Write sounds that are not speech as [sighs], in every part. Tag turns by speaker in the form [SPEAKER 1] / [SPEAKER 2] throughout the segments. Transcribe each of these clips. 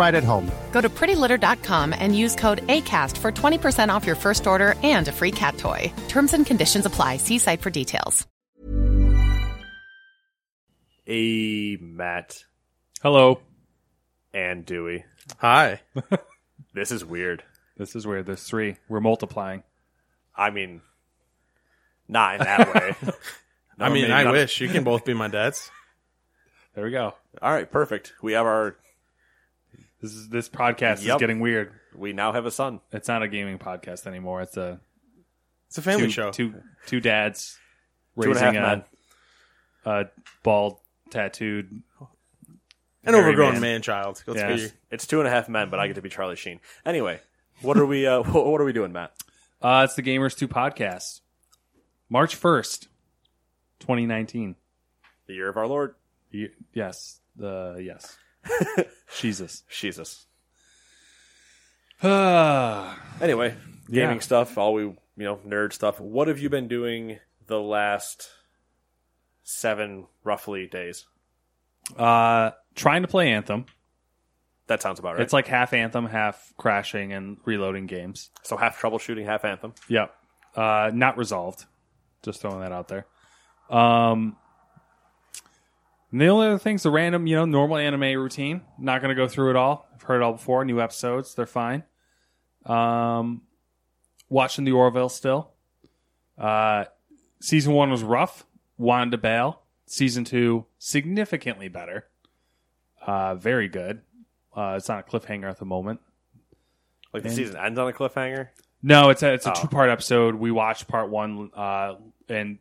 [SPEAKER 1] right at home.
[SPEAKER 2] Go to prettylitter.com and use code ACAST for 20% off your first order and a free cat toy. Terms and conditions apply. See site for details.
[SPEAKER 3] A E, Matt
[SPEAKER 4] Hello.
[SPEAKER 3] and Dewey.
[SPEAKER 5] Hi.
[SPEAKER 3] This is weird.
[SPEAKER 4] This is weird. There's three. We're multiplying.
[SPEAKER 3] I mean, not in that
[SPEAKER 5] [laughs]
[SPEAKER 3] way.
[SPEAKER 5] I mean,
[SPEAKER 3] maybe
[SPEAKER 5] I
[SPEAKER 3] not.
[SPEAKER 5] wish you can both be my dads.
[SPEAKER 4] There we go.
[SPEAKER 3] All right, perfect. We have our.
[SPEAKER 4] This is this podcast
[SPEAKER 3] Yep.
[SPEAKER 4] is getting weird.
[SPEAKER 3] We now have a son.
[SPEAKER 4] It's not a gaming podcast anymore. It's a
[SPEAKER 5] It's a family
[SPEAKER 4] two,
[SPEAKER 5] show.
[SPEAKER 4] two two dads
[SPEAKER 3] Two and a half
[SPEAKER 4] raising
[SPEAKER 3] men.
[SPEAKER 4] a, a bald tattooed
[SPEAKER 5] An
[SPEAKER 4] hairy
[SPEAKER 5] overgrown
[SPEAKER 4] man.
[SPEAKER 5] man. child. Let's
[SPEAKER 4] Yeah.
[SPEAKER 5] figure.
[SPEAKER 3] It's two and a half men, but I get to be Charlie Sheen. Anyway, what are we? Uh, [laughs] wh- what are we doing, Matt?
[SPEAKER 4] uh it's the Gamers 2 podcast. March 1st, 2019.
[SPEAKER 3] The year of our Lord
[SPEAKER 4] Ye- Yes. The
[SPEAKER 3] [laughs]
[SPEAKER 4] yes. Jesus.
[SPEAKER 3] [sighs] Jesus.
[SPEAKER 4] Ah.
[SPEAKER 3] Anyway,
[SPEAKER 4] Yeah.
[SPEAKER 3] gaming stuff. All we you know, nerd stuff. What have you been doing the last seven roughly days?
[SPEAKER 4] uh trying to play Anthem.
[SPEAKER 3] That sounds about right.
[SPEAKER 4] It's like half Anthem, half crashing and reloading games.
[SPEAKER 3] so half troubleshooting, half anthem.
[SPEAKER 4] Yep. Uh, not resolved. Just throwing that out there. Um, and the only other thing's the random, you know, normal anime routine. Not going to go through it all. I've heard it all before. New episodes, they're fine. Um, watching the Orville still. Uh, season one was rough. Wanted to bail. Season two significantly better. Uh, very good. Uh, it's not a cliffhanger at the moment.
[SPEAKER 3] Like the
[SPEAKER 4] And-
[SPEAKER 3] season ends on a cliffhanger.
[SPEAKER 4] No, it's a it's a
[SPEAKER 3] Oh.
[SPEAKER 4] two part episode. We watched part one, uh, and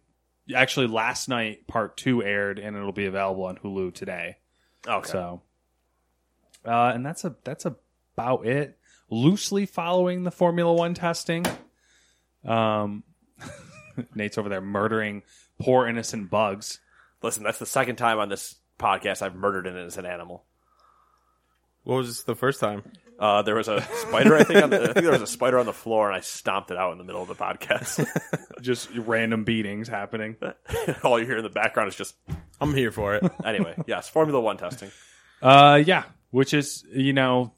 [SPEAKER 4] actually last night part two aired, and it'll be available on Hulu today.
[SPEAKER 3] Okay.
[SPEAKER 4] So, uh, and that's a that's about it. Loosely following the Formula One testing. Um, [laughs] Nate's over there murdering poor innocent bugs.
[SPEAKER 3] Listen, that's the second time on this podcast I've murdered an innocent animal.
[SPEAKER 5] What was the first time?
[SPEAKER 3] Uh, there was a spider, I think. On the, I think there was a spider on the floor, and I stomped it out in the middle of the podcast. [laughs]
[SPEAKER 4] Just random beatings happening.
[SPEAKER 3] All you hear in the background is just
[SPEAKER 5] I'm here
[SPEAKER 4] [laughs]
[SPEAKER 5] for it.
[SPEAKER 3] anyway. Yes, Formula One testing.
[SPEAKER 4] Uh, yeah, which is you know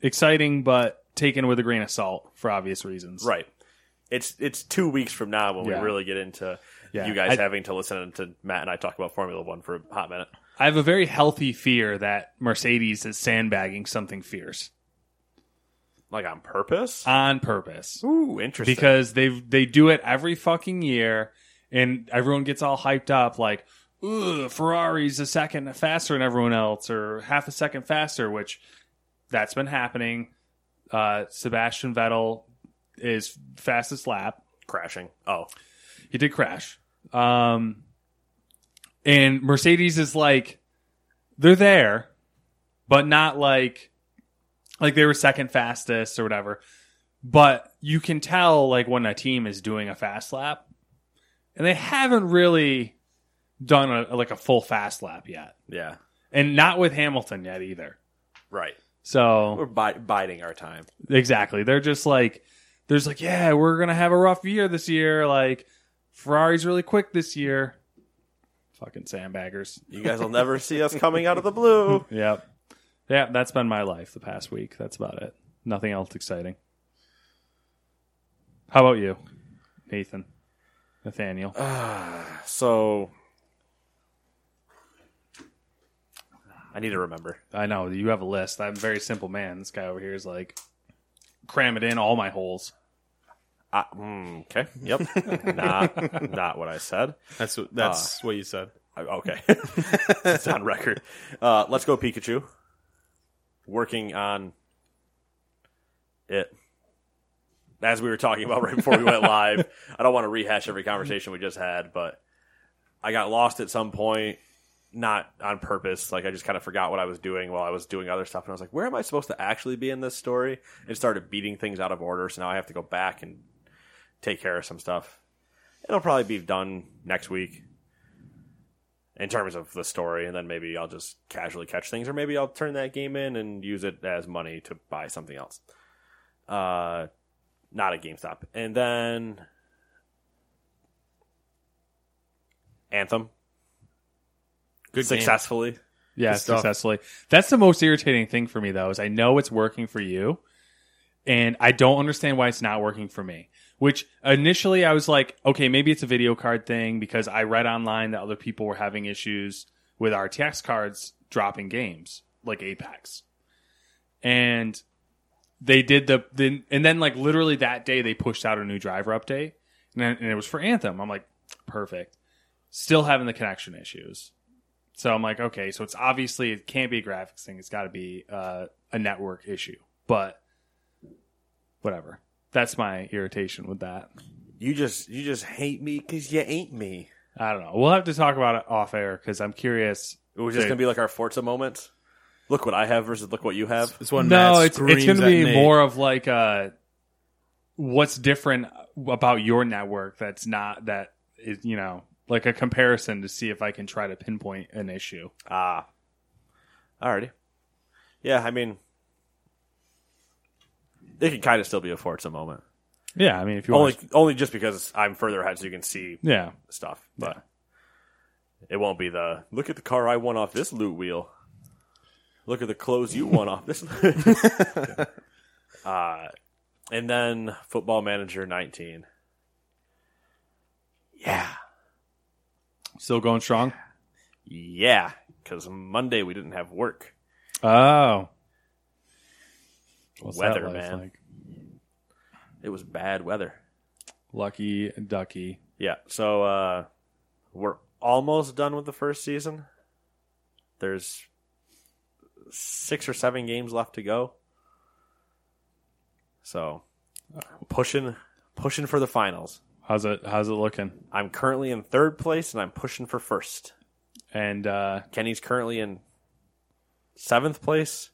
[SPEAKER 4] exciting, but taken with a grain of salt for obvious reasons.
[SPEAKER 3] Right. It's it's two weeks from now when
[SPEAKER 4] Yeah.
[SPEAKER 3] we really get into
[SPEAKER 4] Yeah.
[SPEAKER 3] you guys
[SPEAKER 4] I-
[SPEAKER 3] having to listen to Matt and I talk about Formula One for a hot minute.
[SPEAKER 4] I have a very healthy fear that Mercedes is sandbagging something fierce
[SPEAKER 3] Like on purpose.
[SPEAKER 4] on purpose
[SPEAKER 3] Ooh, interesting.
[SPEAKER 4] Uh, because they they do it every fucking year, and everyone gets all hyped up like, "Ugh, Ferrari's a second faster than everyone else, or half a second faster," which that's been happening. Uh, Sebastian Vettel is fastest lap.
[SPEAKER 3] crashing. Oh,
[SPEAKER 4] He did crash. Um, and Mercedes is like, they're there, but not like, like they were second fastest or whatever. But you can tell like when a team is doing a fast lap, and they haven't really done a, like a full fast lap yet,
[SPEAKER 3] yeah.
[SPEAKER 4] and not with Hamilton yet either.
[SPEAKER 3] Right.
[SPEAKER 4] So
[SPEAKER 3] We're bi- biding our time.
[SPEAKER 4] Exactly. They're just like, there's like, yeah, we're gonna have a rough year this year. Like, Ferrari's really quick this year. Fucking sandbaggers.
[SPEAKER 3] You guys will never see us coming out of the blue.
[SPEAKER 4] Yep. Yeah, that's been my life the past week. That's about it. Nothing else exciting. How about you, Nathan, Nathaniel?
[SPEAKER 3] So I need to remember.
[SPEAKER 4] I know you have a list. I'm a very simple man. This guy over here is like, cram it in all my holes.
[SPEAKER 3] I, mm, okay. Yep. not not what I said.
[SPEAKER 5] That's what-
[SPEAKER 4] Ah.
[SPEAKER 5] that's what you said.
[SPEAKER 3] I- okay. [laughs] it's on record. Uh, let's go Pikachu. Working on it. As we were talking about right before we went live, I don't want to rehash every conversation we just had, but I got lost at some point, not on purpose. Like I just kind of forgot what I was doing while I was doing other stuff, and I was like, "Where am I supposed to actually be in this story?" And started beating things out of order. So now I have to go back and take care of some stuff. It'll probably be done next week in terms of the story, and then maybe I'll just casually catch things, or maybe I'll turn that game in and use it as money to buy something else. Uh, not at GameStop, and then Anthem
[SPEAKER 5] Good
[SPEAKER 3] successfully.
[SPEAKER 4] Yeah,
[SPEAKER 5] Good stuff.
[SPEAKER 4] successfully. That's the most irritating thing for me though, is I know it's working for you and I don't understand why it's not working for me. Which initially I was like, okay, maybe it's a video card thing because I read online that other people were having issues with RTX cards dropping games like Apex. And they did the, the and then like literally that day they pushed out a new driver update and, then- and it was for Anthem. I'm like, perfect. Still having the connection issues. So I'm like, okay, so it's obviously it can't be a graphics thing. It's got to be uh, a network issue. But whatever. That's my irritation with that.
[SPEAKER 3] You just you just hate me because you ain't me.
[SPEAKER 4] I don't know. We'll have to talk about it off air because I'm curious.
[SPEAKER 3] It was just gonna be like our Forza moment. Look what I have versus look what you have.
[SPEAKER 5] It's one.
[SPEAKER 4] No,
[SPEAKER 5] Matt
[SPEAKER 4] it's it's going
[SPEAKER 5] screams
[SPEAKER 4] to
[SPEAKER 5] at
[SPEAKER 4] be
[SPEAKER 5] Nate.
[SPEAKER 4] more of like uh, what's different about your network that's not that is you know like a comparison to see if I can try to pinpoint an issue.
[SPEAKER 3] Ah, alrighty. Yeah, I mean, it can kind of still be a Forza moment.
[SPEAKER 4] Yeah, I mean if you
[SPEAKER 3] Only,
[SPEAKER 4] want,
[SPEAKER 3] only just because I'm further ahead, so you can see
[SPEAKER 4] yeah,
[SPEAKER 3] stuff. But it won't be the look at the car I won off this loot wheel. Look at the clothes you won off this. uh, and then Football Manager 19. Yeah,
[SPEAKER 4] still going strong.
[SPEAKER 3] yeah. Because Monday we didn't have work.
[SPEAKER 4] Oh. What's
[SPEAKER 3] Weather,
[SPEAKER 4] life
[SPEAKER 3] man. It was bad weather.
[SPEAKER 4] Lucky ducky.
[SPEAKER 3] Yeah, so uh, we're almost done with the first season. There's six or seven games left to go. So pushing pushing for the finals.
[SPEAKER 4] How's it how's it looking?
[SPEAKER 3] I'm currently in third place and I'm pushing for first.
[SPEAKER 4] And uh
[SPEAKER 3] Kenny's currently in seventh place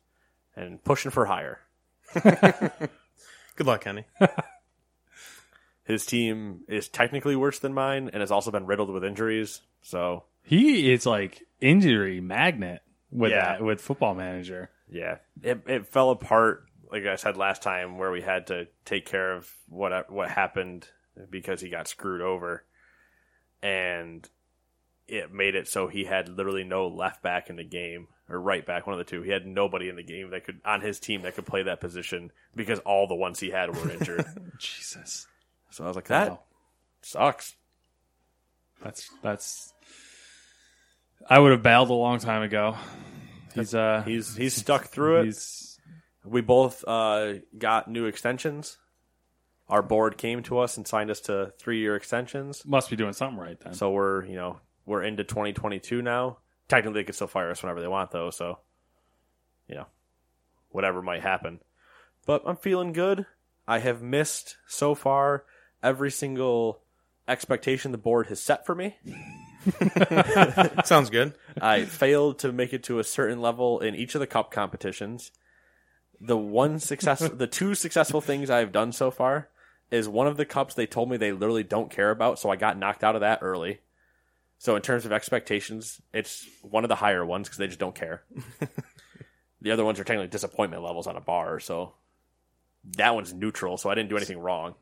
[SPEAKER 3] and pushing for higher.
[SPEAKER 5] Good luck, Henny.
[SPEAKER 3] His team is technically worse than mine and has also been riddled with injuries. So
[SPEAKER 4] he is like injury magnet with
[SPEAKER 3] Yeah.
[SPEAKER 4] that with football manager.
[SPEAKER 3] Yeah, it it fell apart. Like I said last time, where we had to take care of what what happened because he got screwed over, and it made it so he had literally no left back in the game or right back, one of the two. He had nobody in the game that could on his team that could play that position because all the ones he had were injured.
[SPEAKER 4] [laughs] Jesus.
[SPEAKER 3] so I was like, that
[SPEAKER 4] Wow.
[SPEAKER 3] sucks.
[SPEAKER 4] That's that's I would have bailed a long time ago. He's uh
[SPEAKER 3] He's
[SPEAKER 4] [laughs]
[SPEAKER 3] he's stuck through it.
[SPEAKER 4] he's
[SPEAKER 3] We both uh, got new extensions. Our board came to us and signed us to three year extensions.
[SPEAKER 4] must be doing something right then.
[SPEAKER 3] So we're you know we're into 2022 now. Technically, they could still fire us whenever they want, though. So, you know, whatever might happen. But I'm feeling good. I have missed so far every single expectation the board has set for me.
[SPEAKER 4] [laughs]
[SPEAKER 5] Sounds good.
[SPEAKER 3] I failed to make it to a certain level in each of the cup competitions. The one success, the two successful things I've done so far is one of the cups they told me they literally don't care about, so I got knocked out of that early. So in terms of expectations, it's one of the higher ones because they just don't care. the other ones are technically disappointment levels on a bar, so that one's neutral. So I didn't do anything wrong.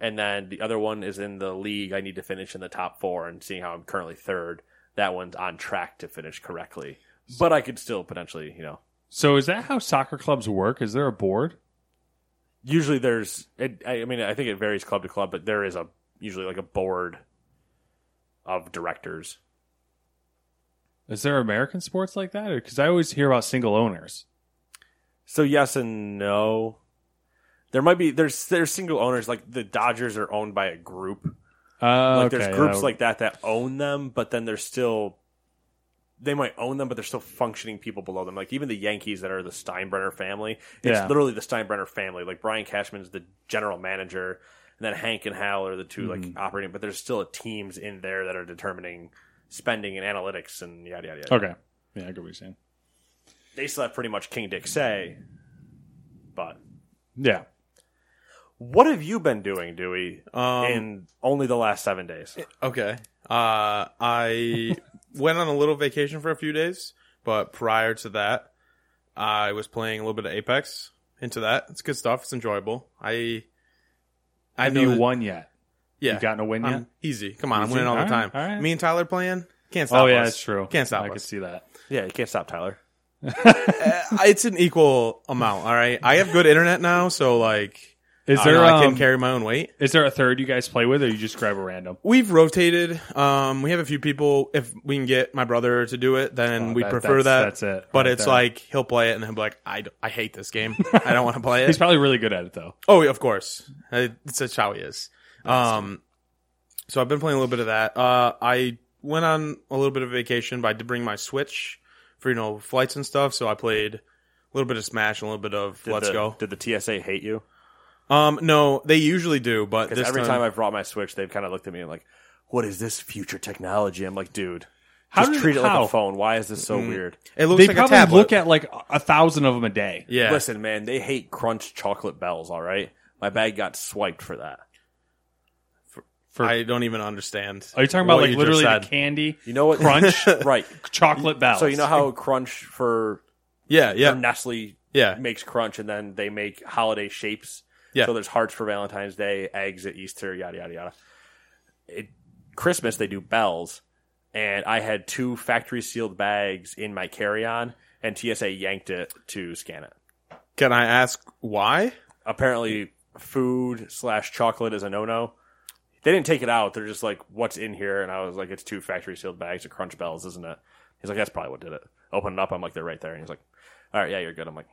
[SPEAKER 3] And then the other one is in the league. I need to finish in the top four, and seeing how I'm currently third, that one's on track to finish correctly. But I could still potentially, you know,
[SPEAKER 4] So is that how soccer clubs work? Is there a board?
[SPEAKER 3] usually there's. It, I I mean, I think it varies club to club, but there is a usually like a board of directors.
[SPEAKER 4] Is there American sports like that? Because I always hear about single owners.
[SPEAKER 3] So yes and no. There might be there's there's single owners like the Dodgers are owned by a group.
[SPEAKER 4] Uh,
[SPEAKER 3] Like
[SPEAKER 4] okay,
[SPEAKER 3] there's groups
[SPEAKER 4] that-
[SPEAKER 3] like that that own them, but then they're still they might own them, but they're still functioning people below them. Like even the Yankees that are the Steinbrenner family, it's
[SPEAKER 4] Yeah.
[SPEAKER 3] literally the Steinbrenner family. Like Brian Cashman's the general manager, and then Hank and Hal are the 2 like operating. But there's still teams in there that are determining spending and analytics and yada yada. yada.
[SPEAKER 4] okay. Yeah, I get what you're saying.
[SPEAKER 3] They still have pretty much King Dick say, but
[SPEAKER 4] Yeah.
[SPEAKER 3] What have you been doing, Dewey,
[SPEAKER 5] Um,
[SPEAKER 3] in only the last seven days?
[SPEAKER 5] Okay.
[SPEAKER 4] [laughs]
[SPEAKER 5] Uh, I went on a little vacation for a few days, but prior to that, I was playing a little bit of Apex. Into that, it's good stuff. It's enjoyable. I, I
[SPEAKER 4] Have
[SPEAKER 5] know
[SPEAKER 4] you
[SPEAKER 5] that-
[SPEAKER 4] won yet?
[SPEAKER 5] Yeah,
[SPEAKER 4] you gotten a win
[SPEAKER 5] I'm
[SPEAKER 4] yet?
[SPEAKER 5] Um, Easy. Come on,
[SPEAKER 4] Easy?
[SPEAKER 5] I'm winning all,
[SPEAKER 4] All
[SPEAKER 5] the
[SPEAKER 4] right,
[SPEAKER 5] time.
[SPEAKER 4] all right.
[SPEAKER 5] Me and Tyler playing can't stop.
[SPEAKER 4] Oh yeah,
[SPEAKER 5] us.
[SPEAKER 4] that's true.
[SPEAKER 5] Can't stop
[SPEAKER 4] I
[SPEAKER 5] us. Uh,
[SPEAKER 4] could see that.
[SPEAKER 3] Yeah, you can't stop Tyler.
[SPEAKER 5] it's an equal amount. All right. I have good internet now, so like,
[SPEAKER 4] Is
[SPEAKER 5] I, don't
[SPEAKER 4] there
[SPEAKER 5] know, I
[SPEAKER 4] um,
[SPEAKER 5] can carry my own weight.
[SPEAKER 4] Is there a third you guys play with, or you just grab a random?
[SPEAKER 5] We've rotated. Um, we have a few people. If we can get my brother to do it, then
[SPEAKER 4] Oh,
[SPEAKER 5] we
[SPEAKER 4] that-
[SPEAKER 5] prefer
[SPEAKER 4] that's-
[SPEAKER 5] that.
[SPEAKER 4] that's it
[SPEAKER 5] But
[SPEAKER 4] right
[SPEAKER 5] it's
[SPEAKER 4] there.
[SPEAKER 5] like he'll play it and he'll be like, I, d- I hate this game. I don't want to play
[SPEAKER 4] He's [laughs]
[SPEAKER 5] it.
[SPEAKER 4] probably really good at it though.
[SPEAKER 5] oh, yeah, of course. Uh, It's just how he is. Um, so I've been playing a little bit of that. Uh, I went on a little bit of vacation, but I did bring my Switch for you know flights and stuff. So I played a little bit of Smash and a little bit of
[SPEAKER 3] Did
[SPEAKER 5] Let's
[SPEAKER 3] the,
[SPEAKER 5] Go.
[SPEAKER 3] Did the TSA hate you?
[SPEAKER 5] Um, no, they usually do, but
[SPEAKER 3] Because
[SPEAKER 5] this
[SPEAKER 3] every time,
[SPEAKER 5] time
[SPEAKER 3] I've brought my Switch, they've kind of looked at me and like, "What is this future technology?" I'm like, "Dude,
[SPEAKER 4] How
[SPEAKER 3] just
[SPEAKER 4] did-
[SPEAKER 3] treat it like
[SPEAKER 4] how?
[SPEAKER 3] a phone. Why is this so weird?"
[SPEAKER 5] it looks
[SPEAKER 4] They
[SPEAKER 5] like a
[SPEAKER 4] probably
[SPEAKER 5] tablet.
[SPEAKER 4] look at like a- a thousand of them a day.
[SPEAKER 5] yeah.
[SPEAKER 3] Listen, man, they hate crunch chocolate bells. All right, my bag got swiped for that.
[SPEAKER 4] For
[SPEAKER 5] I don't even understand.
[SPEAKER 4] are you talking about
[SPEAKER 5] what
[SPEAKER 4] like
[SPEAKER 5] you
[SPEAKER 4] literally
[SPEAKER 5] just
[SPEAKER 4] the
[SPEAKER 5] said.
[SPEAKER 4] candy?
[SPEAKER 3] You know what?
[SPEAKER 5] [laughs]
[SPEAKER 4] Crunch?
[SPEAKER 3] right?
[SPEAKER 4] chocolate bells.
[SPEAKER 3] So you know how crunch for
[SPEAKER 5] Yeah,
[SPEAKER 3] for
[SPEAKER 5] yeah,
[SPEAKER 3] Nestle
[SPEAKER 5] yeah.
[SPEAKER 3] [laughs] makes crunch, and then they make holiday shapes.
[SPEAKER 5] Yeah.
[SPEAKER 3] So there's hearts for Valentine's Day, eggs at Easter, yada yada yada. It, Christmas they do bells, and I had two factory sealed bags in my carry on, and TSA yanked it to scan it.
[SPEAKER 5] Can I ask why?
[SPEAKER 3] Apparently, food slash chocolate is a no no. They didn't take it out. They're just like, "What's in here?" And I was like, "It's two factory sealed bags of Crunch Bells, isn't it?" He's like, "That's probably what did it." Open it up. I'm like, "They're right there." And he's like, "All right, yeah, you're good." I'm like,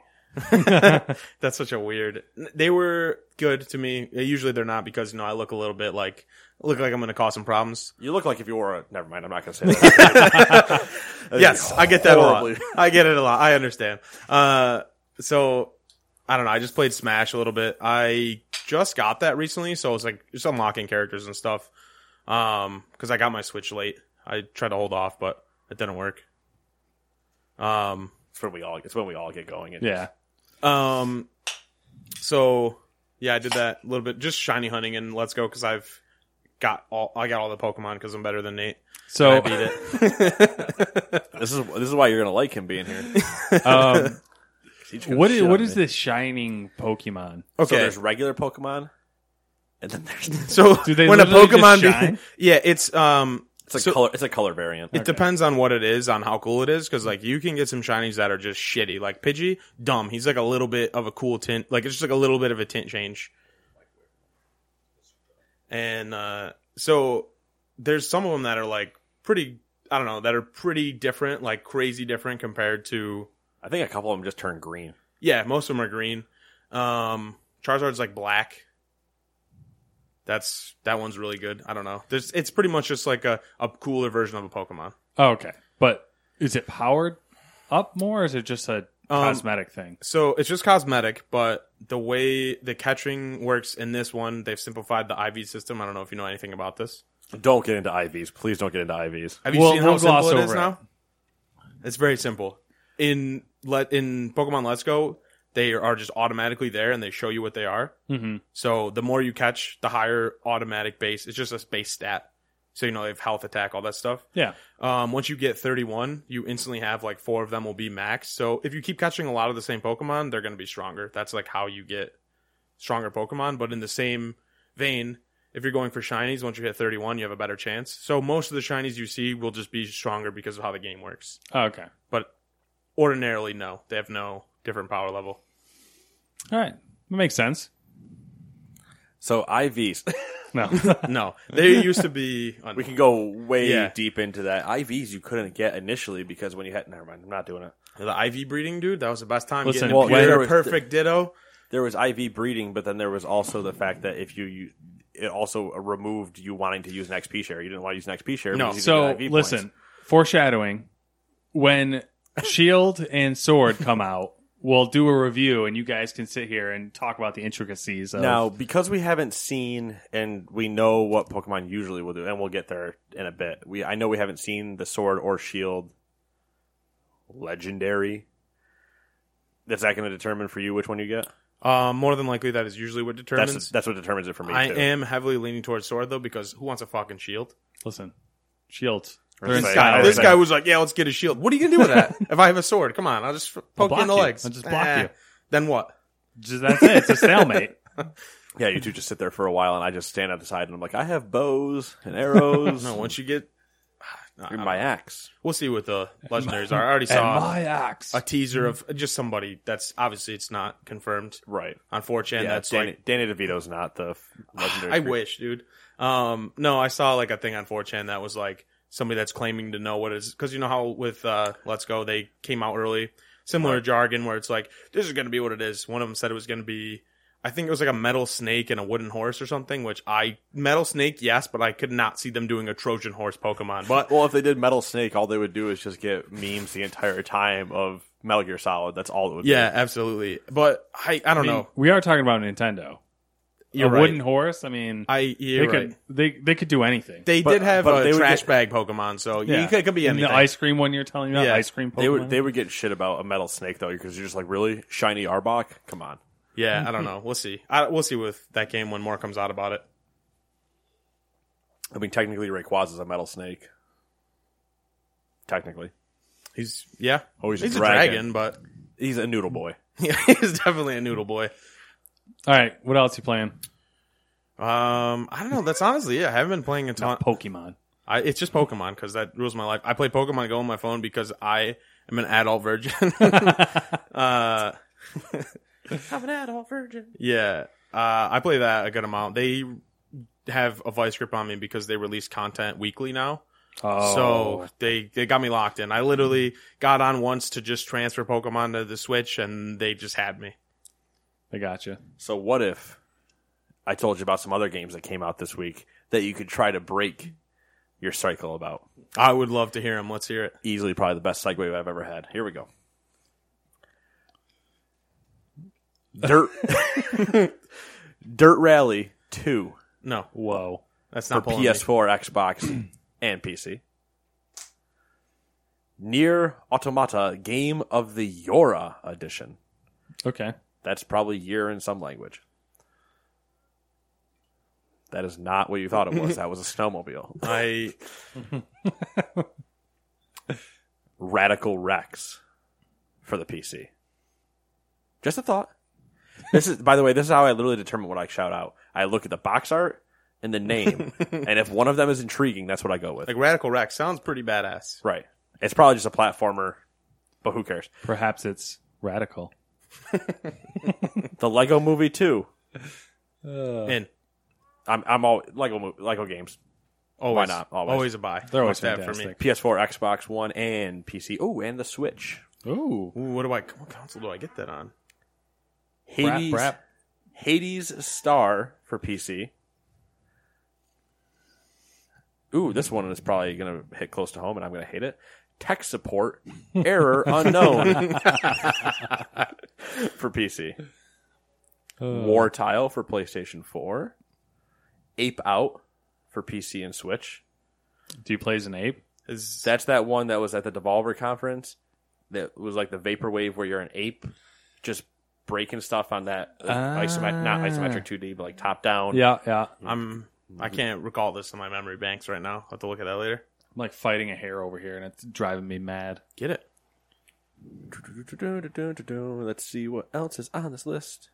[SPEAKER 5] [laughs] That's such a weird. They were good to me. Usually they're not because you know I look a little bit like look like I'm going to cause some problems.
[SPEAKER 3] "You look like if you were a." Never mind. I'm not gonna
[SPEAKER 5] [laughs]
[SPEAKER 3] say that.
[SPEAKER 5] yes, Uh, I get that a lot.
[SPEAKER 3] horribly.
[SPEAKER 5] [laughs] I get it a lot. I understand. Uh, so I don't know. I just played Smash a little bit. I just got that recently, so it's like just unlocking characters and stuff. Um, because I got my Switch late. I tried to hold off, but it didn't work. Um,
[SPEAKER 3] It's when we all. It's when we all get going. And
[SPEAKER 4] Yeah.
[SPEAKER 5] Um, so yeah, I did that a little bit, just shiny hunting and let's go because I've got all I got all the Pokemon because I'm better than Nate.
[SPEAKER 4] So
[SPEAKER 5] Beat it.
[SPEAKER 3] [laughs]
[SPEAKER 5] [laughs]
[SPEAKER 3] This is this is why you're gonna like him being here.
[SPEAKER 5] [laughs]
[SPEAKER 4] um,
[SPEAKER 3] He's gonna
[SPEAKER 4] what
[SPEAKER 3] shit
[SPEAKER 4] is,
[SPEAKER 3] on
[SPEAKER 4] what
[SPEAKER 3] me.
[SPEAKER 4] is this shining Pokemon?
[SPEAKER 3] So
[SPEAKER 5] Okay,
[SPEAKER 3] there's regular Pokemon, and then there's it's
[SPEAKER 5] [laughs] so,
[SPEAKER 4] Do they
[SPEAKER 5] when a
[SPEAKER 4] literally just
[SPEAKER 5] Pokemon,
[SPEAKER 4] shine?
[SPEAKER 5] be- [laughs] yeah, it's um,
[SPEAKER 3] a
[SPEAKER 5] So-
[SPEAKER 3] color. It's a color variant.
[SPEAKER 5] it depends on what it is, on how cool it is, because like you can get some shinies that are just shitty, like Pidgey, dumb. He's like a little bit of a cool tint, like it's just like a little bit of a tint change. And uh, so there's some of them that are like pretty i don't know that are pretty different like crazy different compared to
[SPEAKER 3] I think a couple of them just turned green.
[SPEAKER 5] yeah most of them are green um charizard's like black that's that one's really good i don't know there's it's pretty much just like a, a cooler version of a pokemon
[SPEAKER 4] Oh, okay, but is it powered up more? Or is it just a
[SPEAKER 5] Um,
[SPEAKER 4] cosmetic thing?
[SPEAKER 5] so it's just cosmetic but the way the catching works in this one they've simplified the iv system i don't know if you know anything about this
[SPEAKER 3] Don't get into IVs. Please don't get into IVs.
[SPEAKER 5] Have you
[SPEAKER 4] We'll-
[SPEAKER 5] seen
[SPEAKER 4] we'll
[SPEAKER 5] how simple
[SPEAKER 4] gloss
[SPEAKER 5] it is
[SPEAKER 4] over it.
[SPEAKER 5] now? It's very simple. In let in Pokemon Let's Go, they are just automatically there and they show you what they are. Mm-hmm. So the more you catch, the higher automatic base. It's just a base stat. So you know they have health, attack, all that stuff.
[SPEAKER 4] Yeah.
[SPEAKER 5] Um, once you get 31, you instantly have like four of them will be max. So if you keep catching a lot of the same Pokemon, they're going to be stronger. That's like how you get stronger Pokemon. But in the same vein, if you're going for shinies, once you hit 31, you have a better chance. So most of the shinies you see will just be stronger because of how the game works.
[SPEAKER 4] Oh, okay.
[SPEAKER 5] But ordinarily, no, they have no different power level. [laughs]
[SPEAKER 4] All right. That makes sense.
[SPEAKER 3] So IVs,
[SPEAKER 4] [laughs] No.
[SPEAKER 5] No, they used to be.
[SPEAKER 3] [laughs] we can go way
[SPEAKER 5] Yeah.
[SPEAKER 3] deep into that. IVs you couldn't get initially because when you had never mind, I'm not doing it.
[SPEAKER 5] the IV breeding, dude. That was the best time.
[SPEAKER 4] Listen,
[SPEAKER 5] Getting a
[SPEAKER 4] well,
[SPEAKER 5] pure
[SPEAKER 3] there was-
[SPEAKER 5] perfect Ditto.
[SPEAKER 3] there was IV breeding, but then there was also the fact that if you, you it also removed you wanting to use an XP share. You didn't want to use an XP share.
[SPEAKER 5] No.
[SPEAKER 3] because you
[SPEAKER 4] So
[SPEAKER 3] didn't get IV points.
[SPEAKER 4] listen, foreshadowing. When Shield E and Sword come out, we'll do a review, and you guys can sit here and talk about the intricacies. Of,
[SPEAKER 3] Now, because we haven't seen and we know what Pokemon usually will do, and we'll get there in a bit. We I know we haven't seen the Sword or Shield legendary. Is that going to determine for you which one you get?
[SPEAKER 5] Um, more than likely, that is usually what determines.
[SPEAKER 3] That's that's what determines it for me.
[SPEAKER 5] I
[SPEAKER 3] too.
[SPEAKER 5] am heavily leaning towards sword though because who wants a fucking shield?
[SPEAKER 4] listen, Shields.
[SPEAKER 3] Or
[SPEAKER 4] They're in
[SPEAKER 3] say-
[SPEAKER 4] style.
[SPEAKER 3] I
[SPEAKER 5] this
[SPEAKER 3] think-
[SPEAKER 5] guy was like, "Yeah, let's get a shield." What are you gonna do with that? [laughs] if I have a sword, come on, I'll just f- poke you
[SPEAKER 4] block
[SPEAKER 5] in the
[SPEAKER 4] you.
[SPEAKER 5] legs. Eh,
[SPEAKER 4] I'll just block you.
[SPEAKER 5] Then what?
[SPEAKER 4] Just- that's it. It's a [laughs] stalemate.
[SPEAKER 3] Yeah, you two just sit there for a while, and I just stand at the side, and I'm like, I have bows and arrows.
[SPEAKER 5] [laughs] No, once you get, [sighs] Nah, I
[SPEAKER 3] and
[SPEAKER 5] don't
[SPEAKER 3] my
[SPEAKER 5] know.
[SPEAKER 3] axe.
[SPEAKER 5] We'll see what [laughs] the legendaries are. I already
[SPEAKER 4] And
[SPEAKER 5] saw
[SPEAKER 4] my axe.
[SPEAKER 5] a teaser of just somebody that's obviously it's not confirmed
[SPEAKER 3] Right.
[SPEAKER 5] on 4chan.
[SPEAKER 3] yeah,
[SPEAKER 5] that's
[SPEAKER 3] Danny,
[SPEAKER 5] like
[SPEAKER 3] Danny DeVito's not the f- legendary.
[SPEAKER 5] I
[SPEAKER 3] creature.
[SPEAKER 5] wish, dude. Um, no, I saw like a thing on 4chan that was like somebody that's claiming to know what it is because you know how with uh, Let's Go they came out early, similar jargon where it's like this is gonna be what it is. One of them said it was gonna be, I think it was like a metal snake and a wooden horse or something. Which I metal snake, yes, but I could not see them doing a Trojan horse
[SPEAKER 4] [laughs]
[SPEAKER 5] Pokemon. But
[SPEAKER 3] Well, if they did Metal Snake, all they would do is just get memes the entire time of Metal Gear Solid. That's all it would
[SPEAKER 5] yeah, absolutely. But I, I don't know.
[SPEAKER 4] We are talking about Nintendo.
[SPEAKER 5] You're
[SPEAKER 4] a
[SPEAKER 5] right.
[SPEAKER 4] wooden horse. I mean,
[SPEAKER 5] I
[SPEAKER 4] they
[SPEAKER 5] you're right.
[SPEAKER 4] could they they could do anything.
[SPEAKER 5] They
[SPEAKER 3] But-
[SPEAKER 5] did have
[SPEAKER 3] but they
[SPEAKER 5] a
[SPEAKER 3] would
[SPEAKER 5] trash
[SPEAKER 3] get-
[SPEAKER 5] bag Pokemon, so
[SPEAKER 4] Yeah.
[SPEAKER 5] you could, it could be
[SPEAKER 4] And
[SPEAKER 5] anything.
[SPEAKER 4] The ice cream one you're telling me about,
[SPEAKER 5] Yeah.
[SPEAKER 4] ice cream Pokemon.
[SPEAKER 3] be. They would they would get shit about a Metal Snake though, because you're just like, really shiny Arbok? Come on.
[SPEAKER 5] yeah,
[SPEAKER 3] Mm-hmm.
[SPEAKER 5] I don't know. We'll see. I, we'll see with that game when more comes out about it.
[SPEAKER 3] I mean, technically, Rayquaza is a Metal Snake. Technically,
[SPEAKER 5] He's yeah.
[SPEAKER 3] Oh, he's a dragon.
[SPEAKER 5] but [laughs]
[SPEAKER 3] he's a noodle boy.
[SPEAKER 5] yeah, he's definitely a noodle boy.
[SPEAKER 4] All right, what else you playing?
[SPEAKER 5] Um, I don't know. That's honestly it. I haven't been playing a ton.
[SPEAKER 4] Pokemon.
[SPEAKER 5] I, it's just Pokemon because that rules my life. I play Pokemon Go on my phone because I am an adult virgin. [laughs] uh, [laughs]
[SPEAKER 3] I'm an adult virgin.
[SPEAKER 5] yeah, uh, I play that a good amount. They have a vice grip on me because they release content weekly now.
[SPEAKER 3] Oh.
[SPEAKER 5] So they they got me locked in. I literally got on once to just transfer Pokemon to the Switch, and they just had me.
[SPEAKER 4] I got you.
[SPEAKER 3] So what if I told you about some other games that came out this week that you could try to break your cycle about?
[SPEAKER 5] I would love to hear him. Let's hear it.
[SPEAKER 3] Easily, probably the best segue I've ever had. Here we go. Dirt, [laughs] Dirt Rally Two
[SPEAKER 5] No,
[SPEAKER 4] Whoa.
[SPEAKER 5] that's
[SPEAKER 3] for
[SPEAKER 5] not pulling me.
[SPEAKER 3] PS4, Xbox, [clears throat] and PC. Near Automata Game of the Yora Edition.
[SPEAKER 4] Okay.
[SPEAKER 3] That's probably year in some language. That is not what you thought
[SPEAKER 5] [laughs]
[SPEAKER 3] it was. that was a snowmobile.
[SPEAKER 5] I
[SPEAKER 3] Radical Rex for the PC. Just a thought. This is, by the way, this is how I literally determine what I shout out. I look at the box art and the name, and if one of them is intriguing, that's what I go with.
[SPEAKER 5] like Radical Rex sounds pretty badass.
[SPEAKER 3] right. It's probably just a platformer, but who cares?
[SPEAKER 4] Perhaps it's radical.
[SPEAKER 3] The Lego Movie Two.
[SPEAKER 4] Uh,
[SPEAKER 5] In
[SPEAKER 3] I'm I'm all Lego Mo- Lego games.
[SPEAKER 5] always,
[SPEAKER 3] not? Always.
[SPEAKER 5] a buy.
[SPEAKER 4] They're always
[SPEAKER 5] Fuck
[SPEAKER 4] fantastic.
[SPEAKER 3] PS4, Xbox One, and PC. Oh, and the Switch.
[SPEAKER 4] Ooh.
[SPEAKER 5] Ooh, what do I? What console do I get that on?
[SPEAKER 3] Hades,
[SPEAKER 4] rap.
[SPEAKER 3] Hades Star for PC. Ooh, this one is probably going to hit close to home, and I'm going to hate it. Tech support error unknown for PC. War Tile for PlayStation 4. Ape Out for PC and Switch.
[SPEAKER 4] Do you play as an ape?
[SPEAKER 5] Is
[SPEAKER 3] That's that one that was at the Devolver conference that was like the vaporwave where you're an ape just breaking stuff on that like, isomet- not isometric 2D but like top down.
[SPEAKER 4] Yeah, yeah. I'm
[SPEAKER 5] I'm I can't recall this in my memory banks right now. I'll have to look at that later.
[SPEAKER 4] like fighting a hair over here and it's driving me mad.
[SPEAKER 5] Get it?
[SPEAKER 3] Let's see what else is on this list.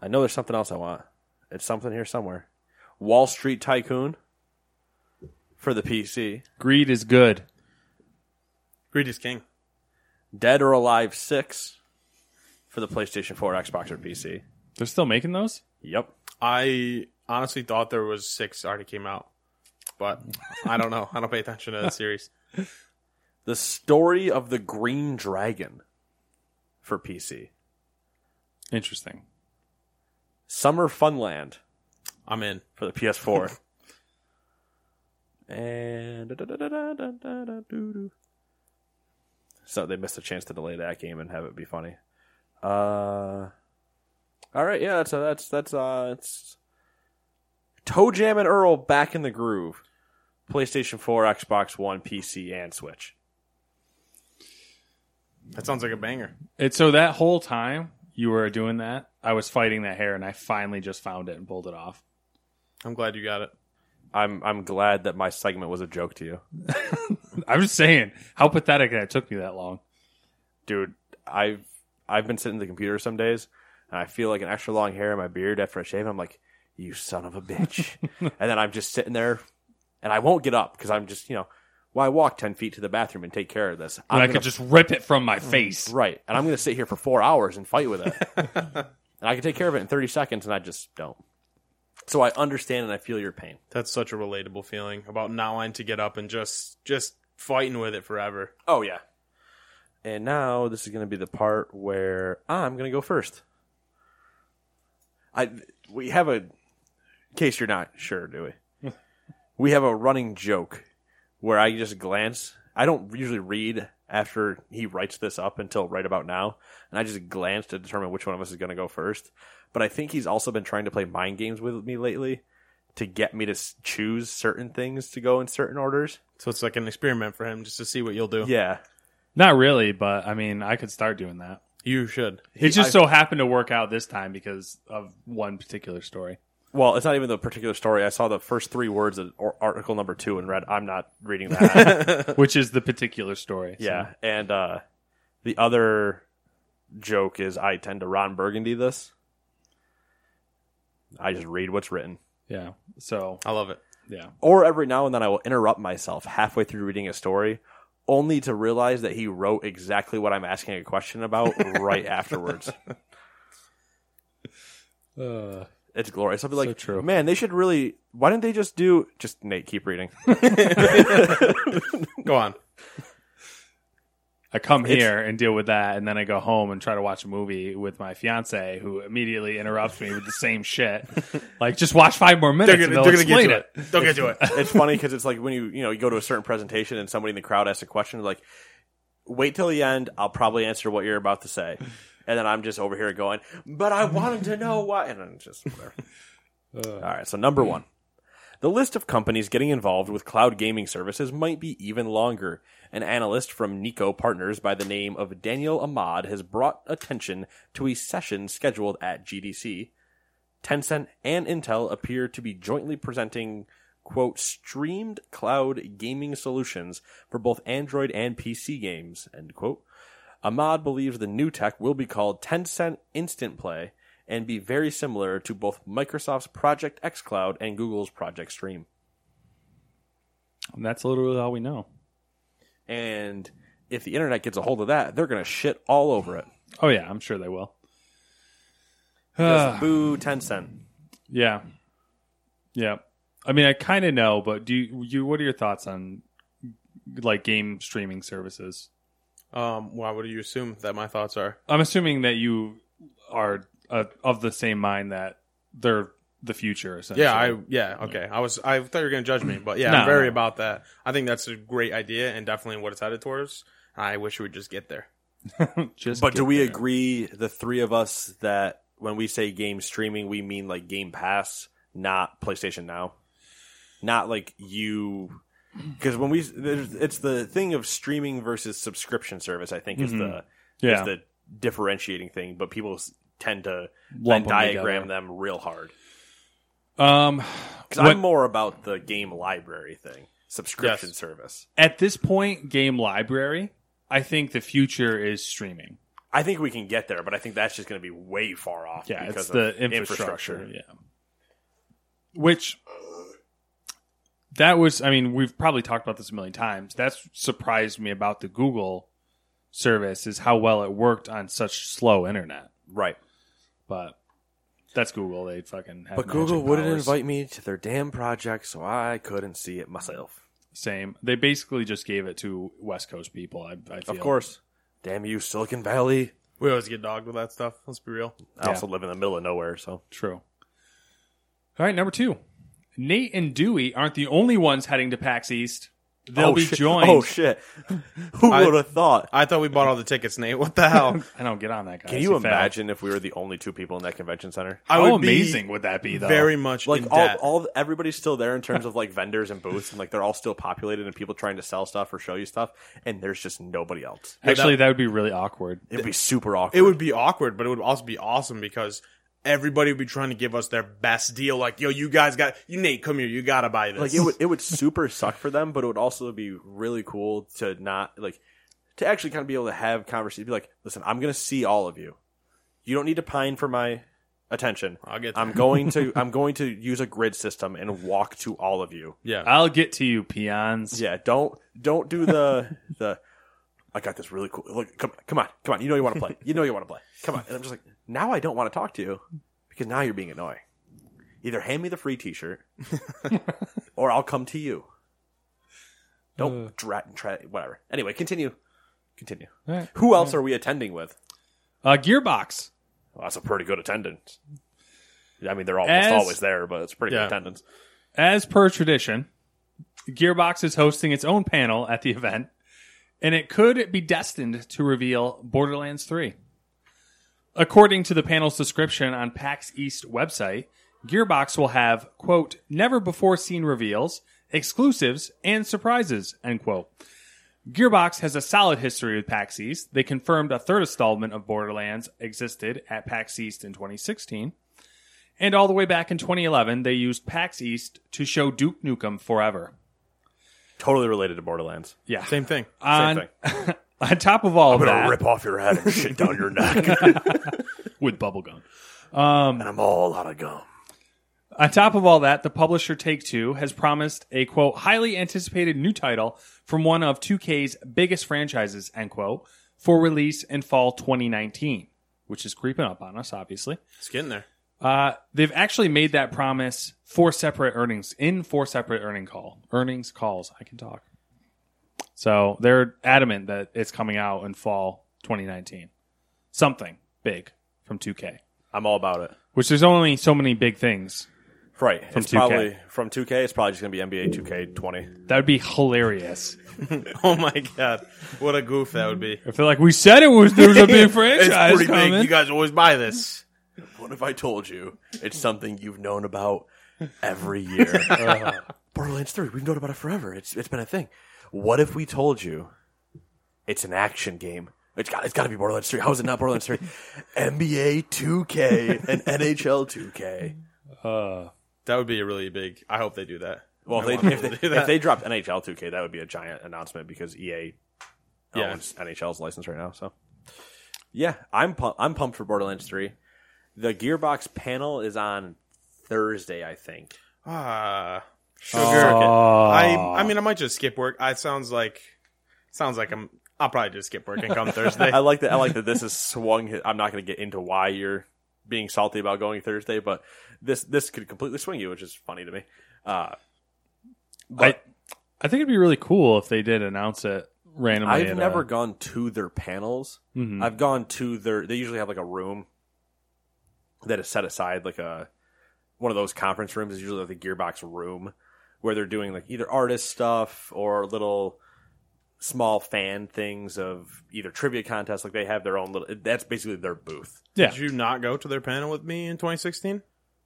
[SPEAKER 3] I know there's something else I want. It's something here somewhere. Wall Street Tycoon for the PC.
[SPEAKER 4] Greed is good.
[SPEAKER 5] Greed is king.
[SPEAKER 3] Dead or Alive 6 for the PlayStation 4, Xbox or PC.
[SPEAKER 4] They're still making those?
[SPEAKER 3] Yep.
[SPEAKER 5] I honestly thought there was six already came out, but I don't know. I don't pay
[SPEAKER 4] [laughs]
[SPEAKER 5] attention to that series.
[SPEAKER 3] The Story of the Green Dragon for PC.
[SPEAKER 4] Interesting.
[SPEAKER 3] Summer Funland
[SPEAKER 5] I'm in.
[SPEAKER 3] for the PS4. [laughs] and da-da-da-da-da-da-da-doo-doo. so they missed a chance to delay that game and have it be funny. Uh, all right, yeah, so that's that's uh, it's Toe Jam and Earl back in the groove. PlayStation 4, Xbox One, PC, and Switch.
[SPEAKER 5] That sounds like a banger.
[SPEAKER 4] And so that whole time you were doing that, I was fighting that hair, and I finally just found it and pulled it off. [laughs]
[SPEAKER 5] I'm glad you got it.
[SPEAKER 3] I'm I'm glad that my segment was a joke to you,
[SPEAKER 4] I'm just saying how pathetic that it took me that long.
[SPEAKER 3] dude. I've I've been sitting at the computer some days, and I feel like an extra long hair in my beard after I shave. And I'm like, you son of a bitch, and then I'm just sitting there, and I won't get up because I'm just you know, why walk ten feet to the bathroom and take care of this?
[SPEAKER 4] When
[SPEAKER 3] I'm
[SPEAKER 4] I [laughs]
[SPEAKER 3] gonna- Mm.
[SPEAKER 4] could just rip it from my face.
[SPEAKER 3] right, and I'm gonna sit here for four hours and fight with it, and I can take care of it in thirty seconds, and I just don't. So I understand and I feel your pain.
[SPEAKER 5] That's such a relatable feeling about not wanting to get up and just just fighting with it forever.
[SPEAKER 3] Oh yeah. And now this is going to be the part where I'm going to go first. I we have a in case you're not sure, do we? [laughs] we have a running joke where I just glance. I don't usually read after he writes this up until right about now, and I just glance to determine which one of us is going to go first. But I think he's also been trying to play mind games with me lately to get me to s- choose certain things to go in certain orders.
[SPEAKER 5] So it's like an experiment for him just to see what you'll do.
[SPEAKER 3] Yeah.
[SPEAKER 4] Not really, but I mean, I could start doing that.
[SPEAKER 5] You should.
[SPEAKER 4] It just so happened to work out this time because of one particular story.
[SPEAKER 3] Well, it's not even the particular story. I saw the first three words of or article number two and read, I'm not reading that.
[SPEAKER 4] which is the particular story. So-
[SPEAKER 3] Uh, yeah. And uh, the other joke is I tend to Ron Burgundy this. I just read what's written.
[SPEAKER 4] yeah. So
[SPEAKER 5] I love it.
[SPEAKER 4] yeah,
[SPEAKER 3] Or every now and then I will interrupt myself halfway through reading a story only to realize that he wrote exactly what I'm asking a question about right afterwards.
[SPEAKER 4] Uh,
[SPEAKER 3] It's glorious. I'll be like,
[SPEAKER 4] true.
[SPEAKER 3] man, they should really. Why didn't they just do. Just Nate, keep reading.
[SPEAKER 5] Go [laughs] on.
[SPEAKER 4] I come here and deal with that, and then I go home and try to watch a movie with my fiance, who immediately interrupts me with the [laughs] same shit. Like, just watch five more minutes. and they'll explain it.
[SPEAKER 5] They'll get to it.
[SPEAKER 3] [laughs] it's funny because it's like when you you know you go to a certain presentation and somebody in the crowd asks a question like wait till the end i'll probably answer what you're about to say and then i'm just over here going but i wanted to know why and then just whatever all right so number one the list of companies getting involved with cloud gaming services might be even longer. An analyst from Nico Partners by the name of Daniel Ahmad has brought attention to a session scheduled at GDC. Tencent and Intel appear to be jointly presenting, quote, streamed cloud gaming solutions for both Android and PC games, end quote. Ahmad believes the new tech will be called Tencent Instant Play and be very similar to both Microsoft's Project xCloud and Google's Project Stream.
[SPEAKER 4] And that's literally all we know.
[SPEAKER 3] And if the internet gets a hold of that, they're going to shit all over it.
[SPEAKER 4] Oh yeah, I'm sure they [sighs] will.
[SPEAKER 3] Just boo Tencent.
[SPEAKER 4] Yeah, yeah. I mean, I kind of know, but do you, you? What are your thoughts on like game streaming services?
[SPEAKER 5] [laughs] Um, why would you assume that my thoughts are?
[SPEAKER 4] I'm assuming that you are uh, of the same mind that they're the future. Essentially.
[SPEAKER 5] Yeah, I yeah, okay. I was I thought you were gonna judge me, but yeah,
[SPEAKER 4] No,
[SPEAKER 5] I'm very
[SPEAKER 4] no.
[SPEAKER 5] about that. I think that's a great idea and definitely what it's headed towards. I wish we would just get there.
[SPEAKER 4] just
[SPEAKER 3] But do
[SPEAKER 4] get
[SPEAKER 3] we
[SPEAKER 4] there.
[SPEAKER 3] agree, the three of us, that when we say game streaming, we mean like Game Pass, not PlayStation Now, not like you? Because when we, there's- it's the thing of streaming versus subscription service. I think is the
[SPEAKER 4] Mm-hmm. Yeah.
[SPEAKER 3] is the differentiating thing. But people s- tend to then
[SPEAKER 4] Lump 'em
[SPEAKER 3] diagram
[SPEAKER 4] together.
[SPEAKER 3] them real hard.
[SPEAKER 4] Um,
[SPEAKER 3] Because I'm
[SPEAKER 4] What-
[SPEAKER 3] more about the game library thing, subscription
[SPEAKER 5] Yes.
[SPEAKER 3] service.
[SPEAKER 4] at this point, game library. I think the future is streaming.
[SPEAKER 3] I think we can get there, but I think that's just going to be way far off.
[SPEAKER 4] Yeah,
[SPEAKER 3] because
[SPEAKER 4] it's the
[SPEAKER 3] of
[SPEAKER 4] infrastructure. Yeah, which that was. I mean, we've probably talked about this a million times. That's surprised me about the Google service is how well it worked on such slow internet.
[SPEAKER 3] right?
[SPEAKER 4] But that's Google. They fucking have
[SPEAKER 3] But
[SPEAKER 4] magic
[SPEAKER 3] Google wouldn't
[SPEAKER 4] powers.
[SPEAKER 3] invite me to their damn project, so I couldn't see it myself.
[SPEAKER 4] Same. They basically just gave it to West Coast people. I, I feel.
[SPEAKER 3] Damn you, Silicon Valley.
[SPEAKER 5] We always get dogged with that stuff. Let's be real.
[SPEAKER 3] I also live in the middle of nowhere, so
[SPEAKER 4] True. All right, number two. Nate and Dewey aren't the only ones heading to PAX East. They'll
[SPEAKER 3] oh,
[SPEAKER 4] be
[SPEAKER 3] shit.
[SPEAKER 4] joined.
[SPEAKER 3] Oh shit! [laughs] Who
[SPEAKER 5] I-
[SPEAKER 3] would have thought?
[SPEAKER 5] I thought we bought all the tickets, Nate. What the
[SPEAKER 4] [laughs]
[SPEAKER 5] hell?
[SPEAKER 4] I don't get on that guy.
[SPEAKER 3] Can
[SPEAKER 4] It's
[SPEAKER 3] you
[SPEAKER 4] a foul.
[SPEAKER 3] imagine if we were the only two people in that convention center?
[SPEAKER 5] I
[SPEAKER 4] How
[SPEAKER 5] would be
[SPEAKER 4] amazing would that be, though?
[SPEAKER 5] Very much
[SPEAKER 3] Like
[SPEAKER 5] in
[SPEAKER 3] all,
[SPEAKER 5] debt.
[SPEAKER 3] all everybody's still there in terms
[SPEAKER 5] [laughs]
[SPEAKER 3] of like vendors and booths, and like they're all still populated and people trying to sell stuff or show you stuff, and there's just nobody else.
[SPEAKER 4] Actually, that would be really awkward.
[SPEAKER 3] It'd be super awkward.
[SPEAKER 5] It would be awkward, but it would also be awesome because everybody would be trying to give us their best deal. Like, yo, you guys got you Nate, come here, you gotta buy this.
[SPEAKER 3] like it would it would super suck for them, but it would also be really cool to not like to actually kind of be able to have conversations. Be like, listen, I'm going to see all of you. You don't need to pine for my attention.
[SPEAKER 5] I'll get
[SPEAKER 3] I'm
[SPEAKER 5] there.
[SPEAKER 3] going
[SPEAKER 5] [laughs]
[SPEAKER 3] to I'm going to use a grid system and walk to all of you.
[SPEAKER 5] [laughs] yeah.
[SPEAKER 4] I'll get to you, peons.
[SPEAKER 3] Yeah, don't don't do [laughs] the the. I got this really cool. Look, come come on, come on. You know you want to play. You know you want to play. Come on. And I'm just like, now I don't want to talk to you because now you're being annoying. Either hand me the free [laughs] T-shirt, or I'll come to you. Don't drat and try whatever. Anyway, continue, continue.
[SPEAKER 4] right.
[SPEAKER 3] Who else are we attending with?
[SPEAKER 4] Uh, Gearbox.
[SPEAKER 3] Well, that's a pretty good attendance. I mean, they're almost
[SPEAKER 4] As-
[SPEAKER 3] always there, but it's pretty
[SPEAKER 5] Yeah.
[SPEAKER 3] good attendance.
[SPEAKER 4] As per tradition, Gearbox is hosting its own panel at the event, and it could be destined to reveal Borderlands 3. According to the panel's description on PAX East website, Gearbox will have, quote, never before seen reveals, exclusives, and surprises, end quote. Gearbox has a solid history with PAX East. They confirmed a third installment of Borderlands existed at PAX East in 2016. And all the way back in 2011, they used PAX East to show Duke Nukem Forever.
[SPEAKER 3] Totally related to Borderlands.
[SPEAKER 4] Yeah.
[SPEAKER 5] Same thing.
[SPEAKER 4] on,
[SPEAKER 3] Same
[SPEAKER 4] [laughs] on top of all of that,
[SPEAKER 3] off your head and shit down your neck, [laughs]
[SPEAKER 4] with bubblegum.
[SPEAKER 3] and I'm all out of gum.
[SPEAKER 4] On top of all that, the publisher Take Two has promised a quote highly anticipated new title from one of 2K's biggest franchises, end quote, for release in fall 2019, which is creeping up on us, obviously.
[SPEAKER 5] It's getting there.
[SPEAKER 4] Uh, they've actually made that promise four separate earnings in four separate earning call earnings calls. I can talk. So they're adamant that it's coming out in fall 2019. Something big from 2K,
[SPEAKER 3] I'm all about it.
[SPEAKER 4] which there's only so many big things.
[SPEAKER 3] Right. it's
[SPEAKER 4] 2K.
[SPEAKER 3] probably from 2K. It's probably just going to be NBA 2K20.
[SPEAKER 4] That would be hilarious.
[SPEAKER 5] [laughs] Oh my god. What a goof that would be.
[SPEAKER 4] If they're like, we said it was there was
[SPEAKER 3] [laughs]
[SPEAKER 4] a big franchise
[SPEAKER 5] it's pretty
[SPEAKER 4] coming.
[SPEAKER 5] big. You guys always buy this.
[SPEAKER 3] What if I told you it's something you've known about every year? [laughs] Uh-huh. Borderlands 3, we've known about it forever. It's it's been a thing. What if we told you it's an action game? It's got it's got to be Borderlands 3. How is it not Borderlands [laughs] 3? NBA 2K and NHL 2K.
[SPEAKER 5] That would be a really big I hope they do that.
[SPEAKER 3] Well, if they, if, they, if they dropped NHL 2K, that would be a giant announcement because EA
[SPEAKER 5] Yeah.
[SPEAKER 3] owns NHL's license right now. So, yeah, I'm pu- I'm pumped for Borderlands 3. The Gearbox panel is on Thursday, I think.
[SPEAKER 5] Ah sugar. I I mean I might just skip work. I sounds like sounds like I'm I'll probably just skip work
[SPEAKER 3] [laughs]
[SPEAKER 5] and come Thursday.
[SPEAKER 3] I like that. I like that this is swung. hi- I'm not going to get into why you're being salty about going Thursday, but this this could completely swing you, which is funny to me. Uh,
[SPEAKER 4] I, I think it'd be really cool if they did announce it randomly.
[SPEAKER 3] I've
[SPEAKER 4] at uh, a-
[SPEAKER 3] never gone to their panels. I've gone to their. They usually have like a room that is set aside, like a one of those conference rooms. Is usually like the Gearbox room where they're doing like either artist stuff or little small fan things of either trivia contests. Like they have their own little. That's basically their booth.
[SPEAKER 4] yeah.
[SPEAKER 5] Did you not go to their panel with me in 2016?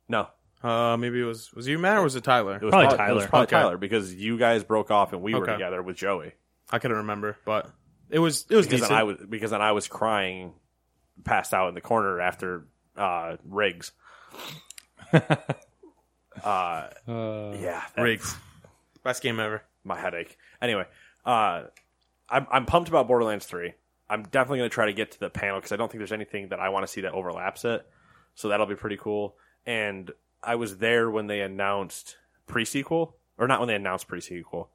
[SPEAKER 3] No,
[SPEAKER 5] Uh, maybe it was was it you Matt or was it Tyler?
[SPEAKER 3] it was
[SPEAKER 4] Probably
[SPEAKER 3] It was
[SPEAKER 4] Tyler.
[SPEAKER 3] probably
[SPEAKER 5] Okay.
[SPEAKER 3] Tyler because you guys broke off and we were
[SPEAKER 5] Okay.
[SPEAKER 3] together with Joey.
[SPEAKER 5] I couldn't remember, but it was it was
[SPEAKER 3] because
[SPEAKER 5] decent.
[SPEAKER 3] then I was because then I was crying, passed out in the corner after uh,
[SPEAKER 5] [laughs]
[SPEAKER 3] Riggs. uh, yeah, that-
[SPEAKER 5] Riggs. Best game ever.
[SPEAKER 3] my headache. Anyway, uh, I'm I'm pumped about Borderlands Three. I'm definitely going to try to get to the panel because I don't think there's anything that I want to see that overlaps it. So that'll be pretty cool. And I was there when they announced pre-sequel, or not when they announced pre-sequel,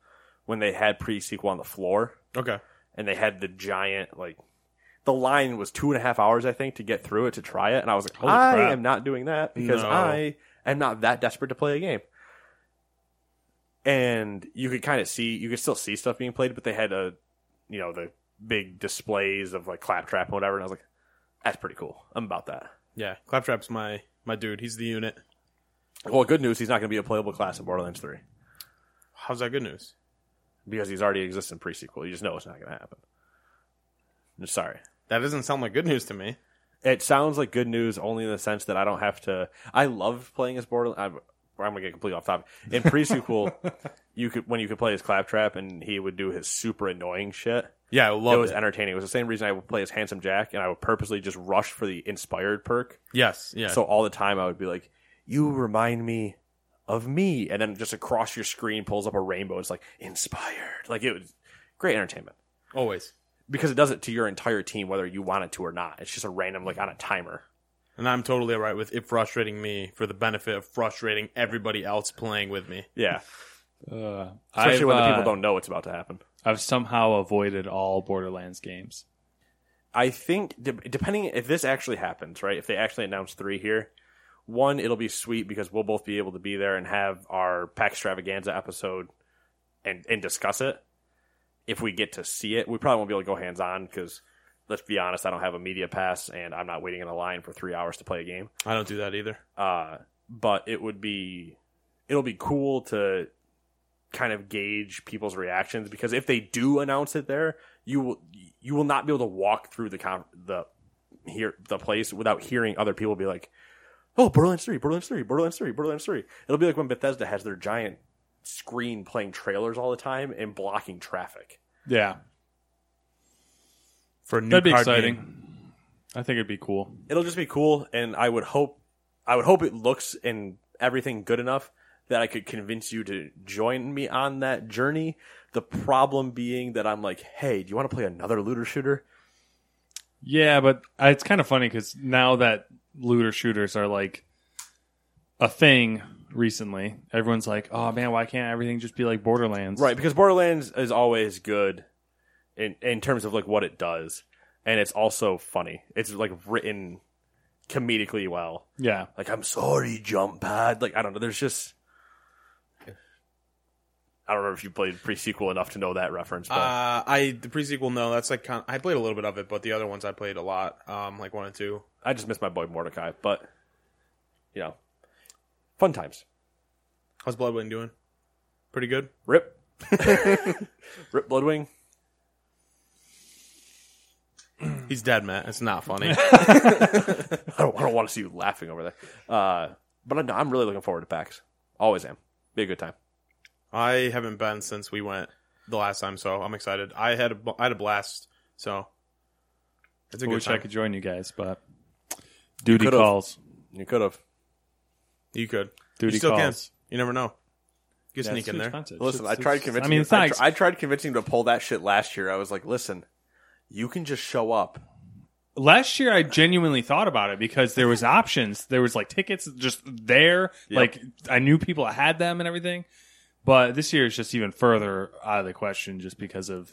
[SPEAKER 3] when they had pre-sequel on the floor
[SPEAKER 5] Okay.
[SPEAKER 3] and they had the giant like the line was two and a half hours I think to get through it to try it, and I was like, I
[SPEAKER 4] crap.
[SPEAKER 3] am not doing that because
[SPEAKER 5] No.
[SPEAKER 3] I am not that desperate to play a game. And you could kind of see, you could still see stuff being played, but they had a, you know, the big displays of like claptrap and whatever, and I was like, That's pretty cool. I'm about that.
[SPEAKER 5] Yeah, Claptrap's my my dude. He's the unit.
[SPEAKER 3] Well, good news, he's not going to be a playable class in Borderlands 3
[SPEAKER 5] How's that good news?
[SPEAKER 3] because he's already exists in prequel. You just know it's not going to happen. I'm sorry.
[SPEAKER 5] That doesn't sound like good news to me.
[SPEAKER 3] It sounds like good news only in the sense that I don't have to. I love playing as Borderlands. I'm, I'm going to get completely off topic. In pre-sequel, you could when you could play as Claptrap and he would do his super annoying shit.
[SPEAKER 5] Yeah, I
[SPEAKER 3] it
[SPEAKER 5] love
[SPEAKER 3] was entertaining. It was the same reason I would play as Handsome Jack, and I would purposely just rush for the inspired perk.
[SPEAKER 5] yes, yeah.
[SPEAKER 3] So all the time I would be like, "You remind me of me," and then just across your screen pulls up a rainbow. It's like inspired. Like it was great entertainment
[SPEAKER 5] always.
[SPEAKER 3] because it does it to your entire team whether you want it to or not. It's just a random like on a timer.
[SPEAKER 5] And I'm totally all right with it frustrating me for the benefit of frustrating everybody else playing with me.
[SPEAKER 3] Yeah,
[SPEAKER 4] Uh,
[SPEAKER 3] especially
[SPEAKER 4] I've,
[SPEAKER 3] when the
[SPEAKER 4] uh,
[SPEAKER 3] people don't know it's about to happen.
[SPEAKER 4] I've somehow avoided all Borderlands games.
[SPEAKER 3] I think de- depending if this actually happens, right? If they actually announce three here, one it'll be sweet because we'll both be able to be there and have our pack extravaganza episode and and discuss it. If we get to see it, we probably won't be able to go hands on because let's be honest, I don't have a media pass and I'm not waiting in a line for three hours to play a game.
[SPEAKER 5] I don't do that either.
[SPEAKER 3] Uh, but it would be it'll be cool to kind of gauge people's reactions because if they do announce it there, you will you will not be able to walk through the con the here the place without hearing other people be like, "Oh, Borderlands three, Borderlands three, Borderlands three, Borderlands 3. It'll be like when Bethesda has their giant screen playing trailers all the time and blocking traffic.
[SPEAKER 4] Yeah,
[SPEAKER 5] For a new
[SPEAKER 4] that'd be
[SPEAKER 5] card
[SPEAKER 4] exciting.
[SPEAKER 5] game.
[SPEAKER 4] I think it'd be cool.
[SPEAKER 3] It'll just be cool, and I would hope I would hope it looks and everything good enough that I could convince you to join me on that journey. The problem being that I'm like, hey, do you want to play another looter shooter?
[SPEAKER 4] Yeah, but uh, it's kind of funny because now that looter shooters are like a thing recently, everyone's like, "Oh man, why can't everything just be like Borderlands?"
[SPEAKER 3] Right, because Borderlands is always good in in terms of like what it does, and it's also funny. It's like written comedically well.
[SPEAKER 4] Yeah.
[SPEAKER 3] Like I'm sorry, jump pad. Like I don't know. There's just I don't know if you played pre sequel enough to know that reference, but
[SPEAKER 5] Uh, I the prequel no, that's like kind I played a little bit of it, but the other ones I played a lot, um, like one and two.
[SPEAKER 3] I just miss my boy Mordecai. But you know, fun times.
[SPEAKER 5] How's Bloodwing doing? Pretty good.
[SPEAKER 3] Rip, [laughs] rip Bloodwing.
[SPEAKER 5] He's dead, Matt. It's not funny.
[SPEAKER 4] [laughs]
[SPEAKER 3] I don't, I don't want to see you laughing over there. Uh, but I'm, I'm really looking forward to PAX. Always am. Be a good time.
[SPEAKER 5] I haven't been since we went the last time, so I'm excited. I had a, bl- I had a blast, so it's a
[SPEAKER 4] I
[SPEAKER 5] good
[SPEAKER 4] wish I
[SPEAKER 5] time.
[SPEAKER 4] could join you guys, but duty
[SPEAKER 3] could've.
[SPEAKER 4] calls.
[SPEAKER 3] You could have.
[SPEAKER 5] You could.
[SPEAKER 4] Duty
[SPEAKER 5] you still
[SPEAKER 4] calls.
[SPEAKER 5] can. You never know. You can
[SPEAKER 4] Yeah,
[SPEAKER 5] sneak
[SPEAKER 4] it's
[SPEAKER 5] in
[SPEAKER 4] too
[SPEAKER 5] there.
[SPEAKER 4] expensive.
[SPEAKER 3] Listen,
[SPEAKER 4] It's-
[SPEAKER 3] I tried
[SPEAKER 4] it's-
[SPEAKER 3] convincing.
[SPEAKER 4] I mean, it's not.
[SPEAKER 3] I,
[SPEAKER 4] ex-
[SPEAKER 3] tr- I tried convincing him to pull that shit last year. I was like, listen, you can just show up.
[SPEAKER 4] last year I genuinely thought about it because there was options. There was like tickets just there. Like I knew people that had them and everything. But this year is just even further out of the question just because of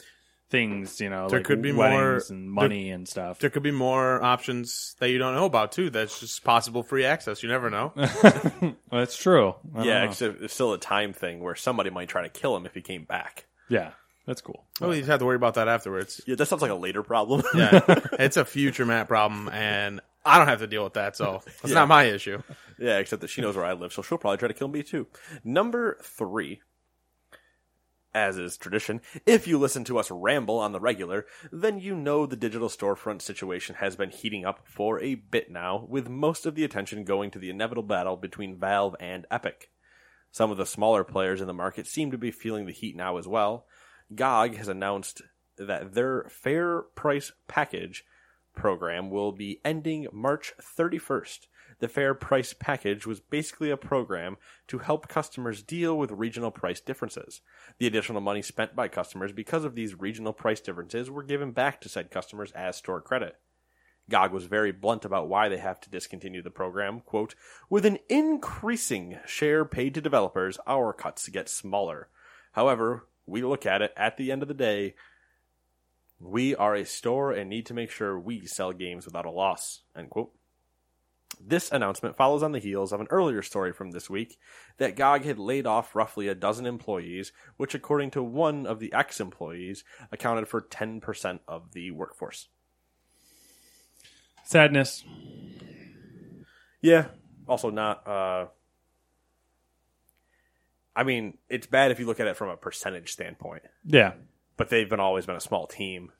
[SPEAKER 4] things, you know,
[SPEAKER 5] There
[SPEAKER 4] like
[SPEAKER 5] could be
[SPEAKER 4] weddings
[SPEAKER 5] more-
[SPEAKER 4] and money and stuff.
[SPEAKER 5] There could be more options that you don't know about too. That's just possible free access. You
[SPEAKER 4] [laughs]
[SPEAKER 5] never know.
[SPEAKER 4] [laughs] Well, that's true. Uh-huh. I don't
[SPEAKER 3] Yeah,
[SPEAKER 4] know.
[SPEAKER 3] except it's still a time thing where somebody might try to kill him if he came back.
[SPEAKER 4] yeah, that's cool.
[SPEAKER 5] oh, you have to worry about that afterwards.
[SPEAKER 3] Yeah, that sounds like a later problem. [laughs]
[SPEAKER 5] Yeah, [laughs] it's a future Matt problem, and I don't have to deal with that, so it's not my issue.
[SPEAKER 3] [laughs] Yeah, except that she knows where I live, so she'll probably try to kill me too. Number three, as is tradition, if you listen to us ramble on the regular, then you know the digital storefront situation has been heating up for a bit now, with most of the attention going to the inevitable battle between Valve and Epic. Some of the smaller players in the market seem to be feeling the heat now as well. GOG has announced that their fair price package program will be ending March 31st. The fair price package was basically a program to help customers deal with regional price differences. The additional money spent by customers because of these regional price differences were given back to said customers as store credit. GOG was very blunt about why they have to discontinue the program. Quote, with an increasing share paid to developers, our cuts get smaller. However, we look at it at the end of the day. We are a store and need to make sure we sell games without a loss. End quote. This announcement follows on the heels of an earlier story from this week that GOG had laid off roughly a dozen employees, which, according to one of the ex employees, accounted for 10% of the workforce.
[SPEAKER 4] Sadness.
[SPEAKER 3] Yeah. Also, not. Uh, I mean, it's bad if you look at it from a percentage standpoint,
[SPEAKER 4] Yeah.
[SPEAKER 3] but they've been always been a small team.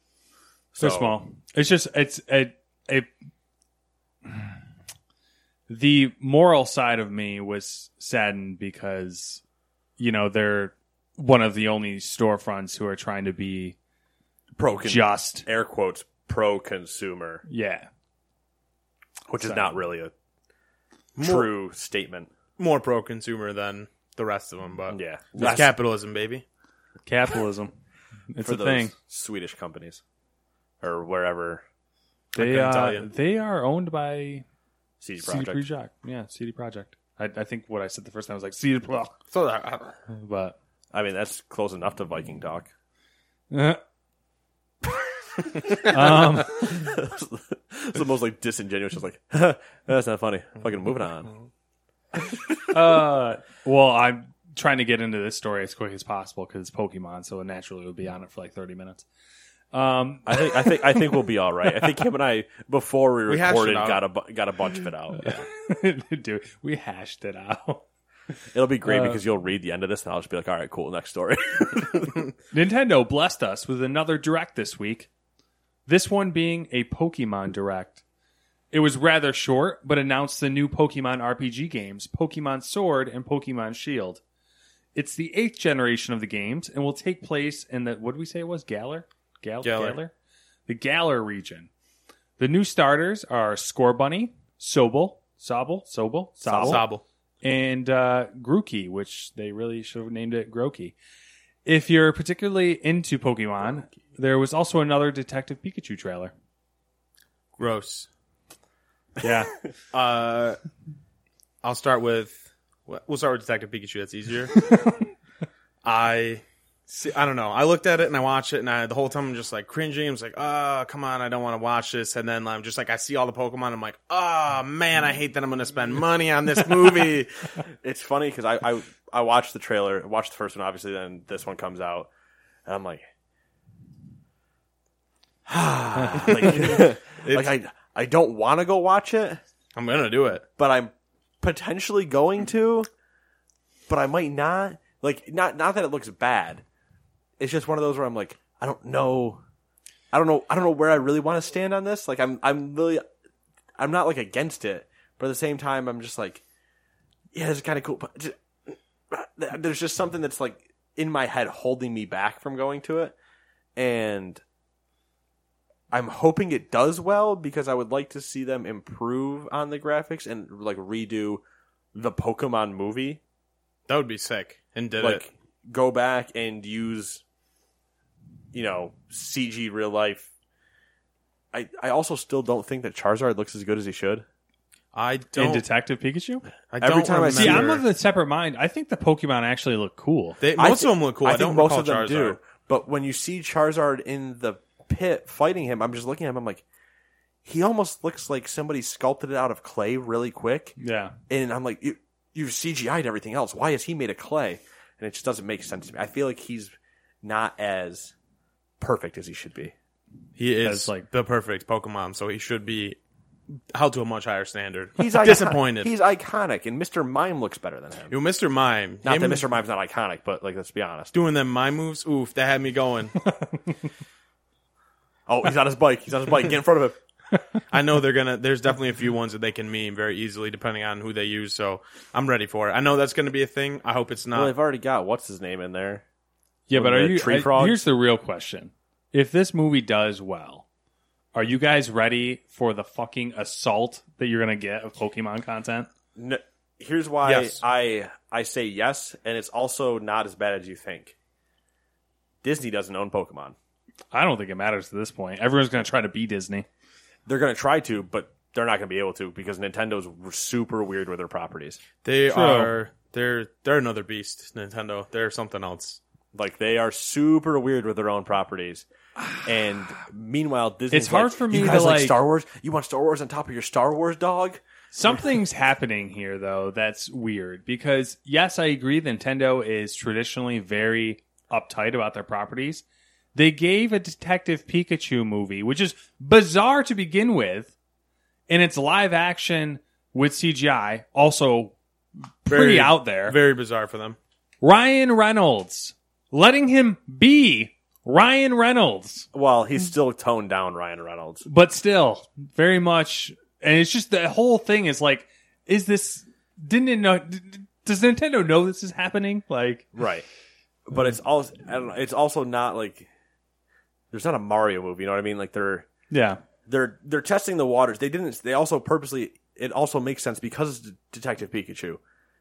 [SPEAKER 4] So small. It's just it's a a the moral side of me was saddened because you know they're one of the only storefronts who are trying to be
[SPEAKER 3] Pro con-
[SPEAKER 4] just
[SPEAKER 3] air quotes pro consumer,
[SPEAKER 4] yeah
[SPEAKER 3] which
[SPEAKER 4] So-
[SPEAKER 3] is not really a true statement.
[SPEAKER 5] More pro consumer than the rest of them, but
[SPEAKER 3] Yeah.
[SPEAKER 5] it's
[SPEAKER 3] That's-
[SPEAKER 5] capitalism, baby.
[SPEAKER 4] capitalism. [laughs] It's
[SPEAKER 3] for
[SPEAKER 4] a
[SPEAKER 3] those
[SPEAKER 4] thing.
[SPEAKER 3] Swedish companies or wherever
[SPEAKER 4] They
[SPEAKER 5] couldn't tell
[SPEAKER 4] uh,
[SPEAKER 5] you.
[SPEAKER 4] they are owned by
[SPEAKER 3] CD
[SPEAKER 4] CD
[SPEAKER 3] Project.
[SPEAKER 4] Projekt. Yeah, CD Project. I, I think what I said the first time was like CD Projekt,
[SPEAKER 5] So uh, that,
[SPEAKER 4] but [laughs]
[SPEAKER 3] I mean, that's close enough to Viking talk.
[SPEAKER 4] um, I
[SPEAKER 3] [laughs] it's the most like disingenuous. Just like [laughs] that's not funny. Fucking moving on.
[SPEAKER 4] uh, well, I'm trying to get into this story as quick as possible because it's Pokemon, so naturally we'll be on it for like 30 minutes. Um, [laughs]
[SPEAKER 3] I think I think I think we'll be all right. I think him and I before we,
[SPEAKER 5] We hashed
[SPEAKER 3] recorded
[SPEAKER 5] it out.
[SPEAKER 3] got a bu- got a bunch of it out.
[SPEAKER 4] dude, we hashed it out.
[SPEAKER 3] It'll be great because you'll read the end of this and I'll just be like, all right, cool, next story. [laughs]
[SPEAKER 4] Nintendo blessed us with another direct this week. This one being a Pokemon direct. It was rather short, but announced the new Pokemon RPG games, Pokemon Sword and Pokemon Shield. It's the eighth generation of the games and will take place in the what did we say it was? Galar? Gal-
[SPEAKER 5] Galar.
[SPEAKER 4] Galar? The Galar region. The new starters are Scorbunny, Sobel, Sobble, Sobel, Sobble,
[SPEAKER 5] Sobble.
[SPEAKER 4] and uh, Grookey, which they really should have named it Grookey. If you're particularly into Pokemon, there was also another Detective Pikachu trailer.
[SPEAKER 5] Gross.
[SPEAKER 4] Yeah,
[SPEAKER 5] Uh, I'll start with we'll start with Detective Pikachu. That's [laughs] easier. I see, I don't know. I looked at it and I watched it, and I, the whole time I'm just like cringing. I was like, oh, come on, I don't want to watch this. And then I'm just like, I see all the Pokemon. I'm like, oh man, I hate that I'm going to spend money on this [laughs] movie.
[SPEAKER 3] it's funny because I, I I watched the trailer, watched the first one, obviously, then this one comes out, and I'm like, [sighs] like, like I I don't want to go watch it,
[SPEAKER 5] I'm gonna do it.
[SPEAKER 3] but I'm potentially going to, but I might not. Like not not that it looks bad. It's just one of those where I'm like, I don't know, I don't know, I don't know where I really want to stand on this. Like I'm I'm really I'm not like against it, but at the same time I'm just like, yeah, this is kind of cool, but just, there's just something that's like in my head holding me back from going to it, and. I'm hoping it does well because I would like to see them improve on the graphics and like redo the Pokemon movie.
[SPEAKER 5] That would be sick. And did
[SPEAKER 3] like
[SPEAKER 5] it?
[SPEAKER 3] go back and use you know CG real life. I I also still don't think that Charizard looks as good as he should.
[SPEAKER 5] I
[SPEAKER 4] in
[SPEAKER 5] don't.
[SPEAKER 4] Detective Pikachu.
[SPEAKER 5] I
[SPEAKER 3] every
[SPEAKER 5] don't
[SPEAKER 3] time I
[SPEAKER 4] See,
[SPEAKER 3] Sure.
[SPEAKER 4] I'm
[SPEAKER 5] remember-
[SPEAKER 4] of a separate mind. I think the Pokemon actually look cool.
[SPEAKER 5] They,
[SPEAKER 3] I
[SPEAKER 5] most
[SPEAKER 3] thi-
[SPEAKER 5] of them look cool. I,
[SPEAKER 3] think
[SPEAKER 5] don't
[SPEAKER 3] most
[SPEAKER 5] recall
[SPEAKER 3] of them
[SPEAKER 5] Charizard.
[SPEAKER 3] do. But when you see Charizard in the pit fighting him, I'm just looking at him. I'm like, he almost looks like somebody sculpted it out of clay really quick.
[SPEAKER 4] yeah,
[SPEAKER 3] and I'm like, you, you've CGI'd everything else. Why is he made of clay? And it just doesn't make sense to me. I feel like he's not as perfect as he should be.
[SPEAKER 5] He
[SPEAKER 4] That's
[SPEAKER 5] is
[SPEAKER 4] like-
[SPEAKER 5] like the perfect Pokemon, so he should be held to a much higher standard. [laughs]
[SPEAKER 3] He's icon-
[SPEAKER 5] disappointed.
[SPEAKER 3] He's iconic, and Mr. Mime looks better than him.
[SPEAKER 5] Yo, Mr. Mime,
[SPEAKER 3] Not
[SPEAKER 5] him
[SPEAKER 3] that Mr. Mime's not iconic, but like, let's be honest.
[SPEAKER 5] doing them mime moves. Oof, that had me going.
[SPEAKER 3] Oh, he's on his bike. He's on his bike. Get in front of him.
[SPEAKER 5] I know they're gonna. There's definitely a few ones that they can meme very easily, depending on who they use. So I'm ready for it. I know that's gonna be a thing. I hope it's
[SPEAKER 3] Well,
[SPEAKER 5] not.
[SPEAKER 3] they've already got what's his name in there.
[SPEAKER 4] yeah. But
[SPEAKER 3] the
[SPEAKER 4] are you?
[SPEAKER 3] tree
[SPEAKER 4] I-
[SPEAKER 3] frogs?
[SPEAKER 4] here's the real question: If this movie does well, are you guys ready for the fucking assault that you're gonna get of Pokemon content?
[SPEAKER 3] N here's why
[SPEAKER 5] Yes.
[SPEAKER 3] I I say yes, and it's also not as bad as you think. Disney doesn't own Pokemon.
[SPEAKER 4] I don't think it matters at this point. Everyone's gonna try to be Disney.
[SPEAKER 3] They're going to try to, but they're not going to be able to because Nintendo's super weird with their properties.
[SPEAKER 5] they
[SPEAKER 4] True.
[SPEAKER 5] are. They're they're another beast. Nintendo. They're something else.
[SPEAKER 3] Like they are super weird with their own properties. And meanwhile, Disney.
[SPEAKER 4] It's
[SPEAKER 3] like,
[SPEAKER 4] hard for me
[SPEAKER 3] you guys
[SPEAKER 4] to,
[SPEAKER 3] like,
[SPEAKER 4] like-
[SPEAKER 3] Star Wars. You want Star Wars on top of your Star Wars dog?
[SPEAKER 4] Something's happening here, though, that's weird because, yes, I agree, Nintendo is traditionally very uptight about their properties. They gave a Detective Pikachu movie, which is bizarre to begin with, and it's live action with CGI, also pretty
[SPEAKER 5] Very-
[SPEAKER 4] out there.
[SPEAKER 5] Very bizarre for them.
[SPEAKER 4] Ryan Reynolds, letting him be Ryan Reynolds,
[SPEAKER 3] Well,
[SPEAKER 4] Mm.
[SPEAKER 3] he's still toned down Ryan Reynolds.
[SPEAKER 4] but still very much. And it's just the whole thing is like, is this? Didn't it know? d- d- Does Nintendo know this is happening? Like,
[SPEAKER 3] Right. But it's also I don't know, it's also not like there's not a Mario movie, you know what I mean? Like they're
[SPEAKER 4] yeah,
[SPEAKER 3] they're they're testing the waters. They didn't they also purposely it also makes sense because it's Detective Pikachu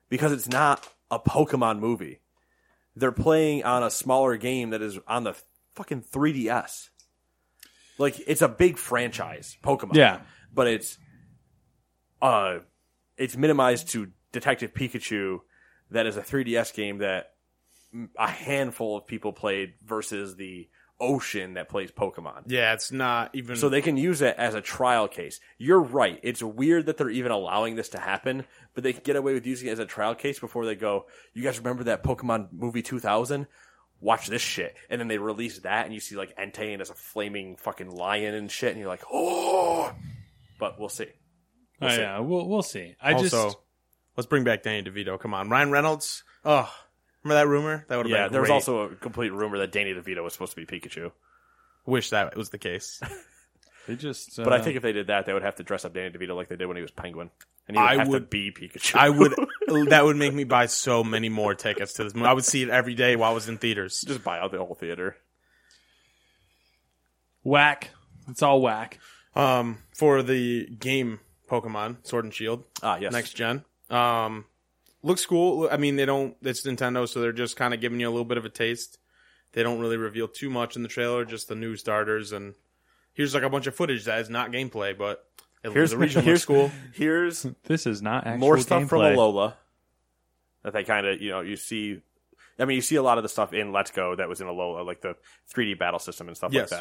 [SPEAKER 3] because it's not a Pokemon movie. They're playing on a smaller game that is on the fucking 3DS. Like it's a big franchise, Pokemon.
[SPEAKER 4] Yeah.
[SPEAKER 3] But it's uh it's minimized to Detective Pikachu that is a 3DS game that mm, a handful of people played versus the ocean that plays Pokemon.
[SPEAKER 5] Yeah, it's not even.
[SPEAKER 3] So they can use it as a trial case. You're right. It's weird that they're even allowing this to happen, but they can get away with using it as a trial case before they go, you guys remember that Pokemon movie 2000? Watch this shit. And then they release that and you see like Entei as a flaming fucking lion and shit. And you're like, oh, but we'll see.
[SPEAKER 4] I know. Oh, We'll we'll see. I
[SPEAKER 5] also,
[SPEAKER 4] just
[SPEAKER 5] let's bring back Danny DeVito. Come on, Ryan Reynolds. Oh, remember that rumor? That would have
[SPEAKER 3] Yeah,
[SPEAKER 5] been
[SPEAKER 3] there was
[SPEAKER 5] great.
[SPEAKER 3] also a complete rumor that Danny DeVito was supposed to be Pikachu.
[SPEAKER 5] wish that was the case.
[SPEAKER 4] they just.
[SPEAKER 3] But I
[SPEAKER 5] Uh-huh.
[SPEAKER 3] think if they did that, they would have to dress up Danny DeVito like they did when he was Penguin. And he would
[SPEAKER 5] I
[SPEAKER 3] have to
[SPEAKER 5] would-
[SPEAKER 3] be Pikachu.
[SPEAKER 5] I
[SPEAKER 3] [laughs]
[SPEAKER 5] would. that would make me buy so many more tickets to this movie. I would see it every day while I was in theaters.
[SPEAKER 3] just buy out the whole theater.
[SPEAKER 4] whack. It's all whack.
[SPEAKER 5] Um, for the game Pokemon Sword and Shield, uh,
[SPEAKER 3] Ah, yes.
[SPEAKER 5] next gen. Um, looks cool. I mean, they don't. It's Nintendo, so they're just kind of giving you a little bit of a taste. They don't really reveal too much in the trailer, just the new starters and here's like a bunch of footage that is not gameplay, but it, here's
[SPEAKER 3] [laughs]
[SPEAKER 5] the region looks cool.
[SPEAKER 3] Here's
[SPEAKER 4] This is not actual
[SPEAKER 3] more stuff from
[SPEAKER 4] gameplay.
[SPEAKER 3] Alola that they kind of you know you see. I mean, you see a lot of the stuff in Let's Go that was in Alola, like the 3D battle system and stuff
[SPEAKER 5] Yes.
[SPEAKER 3] like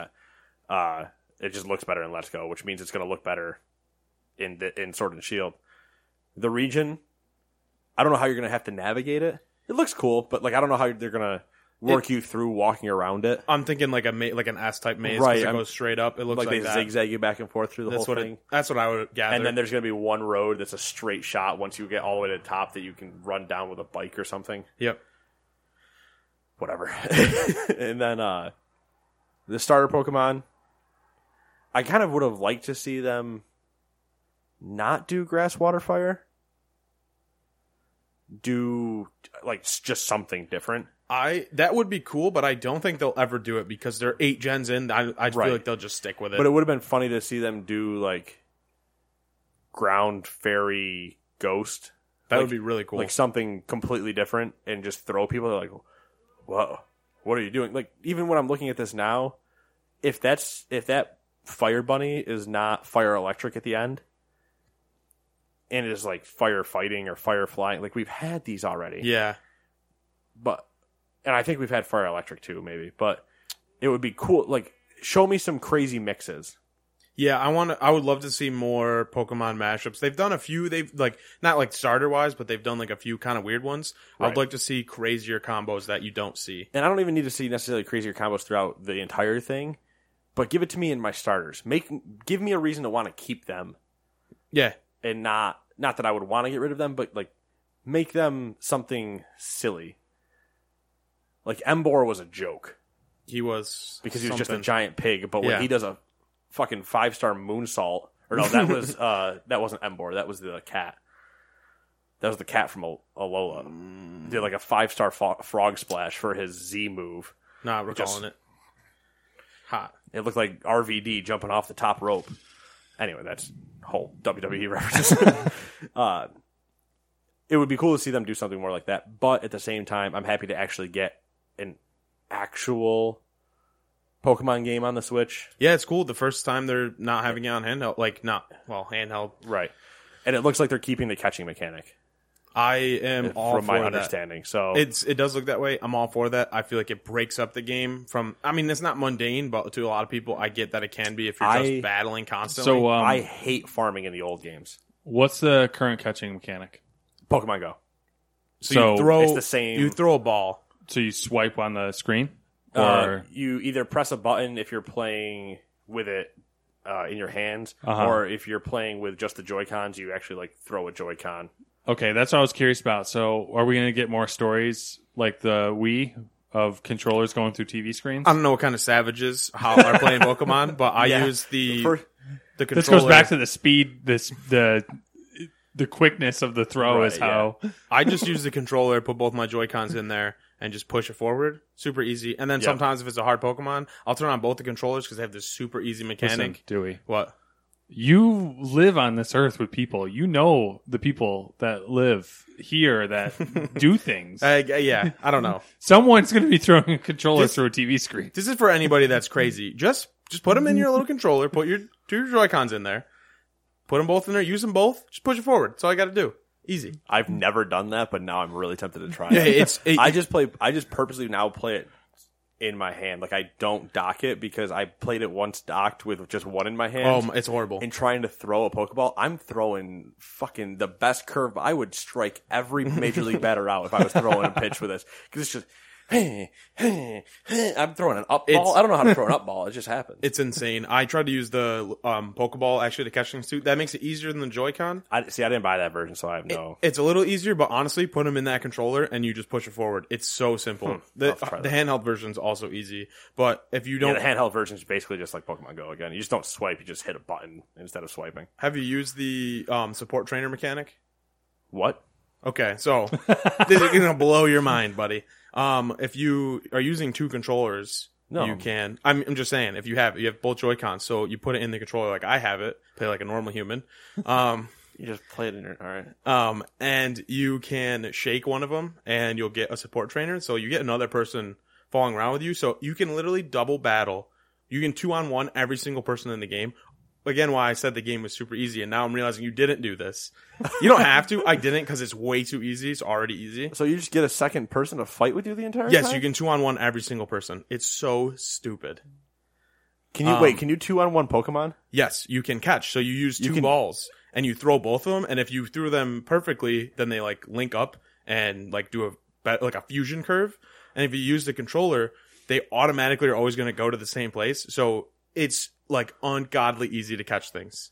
[SPEAKER 3] that. Uh, it just looks better in Let's Go, which means it's going to look better in the, in Sword and Shield. The region, I don't know how you're going to have to navigate it. It looks cool, but like I don't know how they're going to work you through walking around it.
[SPEAKER 5] I'm thinking like a ma- like an S type maze,
[SPEAKER 3] Right,
[SPEAKER 5] right? It
[SPEAKER 3] I'm-
[SPEAKER 5] goes straight up. It looks
[SPEAKER 3] Like,
[SPEAKER 5] like,
[SPEAKER 3] they
[SPEAKER 5] that.
[SPEAKER 3] zigzag you back and forth through the
[SPEAKER 5] That's
[SPEAKER 3] whole
[SPEAKER 5] what
[SPEAKER 3] thing.
[SPEAKER 5] it, that's what I would gather.
[SPEAKER 3] and then there's going to be one road that's a straight shot once you get all the way to the top that you can run down with a bike or something.
[SPEAKER 5] yep.
[SPEAKER 3] whatever. [laughs] and then uh the starter Pokemon. I kind of would have liked to see them not do grass water fire. Do like s- just something different.
[SPEAKER 5] I that would be cool, but I don't think they'll ever do it because they're eight gens in. I I
[SPEAKER 3] Right.
[SPEAKER 5] feel like they'll just stick with it.
[SPEAKER 3] But it would have been funny to see them do like ground fairy ghost.
[SPEAKER 5] that
[SPEAKER 3] like-
[SPEAKER 5] would be really cool.
[SPEAKER 3] Like something completely different and just throw people they're like, "Whoa, what are you doing?" Like even when I'm looking at this now, if that's if that fire bunny is not fire electric at the end, and it is like firefighting or fire flying, like we've had these already.
[SPEAKER 5] yeah.
[SPEAKER 3] But and I think we've had fire electric too, maybe. But it would be cool. Like show me some crazy mixes.
[SPEAKER 5] Yeah, I want to. I would love to see more Pokemon mashups. They've done a few. They've like not like starter wise, but they've done like a few kind of weird ones.
[SPEAKER 3] Right.
[SPEAKER 5] I'd like to see crazier combos that you don't see.
[SPEAKER 3] and I don't even need to see necessarily crazier combos throughout the entire thing, but give it to me in my starters. Make give me a reason to want to keep them
[SPEAKER 5] Yeah,
[SPEAKER 3] and not not that I would want to get rid of them, but like make them something silly. Like Embor was a joke
[SPEAKER 5] he was
[SPEAKER 3] because he was just a
[SPEAKER 5] something.
[SPEAKER 3] giant pig, but when
[SPEAKER 5] Yeah.
[SPEAKER 3] he does a fucking five star moonsault, or no, that was [laughs] uh that wasn't Embor, that was the cat. That was the cat from Al- Alola. Did like a five star fo- frog splash for his Z move.
[SPEAKER 5] Not recalling it. Hot.
[SPEAKER 3] It looked like RVD jumping off the top rope. Anyway, that's whole [laughs] WWE references. uh, it would be cool to see them do something more like that, but at the same time, I'm happy to actually get an actual Pokemon game on the Switch.
[SPEAKER 5] Yeah, it's cool. The first time they're not having it on handheld, like not well handheld.
[SPEAKER 3] Right. And it looks like they're keeping the catching mechanic,
[SPEAKER 5] I am all
[SPEAKER 3] from my
[SPEAKER 5] for that.
[SPEAKER 3] understanding. So
[SPEAKER 5] It's it does look that way. I'm all for that. I feel like it breaks up the game from. I mean, it's not mundane, but to a lot of people, I get that it can be if you're
[SPEAKER 3] I- uh,
[SPEAKER 5] just battling constantly.
[SPEAKER 4] So, um,
[SPEAKER 3] I hate farming in the old games.
[SPEAKER 4] what's the current catching mechanic?
[SPEAKER 3] Pokemon Go.
[SPEAKER 5] So,
[SPEAKER 4] So-
[SPEAKER 5] you throw
[SPEAKER 3] It's the same-
[SPEAKER 5] You throw a ball.
[SPEAKER 4] So you swipe on the screen,
[SPEAKER 3] Uh,
[SPEAKER 4] or
[SPEAKER 3] you either press a button if you're playing with it uh, in your hands, or if you're playing with just the Joy Cons, you actually like throw a Joy Con.
[SPEAKER 4] Okay, that's what I was curious about. So, are we going to get more stories like the Wii of controllers going through TV screens?
[SPEAKER 5] I don't know what kind of savages how are
[SPEAKER 3] [laughs]
[SPEAKER 5] playing Pokemon, but I
[SPEAKER 3] Yeah.
[SPEAKER 5] use the
[SPEAKER 3] For-
[SPEAKER 5] the controller.
[SPEAKER 4] this goes back to the speed, this the the quickness of the throw is
[SPEAKER 3] Right, yeah.
[SPEAKER 4] how.
[SPEAKER 5] I just use the controller, put both my Joy Cons in there, and just push it forward. Super easy. And then
[SPEAKER 3] Yeah.
[SPEAKER 5] sometimes if it's a hard Pokemon, I'll turn on both the controllers because they have this super easy mechanic.
[SPEAKER 4] Listen, Dewey,
[SPEAKER 5] What?
[SPEAKER 4] you live on this earth with people. You know the people that live
[SPEAKER 3] [laughs]
[SPEAKER 4] here that do things.
[SPEAKER 5] I, I- Uh, yeah, I don't know.
[SPEAKER 4] Someone's going to be throwing a controller through a TV screen.
[SPEAKER 5] This is for anybody that's crazy. Just just put them in your little controller. Put your do your Joy Cons in there. Put them both in there. Use them both. Just push it forward. That's all I got to do. Easy.
[SPEAKER 3] I've never done that, but now I'm really tempted to try.
[SPEAKER 5] Yeah,
[SPEAKER 3] it.
[SPEAKER 5] it's- it-
[SPEAKER 3] I just play. I just purposely now play it in my hand. Like I don't dock it because I played it once docked with just one in my hand.
[SPEAKER 5] Oh, my- it's horrible.
[SPEAKER 3] and trying to throw a Pokeball, I'm throwing fucking the best curve. I would strike every major league batter out if I was throwing a pitch with this because it's just. [laughs] I'm throwing an up ball.
[SPEAKER 5] It's-
[SPEAKER 3] I don't know how to throw an up ball. It just happens.
[SPEAKER 5] It's insane. I tried to use the um, Pokeball actually to catch things too. That makes it easier than the Joy-Con.
[SPEAKER 3] I, see, I didn't buy that version, so I have no.
[SPEAKER 5] It's a little easier, but honestly, put them in that controller and you just push it forward. It's so simple. The,
[SPEAKER 3] Hmm. I'll try
[SPEAKER 5] the
[SPEAKER 3] that.
[SPEAKER 5] handheld version's also easy, but if you
[SPEAKER 3] yeah,
[SPEAKER 5] don't
[SPEAKER 3] the handheld version is basically just like Pokemon Go again. You just don't swipe; you just hit a button instead of swiping.
[SPEAKER 5] have you used the um, support trainer mechanic?
[SPEAKER 3] What?
[SPEAKER 5] Okay,
[SPEAKER 3] [laughs]
[SPEAKER 5] so this is gonna blow your mind, buddy. Um, if you are using two controllers,
[SPEAKER 3] No.
[SPEAKER 5] you can. I'm, I'm just saying, if you have you have both Joy Cons, so you put it in the controller like I have it, play like a normal human. Um,
[SPEAKER 3] You just play it in your. All right.
[SPEAKER 5] Um, and you can shake one of them and you'll get a support trainer. So you get another person following around with you. So you can literally double battle. You can two on one every single person in the game. Again, why I said the game was super easy. And now I'm realizing you didn't do this. You don't have to. I didn't because it's way too easy. It's already easy.
[SPEAKER 3] So you just get a second person to fight with you the entire time.
[SPEAKER 5] Yes, you can two on one every single person. It's so stupid.
[SPEAKER 3] Can
[SPEAKER 5] um,
[SPEAKER 3] you wait? Can you two on one Pokemon?
[SPEAKER 5] Yes, you can catch. So you use two
[SPEAKER 3] can-
[SPEAKER 5] balls and you throw both of them. And if you threw them perfectly, then they like link up and like do a be- like a fusion curve. And if you use the controller, they automatically are always going to go to the same place. So it's like ungodly easy to
[SPEAKER 3] [laughs]
[SPEAKER 5] catch things.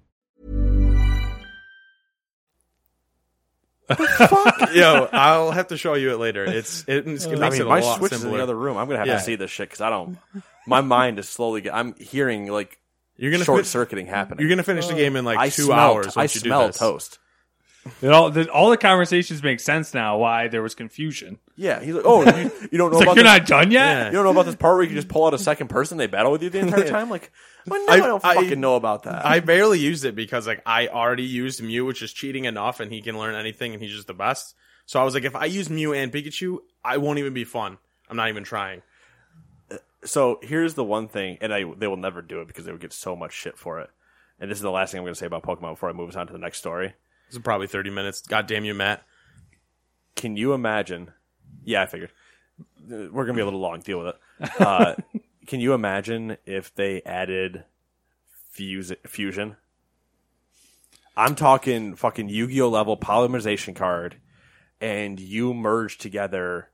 [SPEAKER 5] Yo, I'll have to show you it later. It's it, it's- it
[SPEAKER 3] I
[SPEAKER 5] makes
[SPEAKER 3] mean,
[SPEAKER 5] it a
[SPEAKER 3] my
[SPEAKER 5] lot
[SPEAKER 3] Switch is in the other
[SPEAKER 5] simpler.
[SPEAKER 3] room. I'm gonna have
[SPEAKER 5] Yeah.
[SPEAKER 3] to see this shit because I don't. My mind is slowly. Get, I'm hearing like
[SPEAKER 5] You're gonna
[SPEAKER 3] short
[SPEAKER 5] fit-
[SPEAKER 3] circuiting happening.
[SPEAKER 5] You're gonna finish the game in like
[SPEAKER 3] I
[SPEAKER 5] two
[SPEAKER 3] smell,
[SPEAKER 5] hours.
[SPEAKER 3] I
[SPEAKER 5] once you do
[SPEAKER 3] smell
[SPEAKER 5] this.
[SPEAKER 3] toast.
[SPEAKER 4] It all the, all the conversations make sense now. Why there was confusion?
[SPEAKER 3] Yeah,
[SPEAKER 5] [laughs]
[SPEAKER 3] he's like, oh, you, you don't know.
[SPEAKER 4] It's like,
[SPEAKER 3] about
[SPEAKER 4] "You're
[SPEAKER 3] this-
[SPEAKER 4] not done yet?"
[SPEAKER 3] [laughs] You don't know about this part where you can just pull out a second person. They battle
[SPEAKER 5] [laughs]
[SPEAKER 3] with you the entire time. Like, well, no, I,
[SPEAKER 5] I-
[SPEAKER 3] don't
[SPEAKER 5] I-
[SPEAKER 3] fucking know about that.
[SPEAKER 5] [laughs] I barely used it because like I already used Mew, which is cheating enough, and he can learn anything, and he's just the best. So I was like, if I use Mew and Pikachu, I won't even be fun. I'm not even trying.
[SPEAKER 3] so here's the one thing, and I they will never do it because they would get so much shit for it. And this is the last thing I'm going to say about Pokemon before I move us on to the next story.
[SPEAKER 5] This is probably 30 minutes. God damn you, Matt.
[SPEAKER 3] Can you imagine? Yeah, I figured Uh, we're going to be a little long. Deal with it. Uh, can you imagine if they added fuse, fusion? I'm talking fucking Yu-Gi-Oh level polymerization card, and you merge together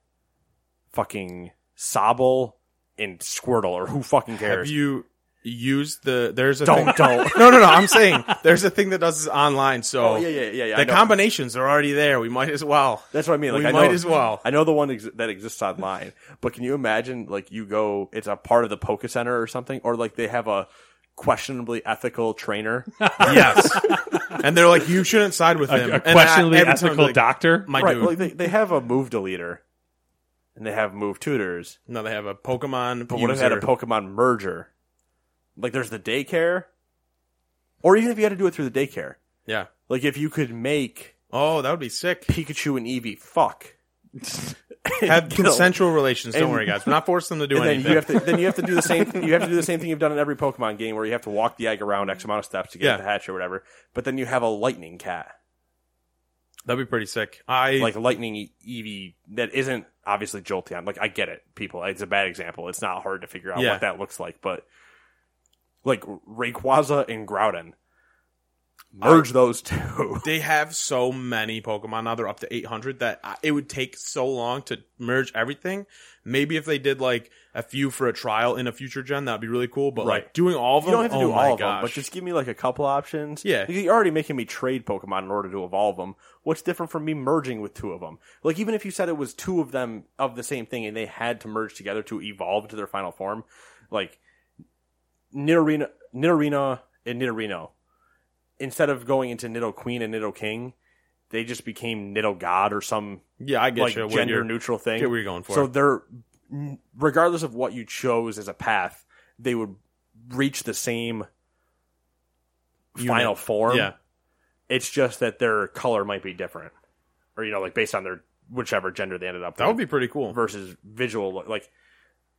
[SPEAKER 3] fucking Sobble and Squirtle, or who fucking
[SPEAKER 5] Have
[SPEAKER 3] cares?
[SPEAKER 5] you used the? There's a
[SPEAKER 3] Don't,
[SPEAKER 5] thing-
[SPEAKER 3] don't.
[SPEAKER 5] [laughs] no no no. I'm saying there's a thing that does this online. So
[SPEAKER 3] Oh, yeah, yeah, yeah, yeah, I
[SPEAKER 5] The
[SPEAKER 3] know.
[SPEAKER 5] combinations are already there. We might
[SPEAKER 3] [laughs]
[SPEAKER 5] as well.
[SPEAKER 3] That's what I mean. Like
[SPEAKER 5] we
[SPEAKER 3] I
[SPEAKER 5] might
[SPEAKER 3] know,
[SPEAKER 5] as well.
[SPEAKER 3] I know the one ex- that exists online, but can you imagine? Like you go, it's a part of the Poke Center or something, or like they have a questionably ethical trainer.
[SPEAKER 5] yes. and they're like, you shouldn't side with him.
[SPEAKER 4] A, a
[SPEAKER 5] And I-
[SPEAKER 4] questionably
[SPEAKER 5] every time I'm
[SPEAKER 4] ethical
[SPEAKER 5] like,
[SPEAKER 4] doctor.
[SPEAKER 5] [laughs] My
[SPEAKER 3] right?
[SPEAKER 5] dude.
[SPEAKER 3] Like they, they have a move deleter, and they have move tutors.
[SPEAKER 5] no, they have a Pokemon.
[SPEAKER 3] But what if they had a
[SPEAKER 5] user.
[SPEAKER 3] Pokemon merger? Like there's the daycare, or even if you had to do it through the daycare,
[SPEAKER 5] Yeah.
[SPEAKER 3] like if you could make
[SPEAKER 5] Oh, that would be sick.
[SPEAKER 3] Pikachu and Eevee fuck. [laughs]
[SPEAKER 5] Have
[SPEAKER 3] Kill.
[SPEAKER 5] consensual relations. Don't
[SPEAKER 3] And-
[SPEAKER 5] worry, guys. We're not forcing them to do
[SPEAKER 3] And then
[SPEAKER 5] anything.
[SPEAKER 3] you have to then you have to do the same you have to do the same thing you've done in every Pokemon game where you have to walk the egg around X amount of steps to get
[SPEAKER 5] Yeah.
[SPEAKER 3] the hatch or whatever. But then you have a lightning cat.
[SPEAKER 5] That'd be pretty sick. I
[SPEAKER 3] Like lightning Eevee that isn't obviously Jolteon. Like I get it, people. It's a bad example. It's not hard to figure out
[SPEAKER 5] Yeah.
[SPEAKER 3] what that looks like, but like Rayquaza and Groudon. Merge those two.
[SPEAKER 5] they have so many Pokemon now. They're up to 800 that I, it would take so long to merge everything. Maybe if they did like a few for a trial in a future gen, that'd be really cool. But
[SPEAKER 3] Right.
[SPEAKER 5] like doing all of
[SPEAKER 3] You
[SPEAKER 5] them,
[SPEAKER 3] don't have to
[SPEAKER 5] oh
[SPEAKER 3] do
[SPEAKER 5] my
[SPEAKER 3] all of
[SPEAKER 5] gosh.
[SPEAKER 3] them, but just give me like a couple options.
[SPEAKER 5] Yeah.
[SPEAKER 3] Like, you're already making me trade Pokemon in order to evolve them. What's different from me merging with two of them? Like, even if you said it was two of them of the same thing and they had to merge together to evolve into their final form, like Nidorina, Nidorina and Nidorino, instead of going into Nido Queen and Nido King, they just became Nido God or some
[SPEAKER 5] yeah, I get
[SPEAKER 3] like
[SPEAKER 5] you. when
[SPEAKER 3] gender
[SPEAKER 5] you're-
[SPEAKER 3] neutral thing.
[SPEAKER 5] get what you're going for.
[SPEAKER 3] So they're n- regardless of what you chose as a path, they would reach the same final form.
[SPEAKER 5] Yeah,
[SPEAKER 3] It's just that their color might be different, or you know, like based on their whichever gender they ended up.
[SPEAKER 5] that
[SPEAKER 3] with
[SPEAKER 5] would be pretty cool.
[SPEAKER 3] versus visual, lo- like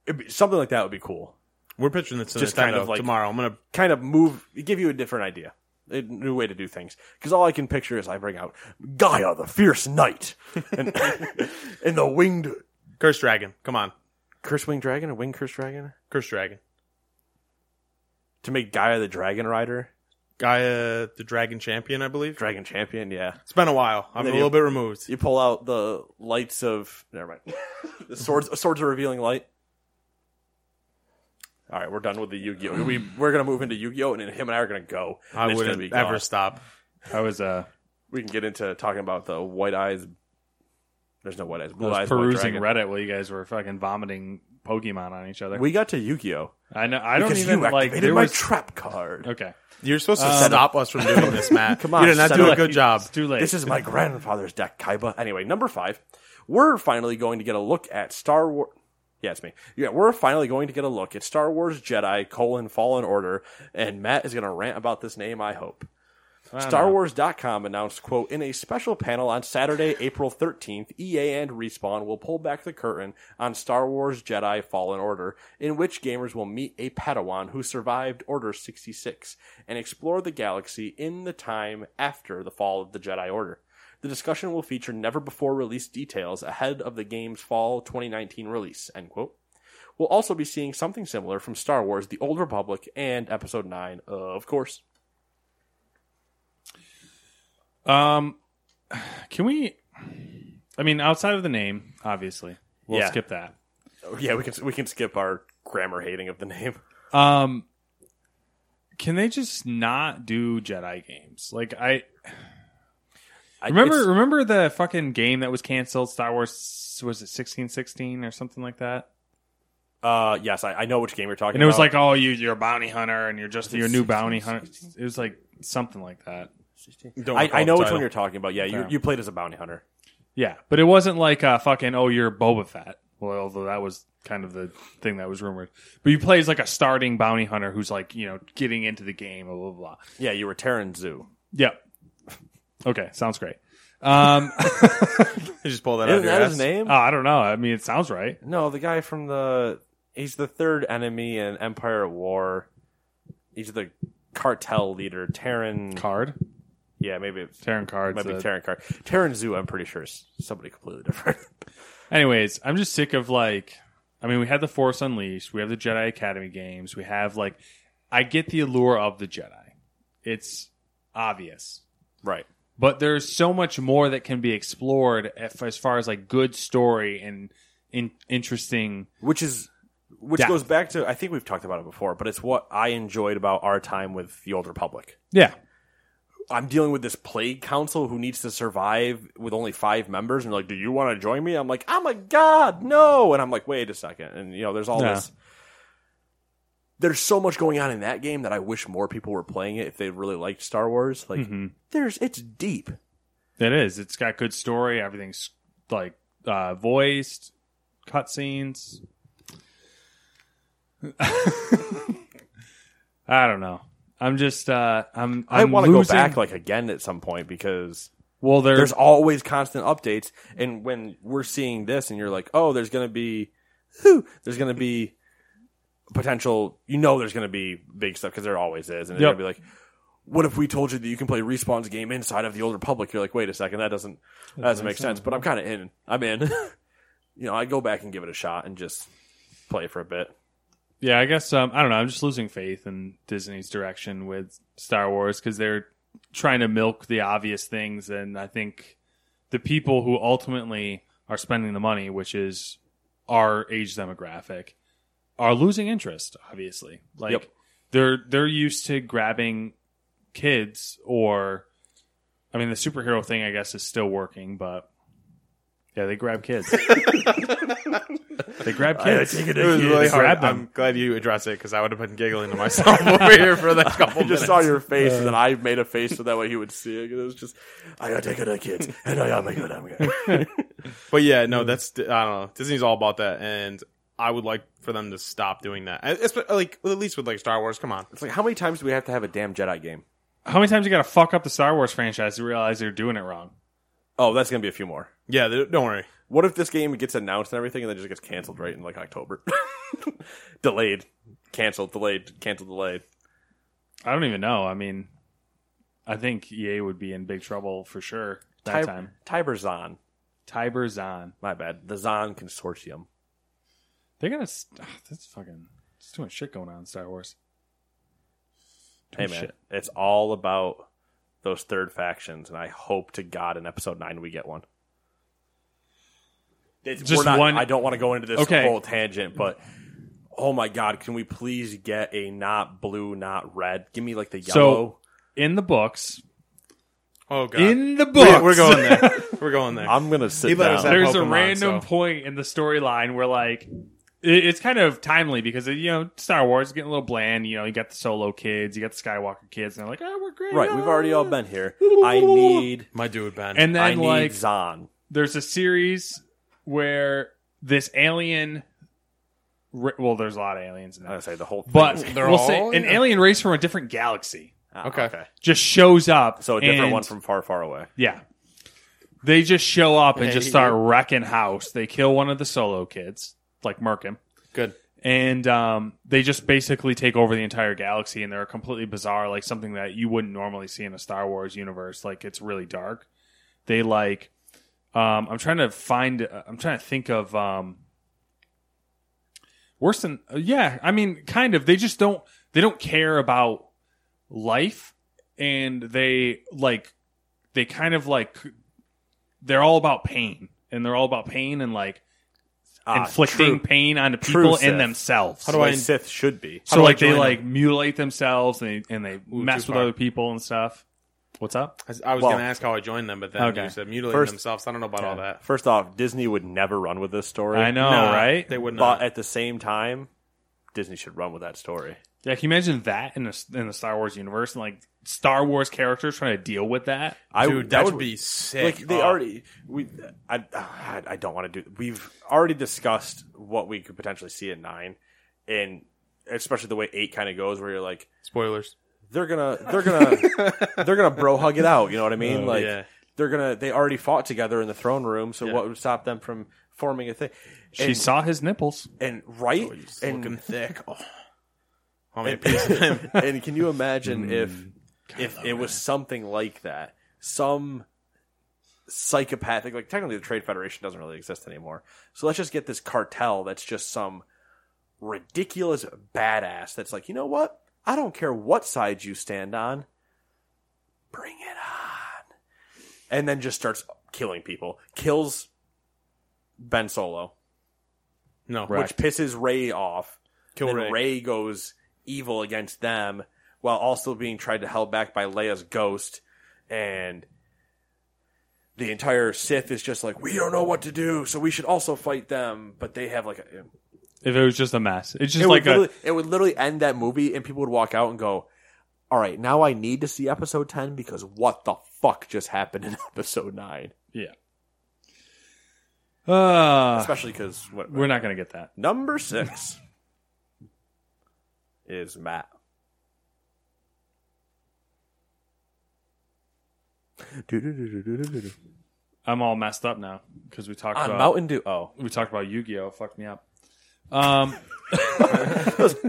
[SPEAKER 3] it'd be, something like that would be cool.
[SPEAKER 5] We're pitching this to
[SPEAKER 3] Just
[SPEAKER 5] just
[SPEAKER 3] kind of like-
[SPEAKER 5] tomorrow. I'm gonna
[SPEAKER 3] Kind of move, give you a different idea. A new way to do things, because all I can picture is I bring out Gaia, the fierce knight, and [laughs] and the winged
[SPEAKER 5] curse dragon. Come on,
[SPEAKER 3] curse winged dragon or winged curse dragon.
[SPEAKER 5] curse dragon.
[SPEAKER 3] to make Gaia the Dragon Rider,
[SPEAKER 5] Gaia, uh, the dragon champion, I believe.
[SPEAKER 3] Dragon Champion. Yeah,
[SPEAKER 5] It's been a while. I'm a
[SPEAKER 3] Then
[SPEAKER 5] little
[SPEAKER 3] you-
[SPEAKER 5] bit removed.
[SPEAKER 3] you pull out the lights of. Never mind. [laughs] the swords. Swords are revealing light. All right, we're done with the Yu-Gi-Oh. We we're gonna move into Yu-Gi-Oh, and then him and I are gonna go.
[SPEAKER 5] I
[SPEAKER 3] and it's gonna
[SPEAKER 5] wouldn't
[SPEAKER 3] be
[SPEAKER 5] ever
[SPEAKER 3] gone.
[SPEAKER 5] stop.
[SPEAKER 4] I was uh,
[SPEAKER 3] We can get into talking about the white eyes. There's no white eyes.
[SPEAKER 4] I
[SPEAKER 3] Blue
[SPEAKER 4] was
[SPEAKER 3] eyes.
[SPEAKER 4] perusing
[SPEAKER 3] white dragon.
[SPEAKER 4] Reddit while you guys were fucking vomiting Pokemon on each other.
[SPEAKER 3] We got to Yu-Gi-Oh.
[SPEAKER 4] I know. I don't
[SPEAKER 3] because
[SPEAKER 4] even
[SPEAKER 3] you
[SPEAKER 4] like.
[SPEAKER 3] activated
[SPEAKER 4] There
[SPEAKER 3] my
[SPEAKER 4] was
[SPEAKER 3] trap card.
[SPEAKER 4] okay.
[SPEAKER 5] You're supposed
[SPEAKER 3] Uh,
[SPEAKER 5] to stop us from doing this, Matt.
[SPEAKER 3] Um, [laughs] Come on,
[SPEAKER 5] you did not
[SPEAKER 3] set
[SPEAKER 5] do
[SPEAKER 3] it
[SPEAKER 5] a
[SPEAKER 3] up.
[SPEAKER 5] good job.
[SPEAKER 4] It's too late.
[SPEAKER 3] This is my grandfather's deck, Kaiba. Anyway, number five, we're finally going to get a look at Star Wars. Yeah, it's me. Yeah, we're finally going to get a look at Star Wars Jedi: colon, Fallen Order, and Matt is going to rant about this name. I hope. StarWars.com announced, quote, in a special panel on Saturday, April 13th, EA and Respawn will pull back the curtain on Star Wars Jedi Fallen Order, in which gamers will meet a Padawan who survived Order 66 and explore the galaxy in the time after the fall of the Jedi Order. The discussion will feature never before released details ahead of the game's fall 2019 release, end quote. We'll also be seeing something similar from Star Wars The Old Republic and Episode 9, of course.
[SPEAKER 4] Um, can we? I mean, outside of the name, obviously, we'll
[SPEAKER 3] Yeah.
[SPEAKER 4] skip that.
[SPEAKER 3] Yeah, we can we can skip our grammar hating of the name.
[SPEAKER 4] Um, can they just not do Jedi games? Like I
[SPEAKER 3] I,
[SPEAKER 4] remember,
[SPEAKER 3] it's-
[SPEAKER 4] remember the fucking game that was canceled. Star Wars was it sixteen sixteen or something like that?
[SPEAKER 3] uh, yes, I, I know which game you're talking.
[SPEAKER 4] And it was
[SPEAKER 3] about.
[SPEAKER 4] like, oh, you you're a bounty hunter, and you're just
[SPEAKER 3] it
[SPEAKER 4] your new
[SPEAKER 3] 16,
[SPEAKER 4] bounty hunter. It was like something like that.
[SPEAKER 5] Don't
[SPEAKER 3] I,
[SPEAKER 5] recall
[SPEAKER 3] I know
[SPEAKER 5] the
[SPEAKER 3] which
[SPEAKER 5] title.
[SPEAKER 3] one you're talking about. Yeah, you,
[SPEAKER 4] Yeah.
[SPEAKER 3] you played as a bounty hunter.
[SPEAKER 4] Yeah, but it wasn't like uh, fucking oh you're Boba Fett. Well, although that was kind of the thing that was rumored. But you play as like a starting bounty hunter who's like you know getting into the game. Blah blah blah.
[SPEAKER 3] Yeah, you were Terran Zoo.
[SPEAKER 4] Yeah. [laughs] Okay, sounds great. Um, [laughs]
[SPEAKER 5] You just pull that
[SPEAKER 3] Isn't
[SPEAKER 5] out of your
[SPEAKER 3] that
[SPEAKER 5] ass.
[SPEAKER 3] his name?
[SPEAKER 4] oh, I don't know. I mean, it sounds right.
[SPEAKER 3] No, the guy from the he's the third enemy in Empire at War. He's the cartel leader, Terran.
[SPEAKER 4] Card,
[SPEAKER 3] yeah, maybe it's
[SPEAKER 4] Terran Uh, card.
[SPEAKER 3] might be Terran Card. Terran Zoo. I'm pretty sure is somebody completely different. [laughs]
[SPEAKER 4] Anyways, I'm just sick of like. I mean, we had the Force Unleashed. We have the Jedi Academy games. We have like. I get the allure of the Jedi. It's obvious.
[SPEAKER 3] right.
[SPEAKER 4] but there's so much more that can be explored if, as far as like good story and in, interesting
[SPEAKER 3] Which is which
[SPEAKER 4] Depth.
[SPEAKER 3] goes back to I think we've talked about it before, but it's what I enjoyed about our time with the Old Republic.
[SPEAKER 4] yeah
[SPEAKER 3] I'm dealing with this plague council who needs to survive with only five members, and they're like, "Do you want to join me?" I'm like, "I'm a god, no!" And I'm like, "Wait a second. And you know, there's all
[SPEAKER 4] Yeah.
[SPEAKER 3] this. There's so much going on in that game that I wish more people were playing it if they really liked Star Wars. Like,
[SPEAKER 4] Mm-hmm.
[SPEAKER 3] there's it's deep.
[SPEAKER 4] it is it's got good story everything's like uh voiced cutscenes [laughs] i don't know i'm just uh i'm,
[SPEAKER 3] i
[SPEAKER 4] I'm
[SPEAKER 3] want to go
[SPEAKER 4] losing-
[SPEAKER 3] back like again at some point because
[SPEAKER 4] well there's,
[SPEAKER 3] there's always constant updates. And when we're seeing this, and you're like, "Oh, there's gonna be, whew, there's gonna be potential." You know, there's gonna be big stuff because there always is, and it's
[SPEAKER 4] Yep.
[SPEAKER 3] gonna be like, "What if we told you that you can play Respawn's game inside of the Old Republic?" You're like, "Wait a second, that doesn't that doesn't make sense." But I'm kind of in. I'm in. [laughs] you know, I go back and give it a shot and just play for a bit.
[SPEAKER 4] yeah i guess um i don't know i'm just losing faith in disney's direction with star wars because they're trying to milk the obvious things and i think the people who ultimately are spending the money which is our age demographic are losing interest obviously like
[SPEAKER 3] Yep.
[SPEAKER 4] they're they're used to grabbing kids or i mean the superhero thing i guess is still working but yeah they grab
[SPEAKER 5] [laughs]
[SPEAKER 4] kids they grab kids
[SPEAKER 5] It was really
[SPEAKER 4] They grab
[SPEAKER 5] hard.
[SPEAKER 4] them.
[SPEAKER 5] I'm glad you addressed it because I would have been giggling to myself [laughs]
[SPEAKER 3] [laughs]
[SPEAKER 5] over here for the couple
[SPEAKER 3] I just saw your face, and then I made a face so that way he would see it. It was just, I gotta take care of the kids, and I gotta make it. I'm gonna.
[SPEAKER 5] But yeah, no,
[SPEAKER 3] Mm.
[SPEAKER 5] that's I don't know. Disney's all about that, and I would like for them to stop doing that. I- It's like at least with like Star Wars. Come on,
[SPEAKER 3] It's like, how many times do we have to have a damn Jedi game?
[SPEAKER 4] How many times you got to fuck up the Star Wars franchise to realize you're doing it wrong?
[SPEAKER 3] Oh, that's gonna be a few more.
[SPEAKER 5] yeah, th- don't worry.
[SPEAKER 3] What if this game gets announced and everything, and then just gets canceled right in like October? [laughs] delayed, canceled, delayed, canceled, delayed.
[SPEAKER 4] I don't even know. I mean, I think EA would be in big trouble for sure that
[SPEAKER 3] Ty-
[SPEAKER 4] time.
[SPEAKER 3] Tiber Zahn.
[SPEAKER 4] Tiber Zahn.
[SPEAKER 3] My bad. The Zahn Consortium.
[SPEAKER 4] They're gonna. St- ugh, that's fucking. It's too much shit going on in Star Wars. Too
[SPEAKER 3] Hey
[SPEAKER 4] much
[SPEAKER 3] man,
[SPEAKER 4] shit.
[SPEAKER 3] it's all about those third factions, and I hope to God in episode nine we get one. It's,
[SPEAKER 4] Just
[SPEAKER 3] we're not,
[SPEAKER 4] one-
[SPEAKER 3] I don't want to go into this
[SPEAKER 4] Okay.
[SPEAKER 3] whole tangent, but oh my God, can we please get a not blue, not red? Give me like the
[SPEAKER 4] So-
[SPEAKER 3] yellow.
[SPEAKER 4] In the books.
[SPEAKER 5] Oh god,
[SPEAKER 4] In the
[SPEAKER 5] We-
[SPEAKER 4] books.
[SPEAKER 5] we're going
[SPEAKER 3] [laughs]
[SPEAKER 4] [laughs]
[SPEAKER 5] there. We're going there.
[SPEAKER 3] I'm gonna sit
[SPEAKER 5] He let
[SPEAKER 3] down.
[SPEAKER 5] us have
[SPEAKER 4] There's a
[SPEAKER 5] Pokemon,
[SPEAKER 4] random
[SPEAKER 5] so-
[SPEAKER 4] point in the storyline where like. it- It's kind of timely because you know Star Wars is getting a little bland. You know, you got the Solo kids, you got the Skywalker kids, and they're like, "Oh, we're great."
[SPEAKER 3] Right, we've already all been here. I need
[SPEAKER 5] My dude, Ben.
[SPEAKER 4] And then
[SPEAKER 3] I need
[SPEAKER 4] like
[SPEAKER 3] Zahn.
[SPEAKER 4] there's a series where this alien ra- well there's a lot of aliens in
[SPEAKER 3] I
[SPEAKER 4] that
[SPEAKER 3] was gonna say the whole.
[SPEAKER 4] but
[SPEAKER 3] [laughs] thing.
[SPEAKER 5] They're
[SPEAKER 4] we'll say
[SPEAKER 5] all-
[SPEAKER 4] an alien race from a different galaxy
[SPEAKER 3] Ah,
[SPEAKER 5] Okay.
[SPEAKER 4] just shows up
[SPEAKER 3] So a different
[SPEAKER 4] and-
[SPEAKER 3] one from far, far away.
[SPEAKER 4] yeah they just show up and just
[SPEAKER 5] Hey.
[SPEAKER 4] start wrecking house they kill one of the solo kids like murk him
[SPEAKER 5] good.
[SPEAKER 4] and um, they just basically take over the entire galaxy and they're completely bizarre like something that you wouldn't normally see in a star wars universe like it's really dark they like um, i'm trying to find uh, i'm trying to think of um, worse than uh, yeah i mean kind of they just don't they don't care about life and they like they kind of like they're all about pain and they're all about pain and like
[SPEAKER 3] Ah,
[SPEAKER 4] inflicting
[SPEAKER 3] true.
[SPEAKER 4] pain onto
[SPEAKER 3] True
[SPEAKER 4] people
[SPEAKER 3] Sith.
[SPEAKER 4] and themselves.
[SPEAKER 3] How do I? Sith should be.
[SPEAKER 4] so
[SPEAKER 5] do I
[SPEAKER 4] like they
[SPEAKER 5] join
[SPEAKER 4] like mutilate themselves and they, and they mess
[SPEAKER 5] too
[SPEAKER 4] with
[SPEAKER 5] far.
[SPEAKER 4] other people and stuff. What's up?
[SPEAKER 5] I, I was
[SPEAKER 3] Well-
[SPEAKER 5] gonna ask how I joined them, but then
[SPEAKER 4] Okay.
[SPEAKER 5] you said mutilating
[SPEAKER 3] First-
[SPEAKER 5] themselves. I don't know about all that.
[SPEAKER 3] First off, Disney would never run with this story.
[SPEAKER 4] I know,
[SPEAKER 5] Nah,
[SPEAKER 4] right?
[SPEAKER 5] They would
[SPEAKER 3] But
[SPEAKER 5] not.
[SPEAKER 3] at the same time, Disney should run with that story.
[SPEAKER 4] Yeah, can you imagine that in the in the Star Wars universe and like Star Wars characters trying to deal with that?
[SPEAKER 3] I
[SPEAKER 5] Dude, that
[SPEAKER 3] that's
[SPEAKER 5] would
[SPEAKER 3] what-
[SPEAKER 5] be sick.
[SPEAKER 3] Like they
[SPEAKER 5] Oh.
[SPEAKER 3] already we I I, I don't want to do. We've already discussed what we could potentially see at nine, and especially the way eight kind of goes, where you're like
[SPEAKER 5] Spoilers.
[SPEAKER 3] they're gonna they're gonna they're gonna bro hug it out. You know what I mean? like
[SPEAKER 5] yeah.
[SPEAKER 3] they're gonna they already fought together in the throne room. So what would stop them from forming a thing?
[SPEAKER 4] She
[SPEAKER 3] and,
[SPEAKER 4] saw his nipples.
[SPEAKER 3] and right
[SPEAKER 5] He's
[SPEAKER 3] and
[SPEAKER 5] looking [laughs] thick. Oh. How many
[SPEAKER 3] and,
[SPEAKER 5] pieces of [laughs] him?
[SPEAKER 3] [laughs]
[SPEAKER 5] Hmm.
[SPEAKER 3] and can you imagine if if it was something like that? Some psychopathic like technically the trade federation doesn't really exist anymore. So let's just get this cartel that's just some ridiculous badass that's like, you know what? I don't care what side you stand on. Bring it on. And then just starts killing people. Kills Ben Solo,
[SPEAKER 5] No,
[SPEAKER 3] which pisses Ray off.
[SPEAKER 5] Kill
[SPEAKER 3] then
[SPEAKER 5] Ray.
[SPEAKER 3] Ray. goes evil against them while also being tried to held back by Leia's ghost and the entire Sith is just like we don't know what to do so we should also fight them but they have like a,
[SPEAKER 4] If it was just a mess, it's just
[SPEAKER 3] it
[SPEAKER 4] like
[SPEAKER 3] would
[SPEAKER 4] a
[SPEAKER 3] literally- it would literally end that movie and people would walk out and go all right now I need to see episode 10 because what the fuck just happened in [laughs] episode 9
[SPEAKER 4] yeah. Uh,
[SPEAKER 3] especially cuz what
[SPEAKER 4] we're not gonna get that.
[SPEAKER 3] number 6 is Matt
[SPEAKER 4] I'm all messed up now because we talked
[SPEAKER 3] on
[SPEAKER 4] about
[SPEAKER 3] Mountain Dew Uh, oh [laughs]
[SPEAKER 4] we talked about Yu-Gi-Oh. Fucked me up. Um,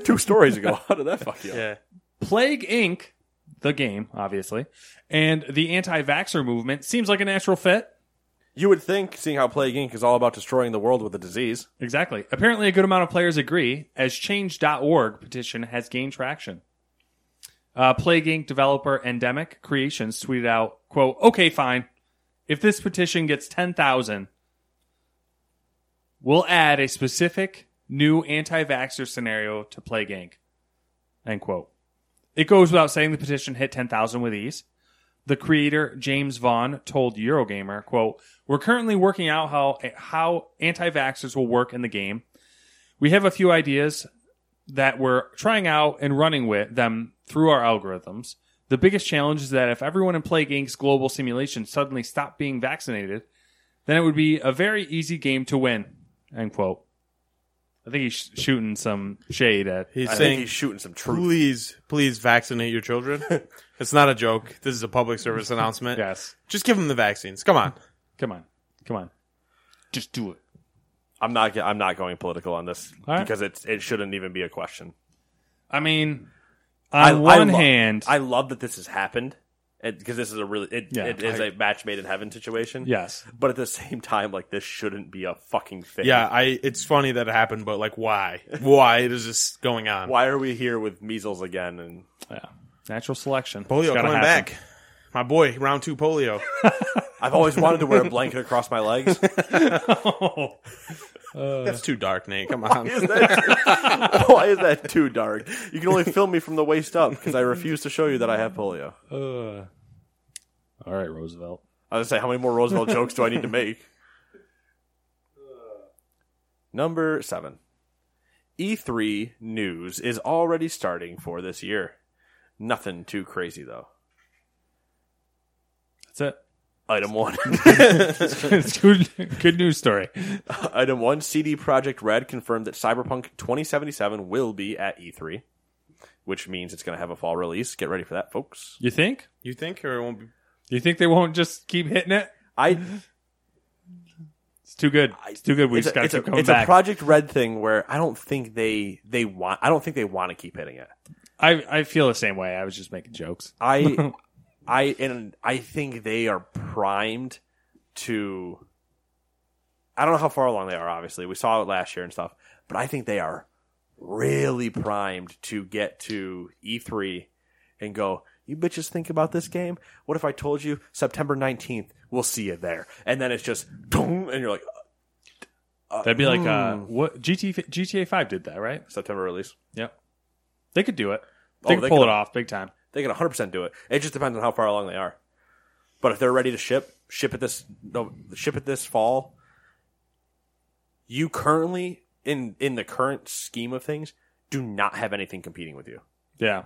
[SPEAKER 3] two stories ago. How did that fuck you? up?
[SPEAKER 5] Yeah.
[SPEAKER 4] Plague Inc., the game, obviously, and the anti-vaxxer movement seems like a natural fit.
[SPEAKER 3] You would think, seeing how Plague Inc. is all about destroying the world with a disease.
[SPEAKER 4] Exactly. Apparently, a good amount of players agree, as Change.org petition has gained traction. Uh, Plague Inc. developer Endemic Creations tweeted out, quote, okay, fine. If this petition gets 10,000, we'll add a specific new anti-vaxxer scenario to Plague Inc. End quote. It goes without saying the petition hit 10,000 with ease. The creator James Vaughn told Eurogamer, "quote We're currently working out how how anti-vaxxers will work in the game. We have a few ideas that we're trying out and running with them through our algorithms. The biggest challenge is that if everyone in Plague Inc.'s global simulation suddenly stopped being vaccinated, then it would be a very easy game to win." End quote. I think he's sh- shooting some shade at.
[SPEAKER 5] He's
[SPEAKER 3] I think
[SPEAKER 5] saying,
[SPEAKER 3] he's shooting some truth.
[SPEAKER 5] please, please vaccinate your [laughs] children. it's not a joke. This is a public [laughs] service announcement.
[SPEAKER 4] yes,
[SPEAKER 5] Just give them the vaccines. Come on.
[SPEAKER 4] come on, come on, just do it.
[SPEAKER 3] I'm not. I'm not going political on this
[SPEAKER 4] All right.
[SPEAKER 3] because it's it shouldn't even be a question.
[SPEAKER 4] I mean,
[SPEAKER 3] I-
[SPEAKER 4] on
[SPEAKER 3] I
[SPEAKER 4] one
[SPEAKER 3] lo-
[SPEAKER 4] hand,
[SPEAKER 3] I love that this has happened because this is a really it,
[SPEAKER 4] Yeah,
[SPEAKER 3] it is
[SPEAKER 4] I-
[SPEAKER 3] a match made in heaven situation.
[SPEAKER 4] yes,
[SPEAKER 3] but at the same time, like this shouldn't be a fucking thing.
[SPEAKER 5] Yeah, I. It's funny that it happened, but like, [laughs] why? Why is this going on?
[SPEAKER 3] Why are we here with measles again? And
[SPEAKER 4] yeah, natural selection. It's
[SPEAKER 5] Polio
[SPEAKER 4] gotta
[SPEAKER 5] coming
[SPEAKER 4] happen.
[SPEAKER 5] back. My boy, round two polio.
[SPEAKER 3] I've always wanted to wear a blanket across my
[SPEAKER 4] [laughs]
[SPEAKER 3] legs.
[SPEAKER 5] [laughs] That's too dark, Nate. Come on.
[SPEAKER 3] Is that- why is that too [laughs] dark? You can only film me from the waist up because I refuse to show you that I have polio.
[SPEAKER 4] All right, Roosevelt.
[SPEAKER 3] I was gonna say, how many more
[SPEAKER 4] [laughs]
[SPEAKER 3] Roosevelt jokes do I need to make?
[SPEAKER 4] Uh.
[SPEAKER 3] Number seven. E3 news is already starting for this year. Nothing too crazy though.
[SPEAKER 4] That's it. [laughs]
[SPEAKER 3] Item one.
[SPEAKER 4] It's good, good news story.
[SPEAKER 3] Item one. CD Projekt Red confirmed that Cyberpunk 2077 will be at E3, which means it's going to have a fall release. Get ready for that, folks.
[SPEAKER 4] You think?
[SPEAKER 5] [laughs] You think or it won't be?
[SPEAKER 4] You think they won't just keep hitting it?
[SPEAKER 3] I
[SPEAKER 4] It's too good. It's too good. We
[SPEAKER 3] it's
[SPEAKER 4] just
[SPEAKER 3] a,
[SPEAKER 4] got to
[SPEAKER 3] it's a-
[SPEAKER 4] keep coming
[SPEAKER 3] it's
[SPEAKER 4] back.
[SPEAKER 3] a Project Red thing where I don't think they they want. I don't think they want to keep hitting it.
[SPEAKER 4] I I feel the same way. I was just making jokes. [laughs]
[SPEAKER 3] I I and I think they are primed to I don't know how far along they are obviously. We saw it last year and stuff, but I think they are really primed to get to E3 and go, "You bitches think about this game? What if I told you September 19th, we'll see you there." And then it's just boom and you're like, hmm.
[SPEAKER 4] That'd be like uh, what GT, GTA Five did that, right?
[SPEAKER 3] "September release."
[SPEAKER 4] Yep. They could do it. They
[SPEAKER 3] Oh,
[SPEAKER 4] could
[SPEAKER 3] they
[SPEAKER 4] pull
[SPEAKER 3] could-
[SPEAKER 4] it off big time.
[SPEAKER 3] They can 100% do it. It just depends on how far along they are. But if they're ready to ship, ship it this no, ship it this fall. You currently in in the current scheme of things, do not have anything competing with you.
[SPEAKER 4] Yeah.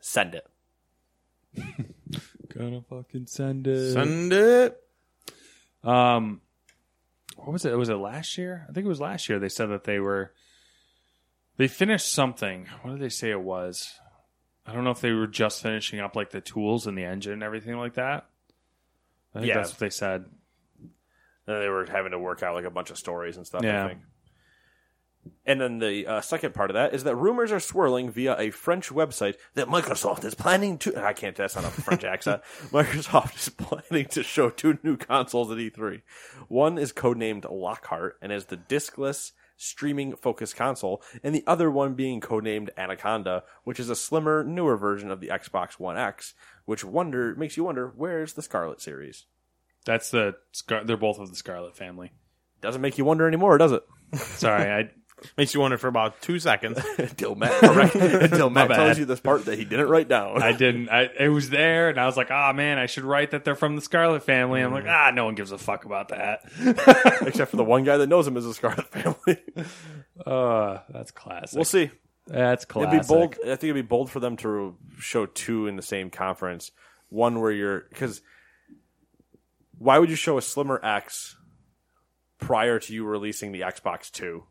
[SPEAKER 3] Send it.
[SPEAKER 4] Gonna fucking send it.
[SPEAKER 5] Send it.
[SPEAKER 4] Um, what was it? Was it last year? I think it was last year. They said that they were they finished something. What did they say it was? I don't know if they were just finishing up like the tools and the engine and everything like that. I think
[SPEAKER 3] Yeah.
[SPEAKER 4] that's what they said.
[SPEAKER 3] And they were having to work out like a bunch of stories and stuff.
[SPEAKER 4] Yeah.
[SPEAKER 3] I think. And then the uh, second part of that is that rumors are swirling via a French website that Microsoft is planning to. I can't. That's not a French accent. Microsoft is planning to show two new consoles at E3. One is codenamed Lockhart and is the discless streaming focused console, and the other one being codenamed Anaconda, which is a slimmer, newer version of the Xbox One X. Which wonder makes you wonder where's the Scarlet series?
[SPEAKER 4] That's the Scar- they're both of the Scarlet family.
[SPEAKER 3] Doesn't make you wonder anymore, does it? [laughs]
[SPEAKER 4] Sorry, I
[SPEAKER 5] Makes you wonder for about two [laughs] seconds.
[SPEAKER 3] until Matt, [laughs] correct, until Matt
[SPEAKER 4] bad.
[SPEAKER 3] tells you this part that he didn't write down.
[SPEAKER 4] I didn't. I it was there, and I was like, ah man, I should write that they're from the Scarlet family. I'm like,
[SPEAKER 3] Mm-hmm.
[SPEAKER 4] ah, no one gives a fuck
[SPEAKER 3] [laughs]
[SPEAKER 4] about that.
[SPEAKER 3] [laughs] Except for the one guy that knows him is the Scarlet Family.
[SPEAKER 4] uh, that's classic.
[SPEAKER 3] we'll see.
[SPEAKER 4] That's
[SPEAKER 3] It'd
[SPEAKER 4] classic.
[SPEAKER 3] be bold. I think it'd be bold for them to show two in the same conference. One where you're because why would you show a slimmer X prior to you releasing the Xbox Two?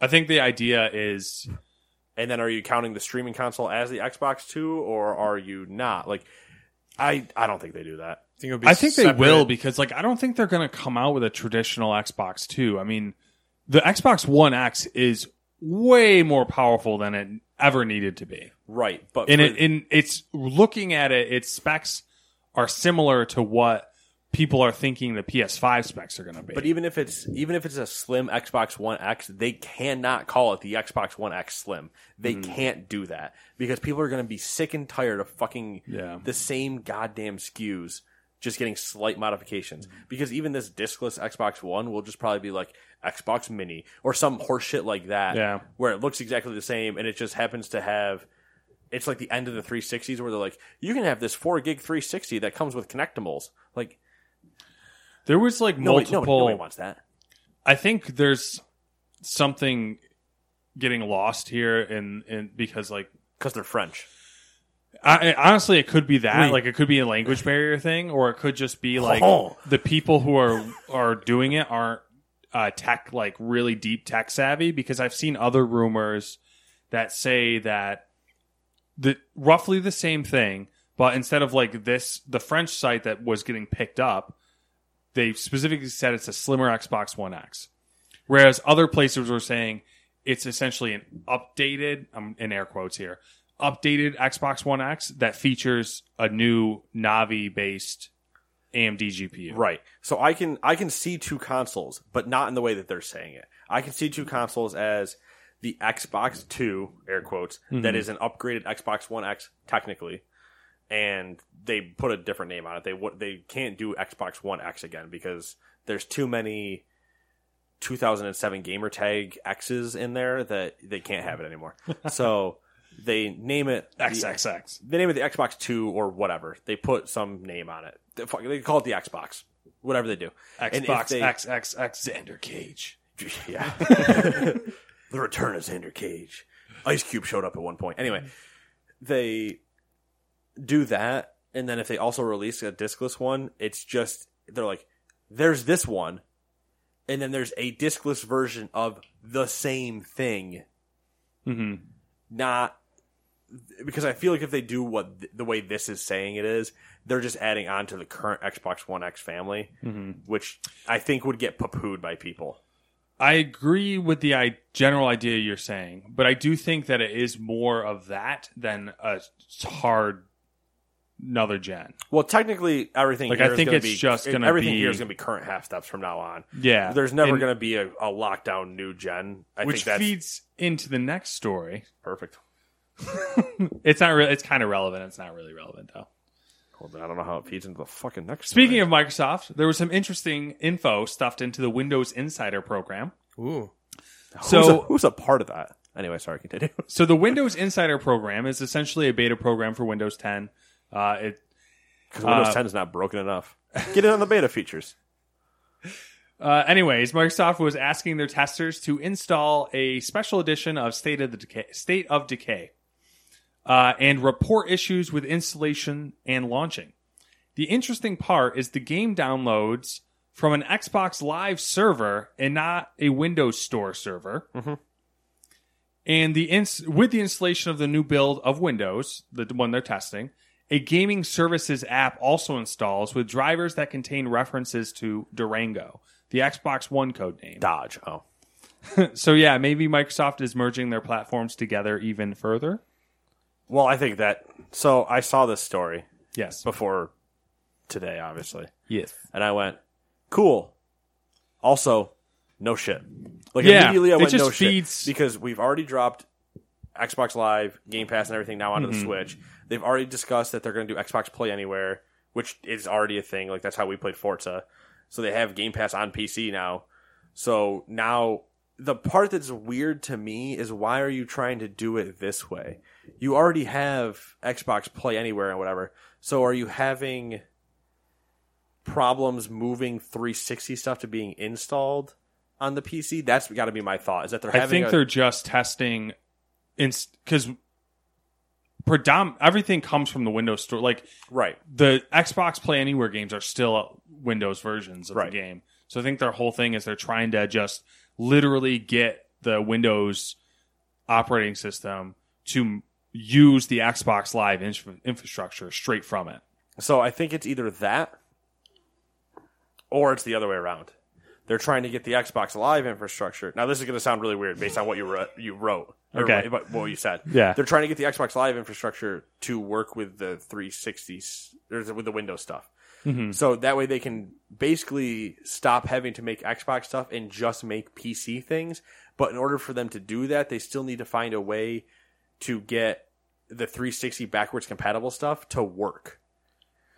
[SPEAKER 4] I think the idea is
[SPEAKER 3] And then are you counting the streaming console as the Xbox Two, or are you not? Like, I I don't think they do that.
[SPEAKER 5] think it'll be
[SPEAKER 4] I think
[SPEAKER 5] separate.
[SPEAKER 4] they will because like I don't think they're going to come out with a traditional Xbox 2. I mean, the Xbox One X is way more powerful than it ever needed to be.
[SPEAKER 3] Right, but
[SPEAKER 4] And
[SPEAKER 3] for-
[SPEAKER 4] it in it's looking at it, its specs are similar to what people are thinking the PS5 specs are going to be.
[SPEAKER 3] But even if it's even if it's a slim Xbox One X, they cannot call it the Xbox One X Slim. They
[SPEAKER 4] Mm-hmm.
[SPEAKER 3] can't do that because people are going to be sick and tired of fucking
[SPEAKER 4] Yeah.
[SPEAKER 3] the same goddamn SKUs just getting slight modifications.
[SPEAKER 4] Mm-hmm.
[SPEAKER 3] Because even this discless Xbox One will just probably be like Xbox Mini or some horseshit like that
[SPEAKER 4] Yeah.
[SPEAKER 3] where it looks exactly the same and it just happens to have it's like the end of the 360s where they're like you can have this 4 gig 360 that comes with connectables. Like
[SPEAKER 4] there was like
[SPEAKER 3] nobody,
[SPEAKER 4] multiple
[SPEAKER 3] nobody, nobody wants that.
[SPEAKER 4] I think there's something getting lost here and and because like
[SPEAKER 3] Because they're French.
[SPEAKER 4] I, I- honestly, it could be that.
[SPEAKER 3] Right.
[SPEAKER 4] Like, it could be a language barrier thing, or it could just be like
[SPEAKER 3] Oh.
[SPEAKER 4] the people who are are doing it aren't uh, tech like really deep tech savvy. Because I've seen other rumors that say that the roughly the same thing, but instead of like this, the French site that was getting picked up, they specifically said it's a slimmer Xbox One X, whereas other places were saying it's essentially an updated I'm in air quotes here updated Xbox One X that features a new Navi based AMD GPU.
[SPEAKER 3] Right. So I can I can see two consoles, but not in the way that they're saying it. I can see two consoles as the Xbox 2 air quotes that is an upgraded Xbox 1 X technically and they put a different name on it. They what they can't do Xbox One X again because there's too many 2007 gamer tag X's in there that they can't have it anymore. so they name it the-
[SPEAKER 4] XXX.
[SPEAKER 3] they name it the Xbox Two or whatever. They put some name on it. They, fuck- they call it the Xbox, whatever they do. And if
[SPEAKER 4] Xbox
[SPEAKER 3] they-
[SPEAKER 4] XXX Xander Cage.
[SPEAKER 3] yeah. the return of Xander Cage. Ice Cube showed up at one point. Anyway, they do that, and then if they also release a discless one, it's just they're like, there's this one, and then there's a discless version of the same thing.
[SPEAKER 4] Mhm.
[SPEAKER 3] Not because I feel like if they do what th- the way this is saying it is, they're just adding on to the current Xbox One X family, which I think would get poo-pooed by people.
[SPEAKER 4] I agree with the I- general idea you're saying, but I do think that it is more of that than a hard another gen.
[SPEAKER 3] Well, technically, everything.
[SPEAKER 4] Like,
[SPEAKER 3] here
[SPEAKER 4] I
[SPEAKER 3] is
[SPEAKER 4] think
[SPEAKER 3] gonna
[SPEAKER 4] it's
[SPEAKER 3] be,
[SPEAKER 4] just gonna
[SPEAKER 3] everything
[SPEAKER 4] be-
[SPEAKER 3] here is going to be current half steps from now on.
[SPEAKER 4] Yeah.
[SPEAKER 3] There's never
[SPEAKER 4] And-
[SPEAKER 3] going to be a, a lockdown new gen. I
[SPEAKER 4] which
[SPEAKER 3] think that's
[SPEAKER 4] feeds into the next story.
[SPEAKER 3] perfect.
[SPEAKER 4] It's not really it's kind of relevant. It's not really relevant though.
[SPEAKER 3] Hold on, I don't know how it feeds into the fucking next.
[SPEAKER 4] Speaking of Microsoft, there was some interesting info stuffed into the Windows Insider program.
[SPEAKER 5] Ooh.
[SPEAKER 3] so who's a,
[SPEAKER 4] So
[SPEAKER 3] who's a part of that? Anyway, sorry, continue. [laughs]
[SPEAKER 4] so the Windows Insider program is essentially a beta program for Windows 10. Uh, it
[SPEAKER 3] Uh, Because Windows 10 is not broken enough. Get it on the beta features.
[SPEAKER 4] Uh, anyways, Microsoft was asking their testers to install a special edition of State of the Decay, State of Decay, uh, and report issues with installation and launching. The interesting part is the game downloads from an Xbox Live server and not a Windows Store server. And the ins- with the installation of the new build of Windows, the one they're testing, a gaming services app also installs with drivers that contain references to Durango, the Xbox One codename.
[SPEAKER 3] Dodge. Oh,
[SPEAKER 4] So yeah, maybe Microsoft is merging their platforms together even further.
[SPEAKER 3] well, I think that. So I saw this story
[SPEAKER 4] Yes.
[SPEAKER 3] before today, obviously,
[SPEAKER 4] Yes.
[SPEAKER 3] and I went, "Cool." Also, no shit. Like
[SPEAKER 4] Yeah,
[SPEAKER 3] immediately, I
[SPEAKER 4] it
[SPEAKER 3] went
[SPEAKER 4] just
[SPEAKER 3] no
[SPEAKER 4] feeds-
[SPEAKER 3] shit because we've already dropped Xbox Live, Game Pass, and everything now
[SPEAKER 4] Mm-hmm.
[SPEAKER 3] onto the Switch. They've already discussed that they're going to do Xbox Play Anywhere, which is already a thing. Like that's how we played Forza. So they have Game Pass on PC now. So now the part that's weird to me is why are you trying to do it this way? You already have Xbox Play Anywhere and whatever. So are you having problems moving 360 stuff to being installed on the PC? That's got to be my thought. Is that they're
[SPEAKER 4] I
[SPEAKER 3] having
[SPEAKER 4] think
[SPEAKER 3] a-
[SPEAKER 4] they're just testing because predom- everything comes from the Windows store. Like
[SPEAKER 3] right.
[SPEAKER 4] the Xbox Play Anywhere games are still Windows versions of
[SPEAKER 3] Right.
[SPEAKER 4] the game. So I think their whole thing is they're trying to just literally get the Windows operating system to m- use the Xbox Live in- infrastructure straight from it.
[SPEAKER 3] So I think it's either that or it's the other way around. They're trying to get the Xbox Live infrastructure. Now this is going to sound really weird based on what you wrote, you wrote or
[SPEAKER 4] Okay.
[SPEAKER 3] what, what you said.
[SPEAKER 4] Yeah.
[SPEAKER 3] They're trying to get the Xbox Live infrastructure to work with the 360s or the- with the Windows stuff.
[SPEAKER 4] Mm-hmm.
[SPEAKER 3] So that way they can basically stop having to make Xbox stuff and just make PC things. But in order for them to do that, they still need to find a way to get the 360 backwards compatible stuff to work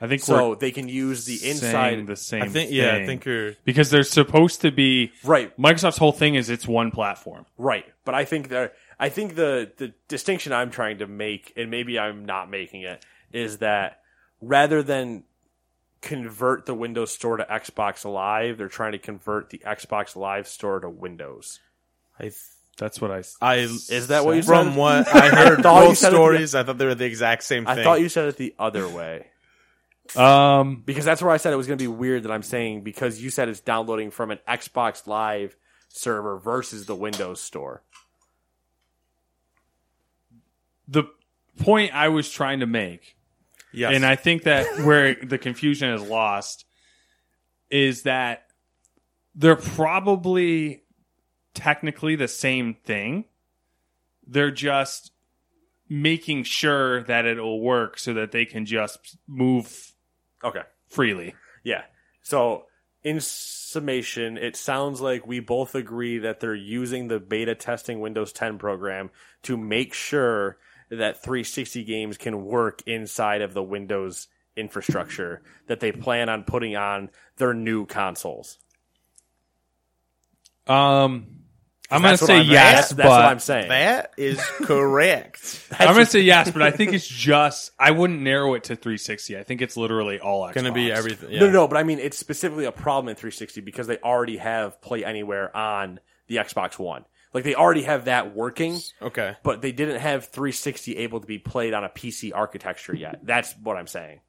[SPEAKER 4] I think
[SPEAKER 3] so
[SPEAKER 4] we're
[SPEAKER 3] they can use the
[SPEAKER 4] saying
[SPEAKER 3] inside
[SPEAKER 4] the same.
[SPEAKER 5] I think yeah, I
[SPEAKER 4] thing.
[SPEAKER 5] think you're
[SPEAKER 4] because they're supposed to be
[SPEAKER 3] right
[SPEAKER 4] Microsoft's whole thing is it's one platform.
[SPEAKER 3] right but i think there i think the the distinction i'm trying to make and maybe i'm not making it is that rather than convert the windows store to xbox live they're trying to convert the xbox live store to windows
[SPEAKER 5] I
[SPEAKER 4] That's what I.
[SPEAKER 5] I
[SPEAKER 3] is that what you said
[SPEAKER 5] from
[SPEAKER 3] [laughs]
[SPEAKER 5] what I heard
[SPEAKER 3] thought you
[SPEAKER 5] both
[SPEAKER 3] said it the-
[SPEAKER 5] stories, I thought they were the exact same
[SPEAKER 3] i
[SPEAKER 5] thing.
[SPEAKER 3] thought you said it the other way
[SPEAKER 4] Um,
[SPEAKER 3] because that's where i said it was going to be weird that i'm saying because you said it's downloading from an xbox live server versus the windows store
[SPEAKER 4] the point I was trying to make,
[SPEAKER 5] yes.
[SPEAKER 4] and I think that where the confusion is lost, is that they're probably technically the same thing. They're just making sure that it'll work so that they can just move
[SPEAKER 3] okay
[SPEAKER 4] freely.
[SPEAKER 3] Yeah. So, in summation, it sounds like we both agree that they're using the beta testing Windows 10 program to make sure that 360 games can work inside of the Windows infrastructure that they plan on putting on their new consoles.
[SPEAKER 4] Um, I'm gonna
[SPEAKER 3] That's what
[SPEAKER 4] say
[SPEAKER 3] I'm-
[SPEAKER 4] yes,
[SPEAKER 3] That's,
[SPEAKER 4] but
[SPEAKER 3] that's what I'm saying.
[SPEAKER 5] that
[SPEAKER 3] [laughs]
[SPEAKER 5] is correct.
[SPEAKER 4] I'm gonna say yes, but I think it's just I wouldn't narrow it to 360. I think it's literally all Xbox.
[SPEAKER 5] Going to be everything. Yeah.
[SPEAKER 3] No, no, no, but I mean, it's specifically a problem in 360 because they already have Play Anywhere on the Xbox One. Like, they already have that working.
[SPEAKER 5] Okay.
[SPEAKER 3] but they didn't have 360 able to be played on a PC architecture yet. That's what I'm saying.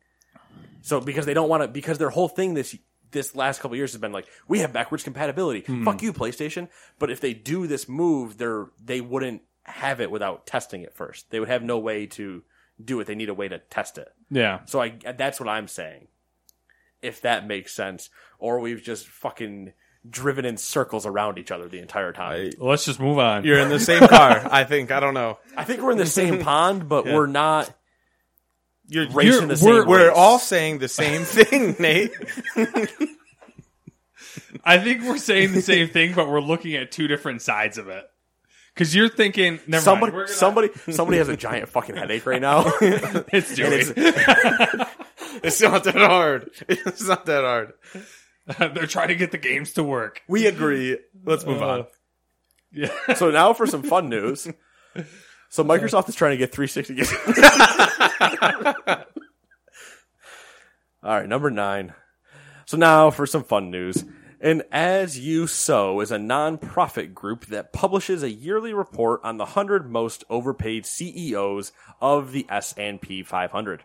[SPEAKER 3] So because they don't want to, because their whole thing this this last couple years has been like, we have backwards compatibility. Fuck you, PlayStation. But if they do this move, they're they wouldn't have it without testing it first. They would have no way to do it. They need a way to test it.
[SPEAKER 4] Yeah.
[SPEAKER 3] So I that's what I'm saying. If that makes sense, or we've just fucking driven in circles around each other the entire time.
[SPEAKER 4] Well, let's just move on.
[SPEAKER 5] You're in
[SPEAKER 3] [laughs]
[SPEAKER 5] the same car, I think. I don't know.
[SPEAKER 3] I think we're in the same pond, but we're not
[SPEAKER 5] You're,
[SPEAKER 3] racing the same
[SPEAKER 5] we're, we're
[SPEAKER 3] race.
[SPEAKER 5] all saying
[SPEAKER 3] [laughs]
[SPEAKER 5] the same thing, Nate.
[SPEAKER 4] I think we're saying the same thing, but we're looking at two different sides of it. Because you're thinking, never
[SPEAKER 3] somebody.
[SPEAKER 4] mind. we're gonna-
[SPEAKER 3] Somebody. Somebody has a giant fucking headache right now.
[SPEAKER 4] [laughs] it's doing.
[SPEAKER 5] It's not that hard. It's not that hard.
[SPEAKER 4] [laughs] They're trying to get the games to work.
[SPEAKER 5] We agree. Let's move
[SPEAKER 3] Uh,
[SPEAKER 5] on.
[SPEAKER 3] so now for some fun news. So Microsoft is trying to get 360. games. all right, number nine. So now for some fun news. And As You Sow is a nonprofit group that publishes a yearly report on the 100 most overpaid CEOs of the S&P 500.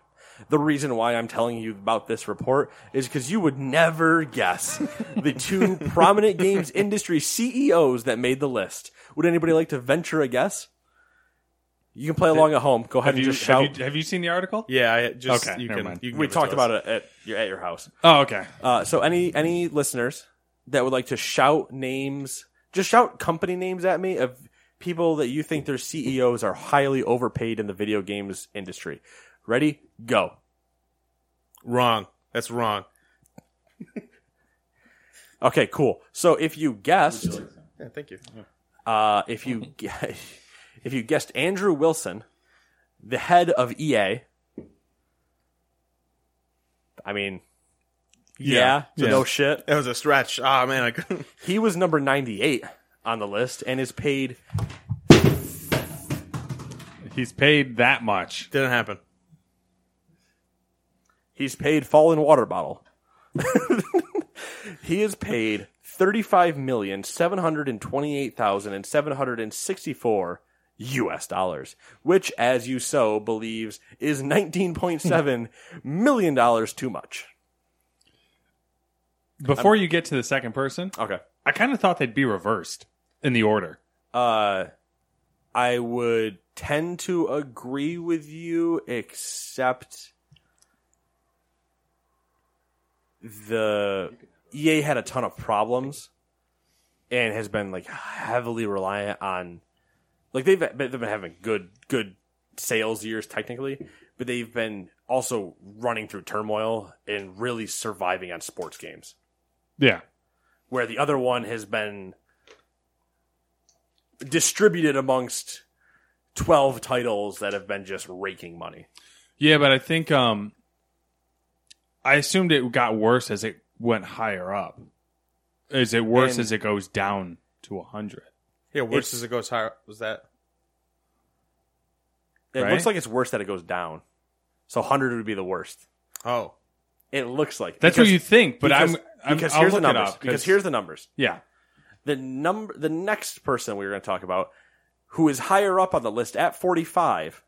[SPEAKER 3] The reason why I'm telling you about this report is because you would never guess [laughs] the two prominent games industry CEOs that made the list. Would anybody like to venture a guess? You can play along at home. Go ahead
[SPEAKER 4] Have
[SPEAKER 3] and
[SPEAKER 4] you,
[SPEAKER 3] just shout.
[SPEAKER 4] have you have you seen the article?
[SPEAKER 5] Yeah, I just
[SPEAKER 4] Okay,
[SPEAKER 5] you
[SPEAKER 4] never
[SPEAKER 5] can,
[SPEAKER 4] mind.
[SPEAKER 5] you can
[SPEAKER 3] we
[SPEAKER 5] give it
[SPEAKER 3] talked
[SPEAKER 5] to
[SPEAKER 3] about
[SPEAKER 5] us.
[SPEAKER 3] it at your, at your house.
[SPEAKER 4] Oh, okay.
[SPEAKER 3] Uh, so any any listeners that would like to shout names, just shout company names at me of people that you think their CEOs are highly overpaid in the video games industry. Ready? Go.
[SPEAKER 5] Wrong. That's wrong.
[SPEAKER 3] Okay, cool. So if you guessed,
[SPEAKER 5] Yeah, thank you.
[SPEAKER 3] uh, if you gue- [laughs] if you guessed Andrew Wilson, the head of E EA, I mean, yeah,
[SPEAKER 5] Yeah.
[SPEAKER 3] no shit.
[SPEAKER 5] That was a stretch. Ah man, I couldn't. [laughs]
[SPEAKER 3] He was number 98 on the list and is paid
[SPEAKER 4] He's paid that much.
[SPEAKER 5] Didn't happen.
[SPEAKER 3] he's paid fallen water bottle. [laughs] he is paid 35,728,764 US dollars, which as you so believes is 19.7 million dollars too much.
[SPEAKER 4] Before you get to the second person,
[SPEAKER 3] Okay.
[SPEAKER 4] I kind of thought they'd be reversed in the order.
[SPEAKER 3] Uh I would tend to agree with you except the EA had a ton of problems and has been like heavily reliant on like they've been, they've been having good good sales years technically, but they've been also running through turmoil and really surviving on sports games
[SPEAKER 4] Yeah.
[SPEAKER 3] where the other one has been distributed amongst 12 titles that have been just raking money.
[SPEAKER 4] Yeah, but I think um I assumed it got worse as it went higher up. Is it worse
[SPEAKER 3] And-
[SPEAKER 4] as it goes down to 100?
[SPEAKER 5] Yeah,
[SPEAKER 3] It's-
[SPEAKER 5] worse as it goes higher. Was that?
[SPEAKER 3] It
[SPEAKER 4] Right.
[SPEAKER 3] looks like it's worse that it goes down. So 100 would be the worst.
[SPEAKER 5] Oh,
[SPEAKER 3] It looks like
[SPEAKER 4] That's
[SPEAKER 3] because-
[SPEAKER 4] what you think, but
[SPEAKER 3] because,
[SPEAKER 4] I'm, I'm
[SPEAKER 3] because
[SPEAKER 4] I'll
[SPEAKER 3] here's the
[SPEAKER 4] look it
[SPEAKER 3] numbers.
[SPEAKER 4] up,
[SPEAKER 3] because here's the numbers.
[SPEAKER 4] Yeah.
[SPEAKER 3] The number the next person we were going to talk about who is higher up on the list at 45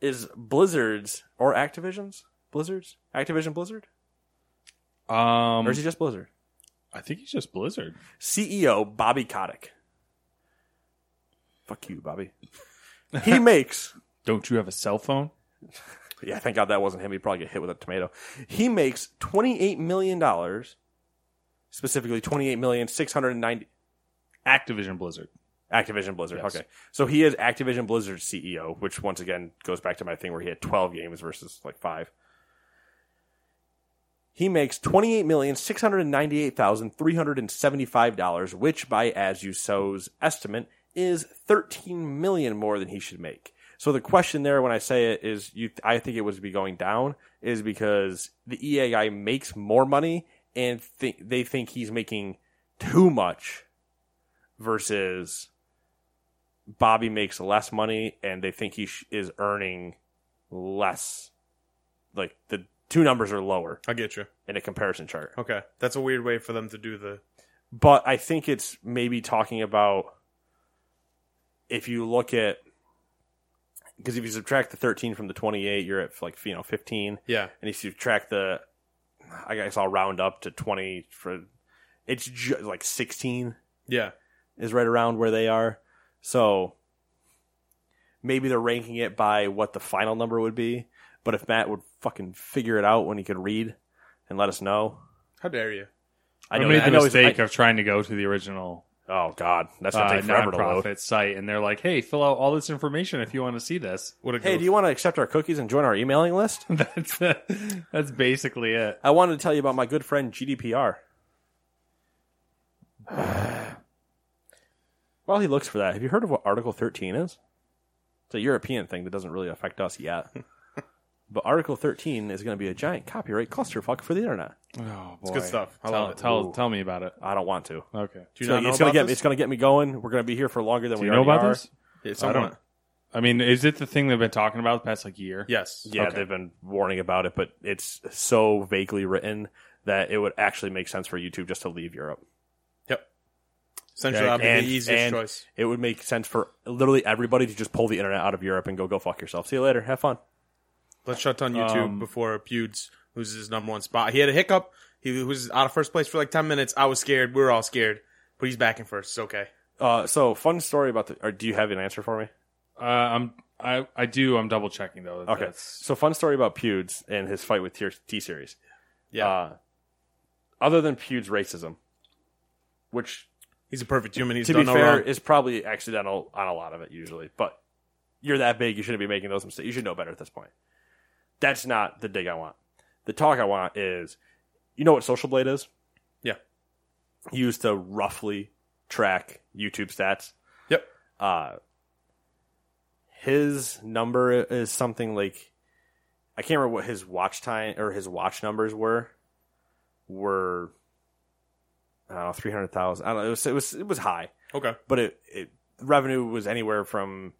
[SPEAKER 3] is Blizzard's or Activision's? Blizzard's? Activision Blizzard?
[SPEAKER 4] Um
[SPEAKER 3] Or is he just Blizzard?
[SPEAKER 4] I think he's just Blizzard.
[SPEAKER 3] CEO E Bobby Kotick. Fuck you, Bobby. He makes
[SPEAKER 4] Don't you have a cell phone?
[SPEAKER 3] yeah, thank God that wasn't him. He'd probably get hit with a tomato. He makes twenty eight million dollars, specifically twenty eight million six hundred and ninety
[SPEAKER 4] Activision Blizzard.
[SPEAKER 3] Activision Blizzard.
[SPEAKER 4] Yes.
[SPEAKER 3] Okay, so he is Activision Blizzard's CEO, which once again goes back to my thing where he had twelve games versus like five. He makes twenty eight million six hundred ninety eight thousand three hundred and seventy five dollars, which by as you sow's estimate is thirteen million more than he should make. So the question there, when I say it, is you, I think it was to be going down, is because the EA guy makes more money and th- they think he's making too much versus Bobby makes less money and they think he sh- is earning less. Like the two numbers are lower
[SPEAKER 5] I get you.
[SPEAKER 3] in a comparison chart.
[SPEAKER 5] Okay, that's a weird way for them to do the.
[SPEAKER 3] But I think it's maybe talking about if you look at because if you subtract the 13 from the 28, you're at like, you know, 15.
[SPEAKER 5] Yeah,
[SPEAKER 3] and if you track the i guess i'll round up to 20 for it's ju- like 16
[SPEAKER 5] yeah.
[SPEAKER 3] is right around where they are so maybe they're ranking it by what the final number would be but if matt would fucking figure it out when he could read and let us know
[SPEAKER 5] How dare you?
[SPEAKER 3] i
[SPEAKER 4] I,
[SPEAKER 3] know
[SPEAKER 4] made
[SPEAKER 3] I
[SPEAKER 4] the
[SPEAKER 3] know he's-
[SPEAKER 4] mistake
[SPEAKER 3] I-
[SPEAKER 4] of trying to go to the original
[SPEAKER 3] oh god that's
[SPEAKER 4] uh,
[SPEAKER 3] gonna take forever to load
[SPEAKER 4] nonprofit site, and they're like, "Hey, fill out all this information if you want to see this."
[SPEAKER 5] What a
[SPEAKER 3] hey do you want to accept our cookies and join our emailing list
[SPEAKER 4] [laughs] that's that's basically it.
[SPEAKER 3] i wanted to tell you about my good friend [sighs] gdpr While he looks for that, have you heard of what Article 13 is? It's a European thing that doesn't really affect us yet. but Article 13 is going to be a giant copyright clusterfuck for the internet.
[SPEAKER 4] Oh boy,
[SPEAKER 5] good stuff. I
[SPEAKER 4] tell,
[SPEAKER 5] love it.
[SPEAKER 4] tell, tell me about it.
[SPEAKER 3] I don't want to.
[SPEAKER 4] Okay,
[SPEAKER 5] Do you
[SPEAKER 3] So
[SPEAKER 5] not know
[SPEAKER 3] it's gonna
[SPEAKER 5] about
[SPEAKER 3] get
[SPEAKER 5] this?
[SPEAKER 3] it's going to get me going. We're going to be here for longer than
[SPEAKER 4] do
[SPEAKER 3] we
[SPEAKER 4] you know
[SPEAKER 3] already
[SPEAKER 4] about
[SPEAKER 3] are.
[SPEAKER 4] this?
[SPEAKER 5] It's
[SPEAKER 4] I
[SPEAKER 5] somewhat-
[SPEAKER 4] don't. I mean, is it the thing they've been talking about the past like year?
[SPEAKER 5] Yes.
[SPEAKER 3] Yeah,
[SPEAKER 4] Okay.
[SPEAKER 3] they've been warning about it, but it's so vaguely written that it would actually make sense for YouTube just to leave Europe.
[SPEAKER 5] Yep. Central would be the easiest
[SPEAKER 3] and
[SPEAKER 5] choice.
[SPEAKER 3] It would make sense for literally everybody to just pull the internet out of Europe and go go fuck yourself. See you later. Have fun.
[SPEAKER 5] Let's shut down YouTube
[SPEAKER 4] Um,
[SPEAKER 5] before Pewds loses his number one spot. He had a hiccup. He was out of first place for like ten minutes. I was scared. We were all scared. But he's back in first. It's okay.
[SPEAKER 3] Uh, so fun story about the. Or do you have an answer for me?
[SPEAKER 4] Uh, I'm I I do. I'm double checking though.
[SPEAKER 3] Okay.
[SPEAKER 4] That's-
[SPEAKER 3] So fun story about Pewds and his fight with T series.
[SPEAKER 5] Yeah.
[SPEAKER 3] Uh, other than Pewds racism, which
[SPEAKER 5] He's a perfect human. He's
[SPEAKER 3] to
[SPEAKER 5] done
[SPEAKER 3] be
[SPEAKER 5] no
[SPEAKER 3] fair
[SPEAKER 5] wrong.
[SPEAKER 3] is probably accidental on a lot of it usually, but you're that big, you shouldn't be making those mistakes. You should know better at this point. That's not the dig I want. The talk I want is, you know what Social Blade is?
[SPEAKER 5] yeah.
[SPEAKER 3] Used to roughly track YouTube stats.
[SPEAKER 5] Yep.
[SPEAKER 3] uh his number is something like I can't remember what his watch time or his watch numbers were were I don't know three hundred thousand I don't know it was it was it was high
[SPEAKER 5] Okay.
[SPEAKER 3] but it, it revenue was anywhere from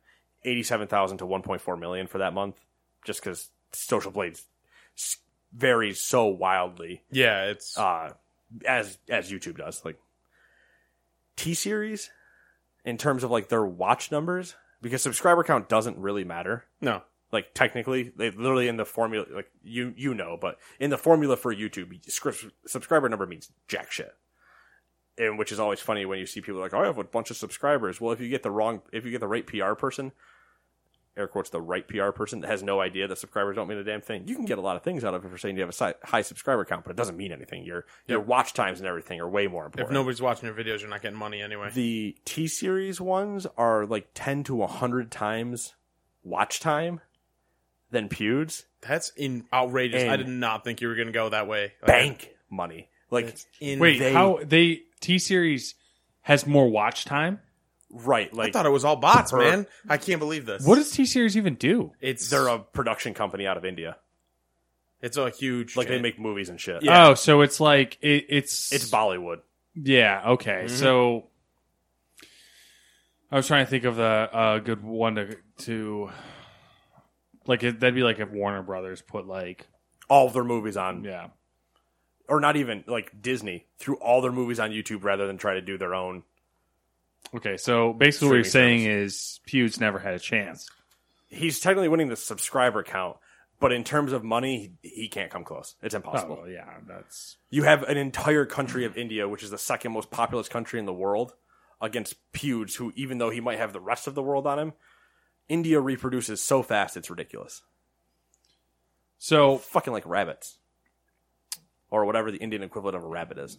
[SPEAKER 3] eighty seven thousand to one point four million for that month just because social blades s- varies so wildly
[SPEAKER 5] Yeah. It's
[SPEAKER 3] uh, as as YouTube does. Like T series, in terms of like their watch numbers, because subscriber count doesn't really matter.
[SPEAKER 5] no.
[SPEAKER 3] Like technically, they literally in the formula, like you you know, but in the formula for YouTube, scripts, subscriber number means jack shit. And which is always funny when you see people like, oh, I have a bunch of subscribers. Well, if you get the wrong, if you get the right PR person, air quotes, the right PR person that has no idea that subscribers don't mean a damn thing. You can get a lot of things out of it for saying you have a si- high subscriber count, but it doesn't mean anything. Your your watch times and everything are way more
[SPEAKER 5] If
[SPEAKER 3] important.
[SPEAKER 5] nobody's watching your videos, you're not getting money anyway.
[SPEAKER 3] the T series ones are like ten to hundred times watch time than Pewds
[SPEAKER 5] That's in outrageous. I
[SPEAKER 3] And-
[SPEAKER 5] did not think you were going to go that way. Like,
[SPEAKER 3] bank money. Like
[SPEAKER 5] Oh, That's in-
[SPEAKER 4] Wait,
[SPEAKER 3] they-
[SPEAKER 4] how they T series has more watch time?
[SPEAKER 3] right? Like
[SPEAKER 5] I thought it was all bots,
[SPEAKER 3] per-
[SPEAKER 5] man. I can't believe this.
[SPEAKER 4] What does T series even do?
[SPEAKER 5] It's
[SPEAKER 3] they're a production company out of India.
[SPEAKER 5] it's a huge
[SPEAKER 3] Like they
[SPEAKER 5] chain.
[SPEAKER 3] make movies and shit.
[SPEAKER 4] Oh, so it's like it, it's
[SPEAKER 3] It's Bollywood.
[SPEAKER 4] yeah okay.
[SPEAKER 5] Mm-hmm.
[SPEAKER 4] So I was trying to think of the uh, good one to to like it, that'd be like if Warner Brothers put like
[SPEAKER 3] All of their movies on,
[SPEAKER 4] yeah
[SPEAKER 3] or not even like Disney threw all their movies on YouTube rather than try to do their own.
[SPEAKER 4] okay. So basically, what you're
[SPEAKER 3] Streaming
[SPEAKER 4] saying is Pewds never had a chance.
[SPEAKER 3] He's technically winning the subscriber count, but in terms of money, he, he can't come close. It's
[SPEAKER 4] Oh
[SPEAKER 3] impossible.
[SPEAKER 4] well, yeah, that's
[SPEAKER 3] You have an entire country of India, which is the second most populous country in the world, against Pewds, who, even though he might have the rest of the world on him, India reproduces so fast it's ridiculous.
[SPEAKER 4] so
[SPEAKER 3] fucking like rabbits, or whatever the Indian equivalent of a rabbit
[SPEAKER 4] [laughs]
[SPEAKER 3] is.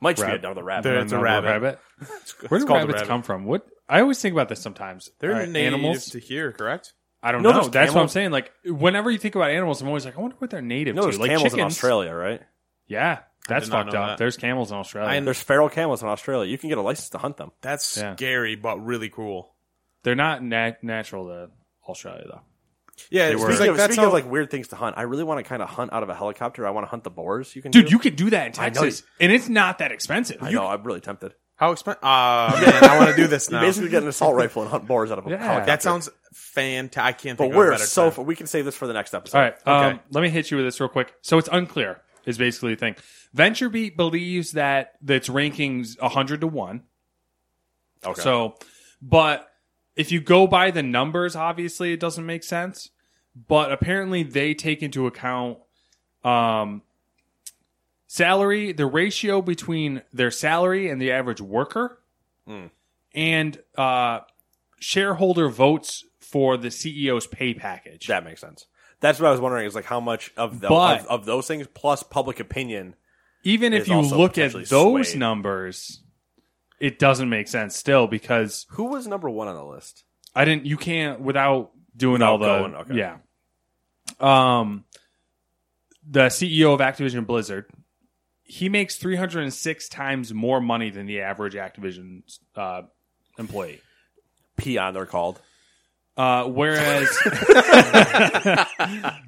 [SPEAKER 3] Might just be
[SPEAKER 4] Rab-
[SPEAKER 3] another rabbit.
[SPEAKER 5] They're- It's a
[SPEAKER 4] Another
[SPEAKER 5] rabbit.
[SPEAKER 4] Where do
[SPEAKER 5] it's called a
[SPEAKER 4] rabbits
[SPEAKER 5] rabbit.
[SPEAKER 4] come from? What I always think about this sometimes.
[SPEAKER 5] They're
[SPEAKER 4] All right,
[SPEAKER 5] native
[SPEAKER 4] animals.
[SPEAKER 5] to here, correct?
[SPEAKER 4] I don't
[SPEAKER 3] No,
[SPEAKER 4] know.
[SPEAKER 3] there's
[SPEAKER 4] That's what I'm
[SPEAKER 3] camels.
[SPEAKER 4] saying. Like whenever you think about animals, I'm always like, I wonder what they're native
[SPEAKER 3] no,
[SPEAKER 4] to.
[SPEAKER 3] there's
[SPEAKER 4] like
[SPEAKER 3] camels
[SPEAKER 4] chickens.
[SPEAKER 3] in Australia, right?
[SPEAKER 4] Yeah, that's
[SPEAKER 5] did not
[SPEAKER 4] fucked
[SPEAKER 5] know
[SPEAKER 4] up.
[SPEAKER 5] that.
[SPEAKER 4] There's camels in Australia.
[SPEAKER 5] I-
[SPEAKER 3] There's feral camels in Australia. You can get a license to hunt them.
[SPEAKER 5] That's
[SPEAKER 4] Yeah.
[SPEAKER 5] scary, but really cool.
[SPEAKER 4] They're not nat- natural to Australia though.
[SPEAKER 5] Yeah,
[SPEAKER 4] They
[SPEAKER 5] it's
[SPEAKER 4] were-
[SPEAKER 5] because,
[SPEAKER 3] Speaking,
[SPEAKER 5] like,
[SPEAKER 3] of,
[SPEAKER 5] that's
[SPEAKER 3] speaking
[SPEAKER 5] how,
[SPEAKER 3] of like weird things to hunt, I really want to kind of hunt out of a helicopter. I want to hunt the boars. You can,
[SPEAKER 4] Dude,
[SPEAKER 3] do.
[SPEAKER 4] you can do that in
[SPEAKER 3] I know
[SPEAKER 4] Texas, and it's not that expensive.
[SPEAKER 3] I
[SPEAKER 4] You-
[SPEAKER 3] know. I'm really tempted.
[SPEAKER 5] how expensive. [laughs] Ah, man, I want to do this
[SPEAKER 3] You
[SPEAKER 5] now.
[SPEAKER 3] basically get an assault rifle and hunt boars out of a
[SPEAKER 4] Yeah.
[SPEAKER 3] helicopter.
[SPEAKER 5] That sounds fantastic. I can't
[SPEAKER 3] But
[SPEAKER 5] think of a
[SPEAKER 3] we're
[SPEAKER 5] better
[SPEAKER 3] so
[SPEAKER 5] time.
[SPEAKER 3] far, we can save this for the next episode.
[SPEAKER 4] All right, um,
[SPEAKER 5] Okay.
[SPEAKER 4] let me hit you with this real quick. So it's unclear. Is basically the thing. VentureBeat believes that that's rankings 100 to one.
[SPEAKER 3] Okay.
[SPEAKER 4] So, but if you go by the numbers, obviously it doesn't make sense. But apparently they take into account um, salary, the ratio between their salary and the average worker,
[SPEAKER 3] Hmm.
[SPEAKER 4] and uh, shareholder votes for the CEO's pay package.
[SPEAKER 3] that makes sense. That's what I was wondering. Is like how much of the
[SPEAKER 4] But-
[SPEAKER 3] of, of those things plus public opinion.
[SPEAKER 4] Even if
[SPEAKER 3] is
[SPEAKER 4] you
[SPEAKER 3] also
[SPEAKER 4] look at
[SPEAKER 3] potentially
[SPEAKER 4] those
[SPEAKER 3] swayed.
[SPEAKER 4] numbers, it doesn't make sense still because
[SPEAKER 3] Who was number one on the list?
[SPEAKER 4] I didn't. You can't without doing
[SPEAKER 3] Without
[SPEAKER 4] all the
[SPEAKER 3] going, okay.
[SPEAKER 4] yeah. Um, the CEO of Activision Blizzard, he makes three hundred and six times more money than the average Activision uh, employee.
[SPEAKER 3] Peon, they're called.
[SPEAKER 4] Uh, whereas,
[SPEAKER 3] [laughs]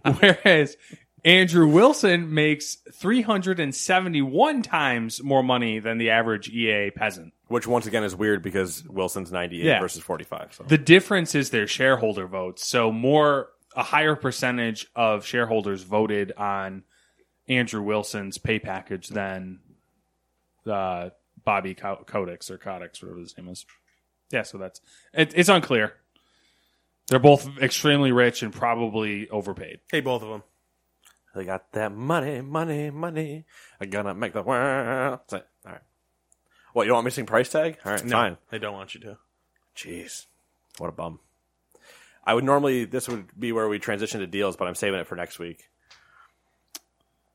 [SPEAKER 4] [laughs] whereas Andrew Wilson makes three hundred and seventy-one times more money than the average EA peasant.
[SPEAKER 3] which once again is weird because Wilson's 98
[SPEAKER 4] Yeah.
[SPEAKER 3] versus 45. So
[SPEAKER 4] The difference is their shareholder votes. So more a higher percentage of shareholders voted on Andrew Wilson's pay package than uh, Bobby Co- Codex or Codex, whatever his name is. Yeah, so that's it, it's unclear. They're both extremely rich and probably overpaid.
[SPEAKER 5] Hey, both of them.
[SPEAKER 3] They got that money, money, money. I'm gonna make the world. It's like, all right. What you don't want missing price tag? All right,
[SPEAKER 5] No,
[SPEAKER 3] fine.
[SPEAKER 5] they don't want you to.
[SPEAKER 3] Jeez, what a bum. I would normally this would be where we transition to deals, but I'm saving it for next week.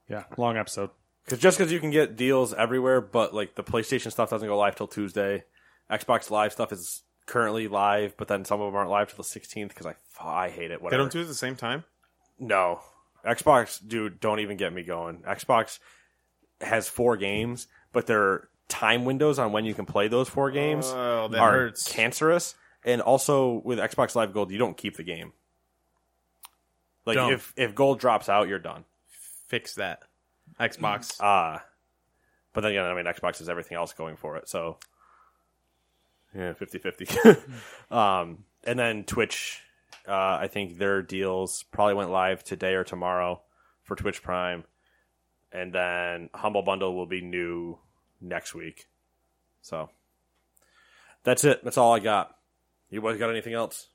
[SPEAKER 4] Yeah, long episode.
[SPEAKER 3] Because just because you can get deals everywhere, but like the PlayStation stuff doesn't go live till Tuesday. Xbox Live stuff is currently live, but then some of them aren't live till the 16th. Because I f- I hate it.
[SPEAKER 5] They
[SPEAKER 3] Whatever.
[SPEAKER 5] don't do it at the same time.
[SPEAKER 3] No. Xbox, dude, don't even get me going. Xbox has four games, but their time windows on when you can play those four games
[SPEAKER 5] Oh, that
[SPEAKER 3] are
[SPEAKER 5] hurts.
[SPEAKER 3] cancerous. And also with Xbox Live Gold, you don't keep the game. Like
[SPEAKER 5] Dumb.
[SPEAKER 3] if if gold drops out, you're done.
[SPEAKER 5] Fix that. Xbox.
[SPEAKER 3] Ah. but then again, I mean Xbox has everything else going for it, so yeah, 50-50. [laughs] um and then Twitch uh, I think their deals probably went live today or tomorrow for Twitch Prime. And then Humble Bundle will be new next week. So that's it. That's all I got. You boys got anything else?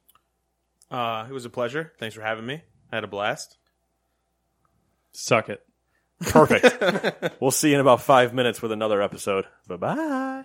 [SPEAKER 5] Uh, it was a pleasure. Thanks for having me. I had a blast.
[SPEAKER 4] Suck it.
[SPEAKER 3] Perfect. we'll see you in about five minutes with another episode. Bye bye.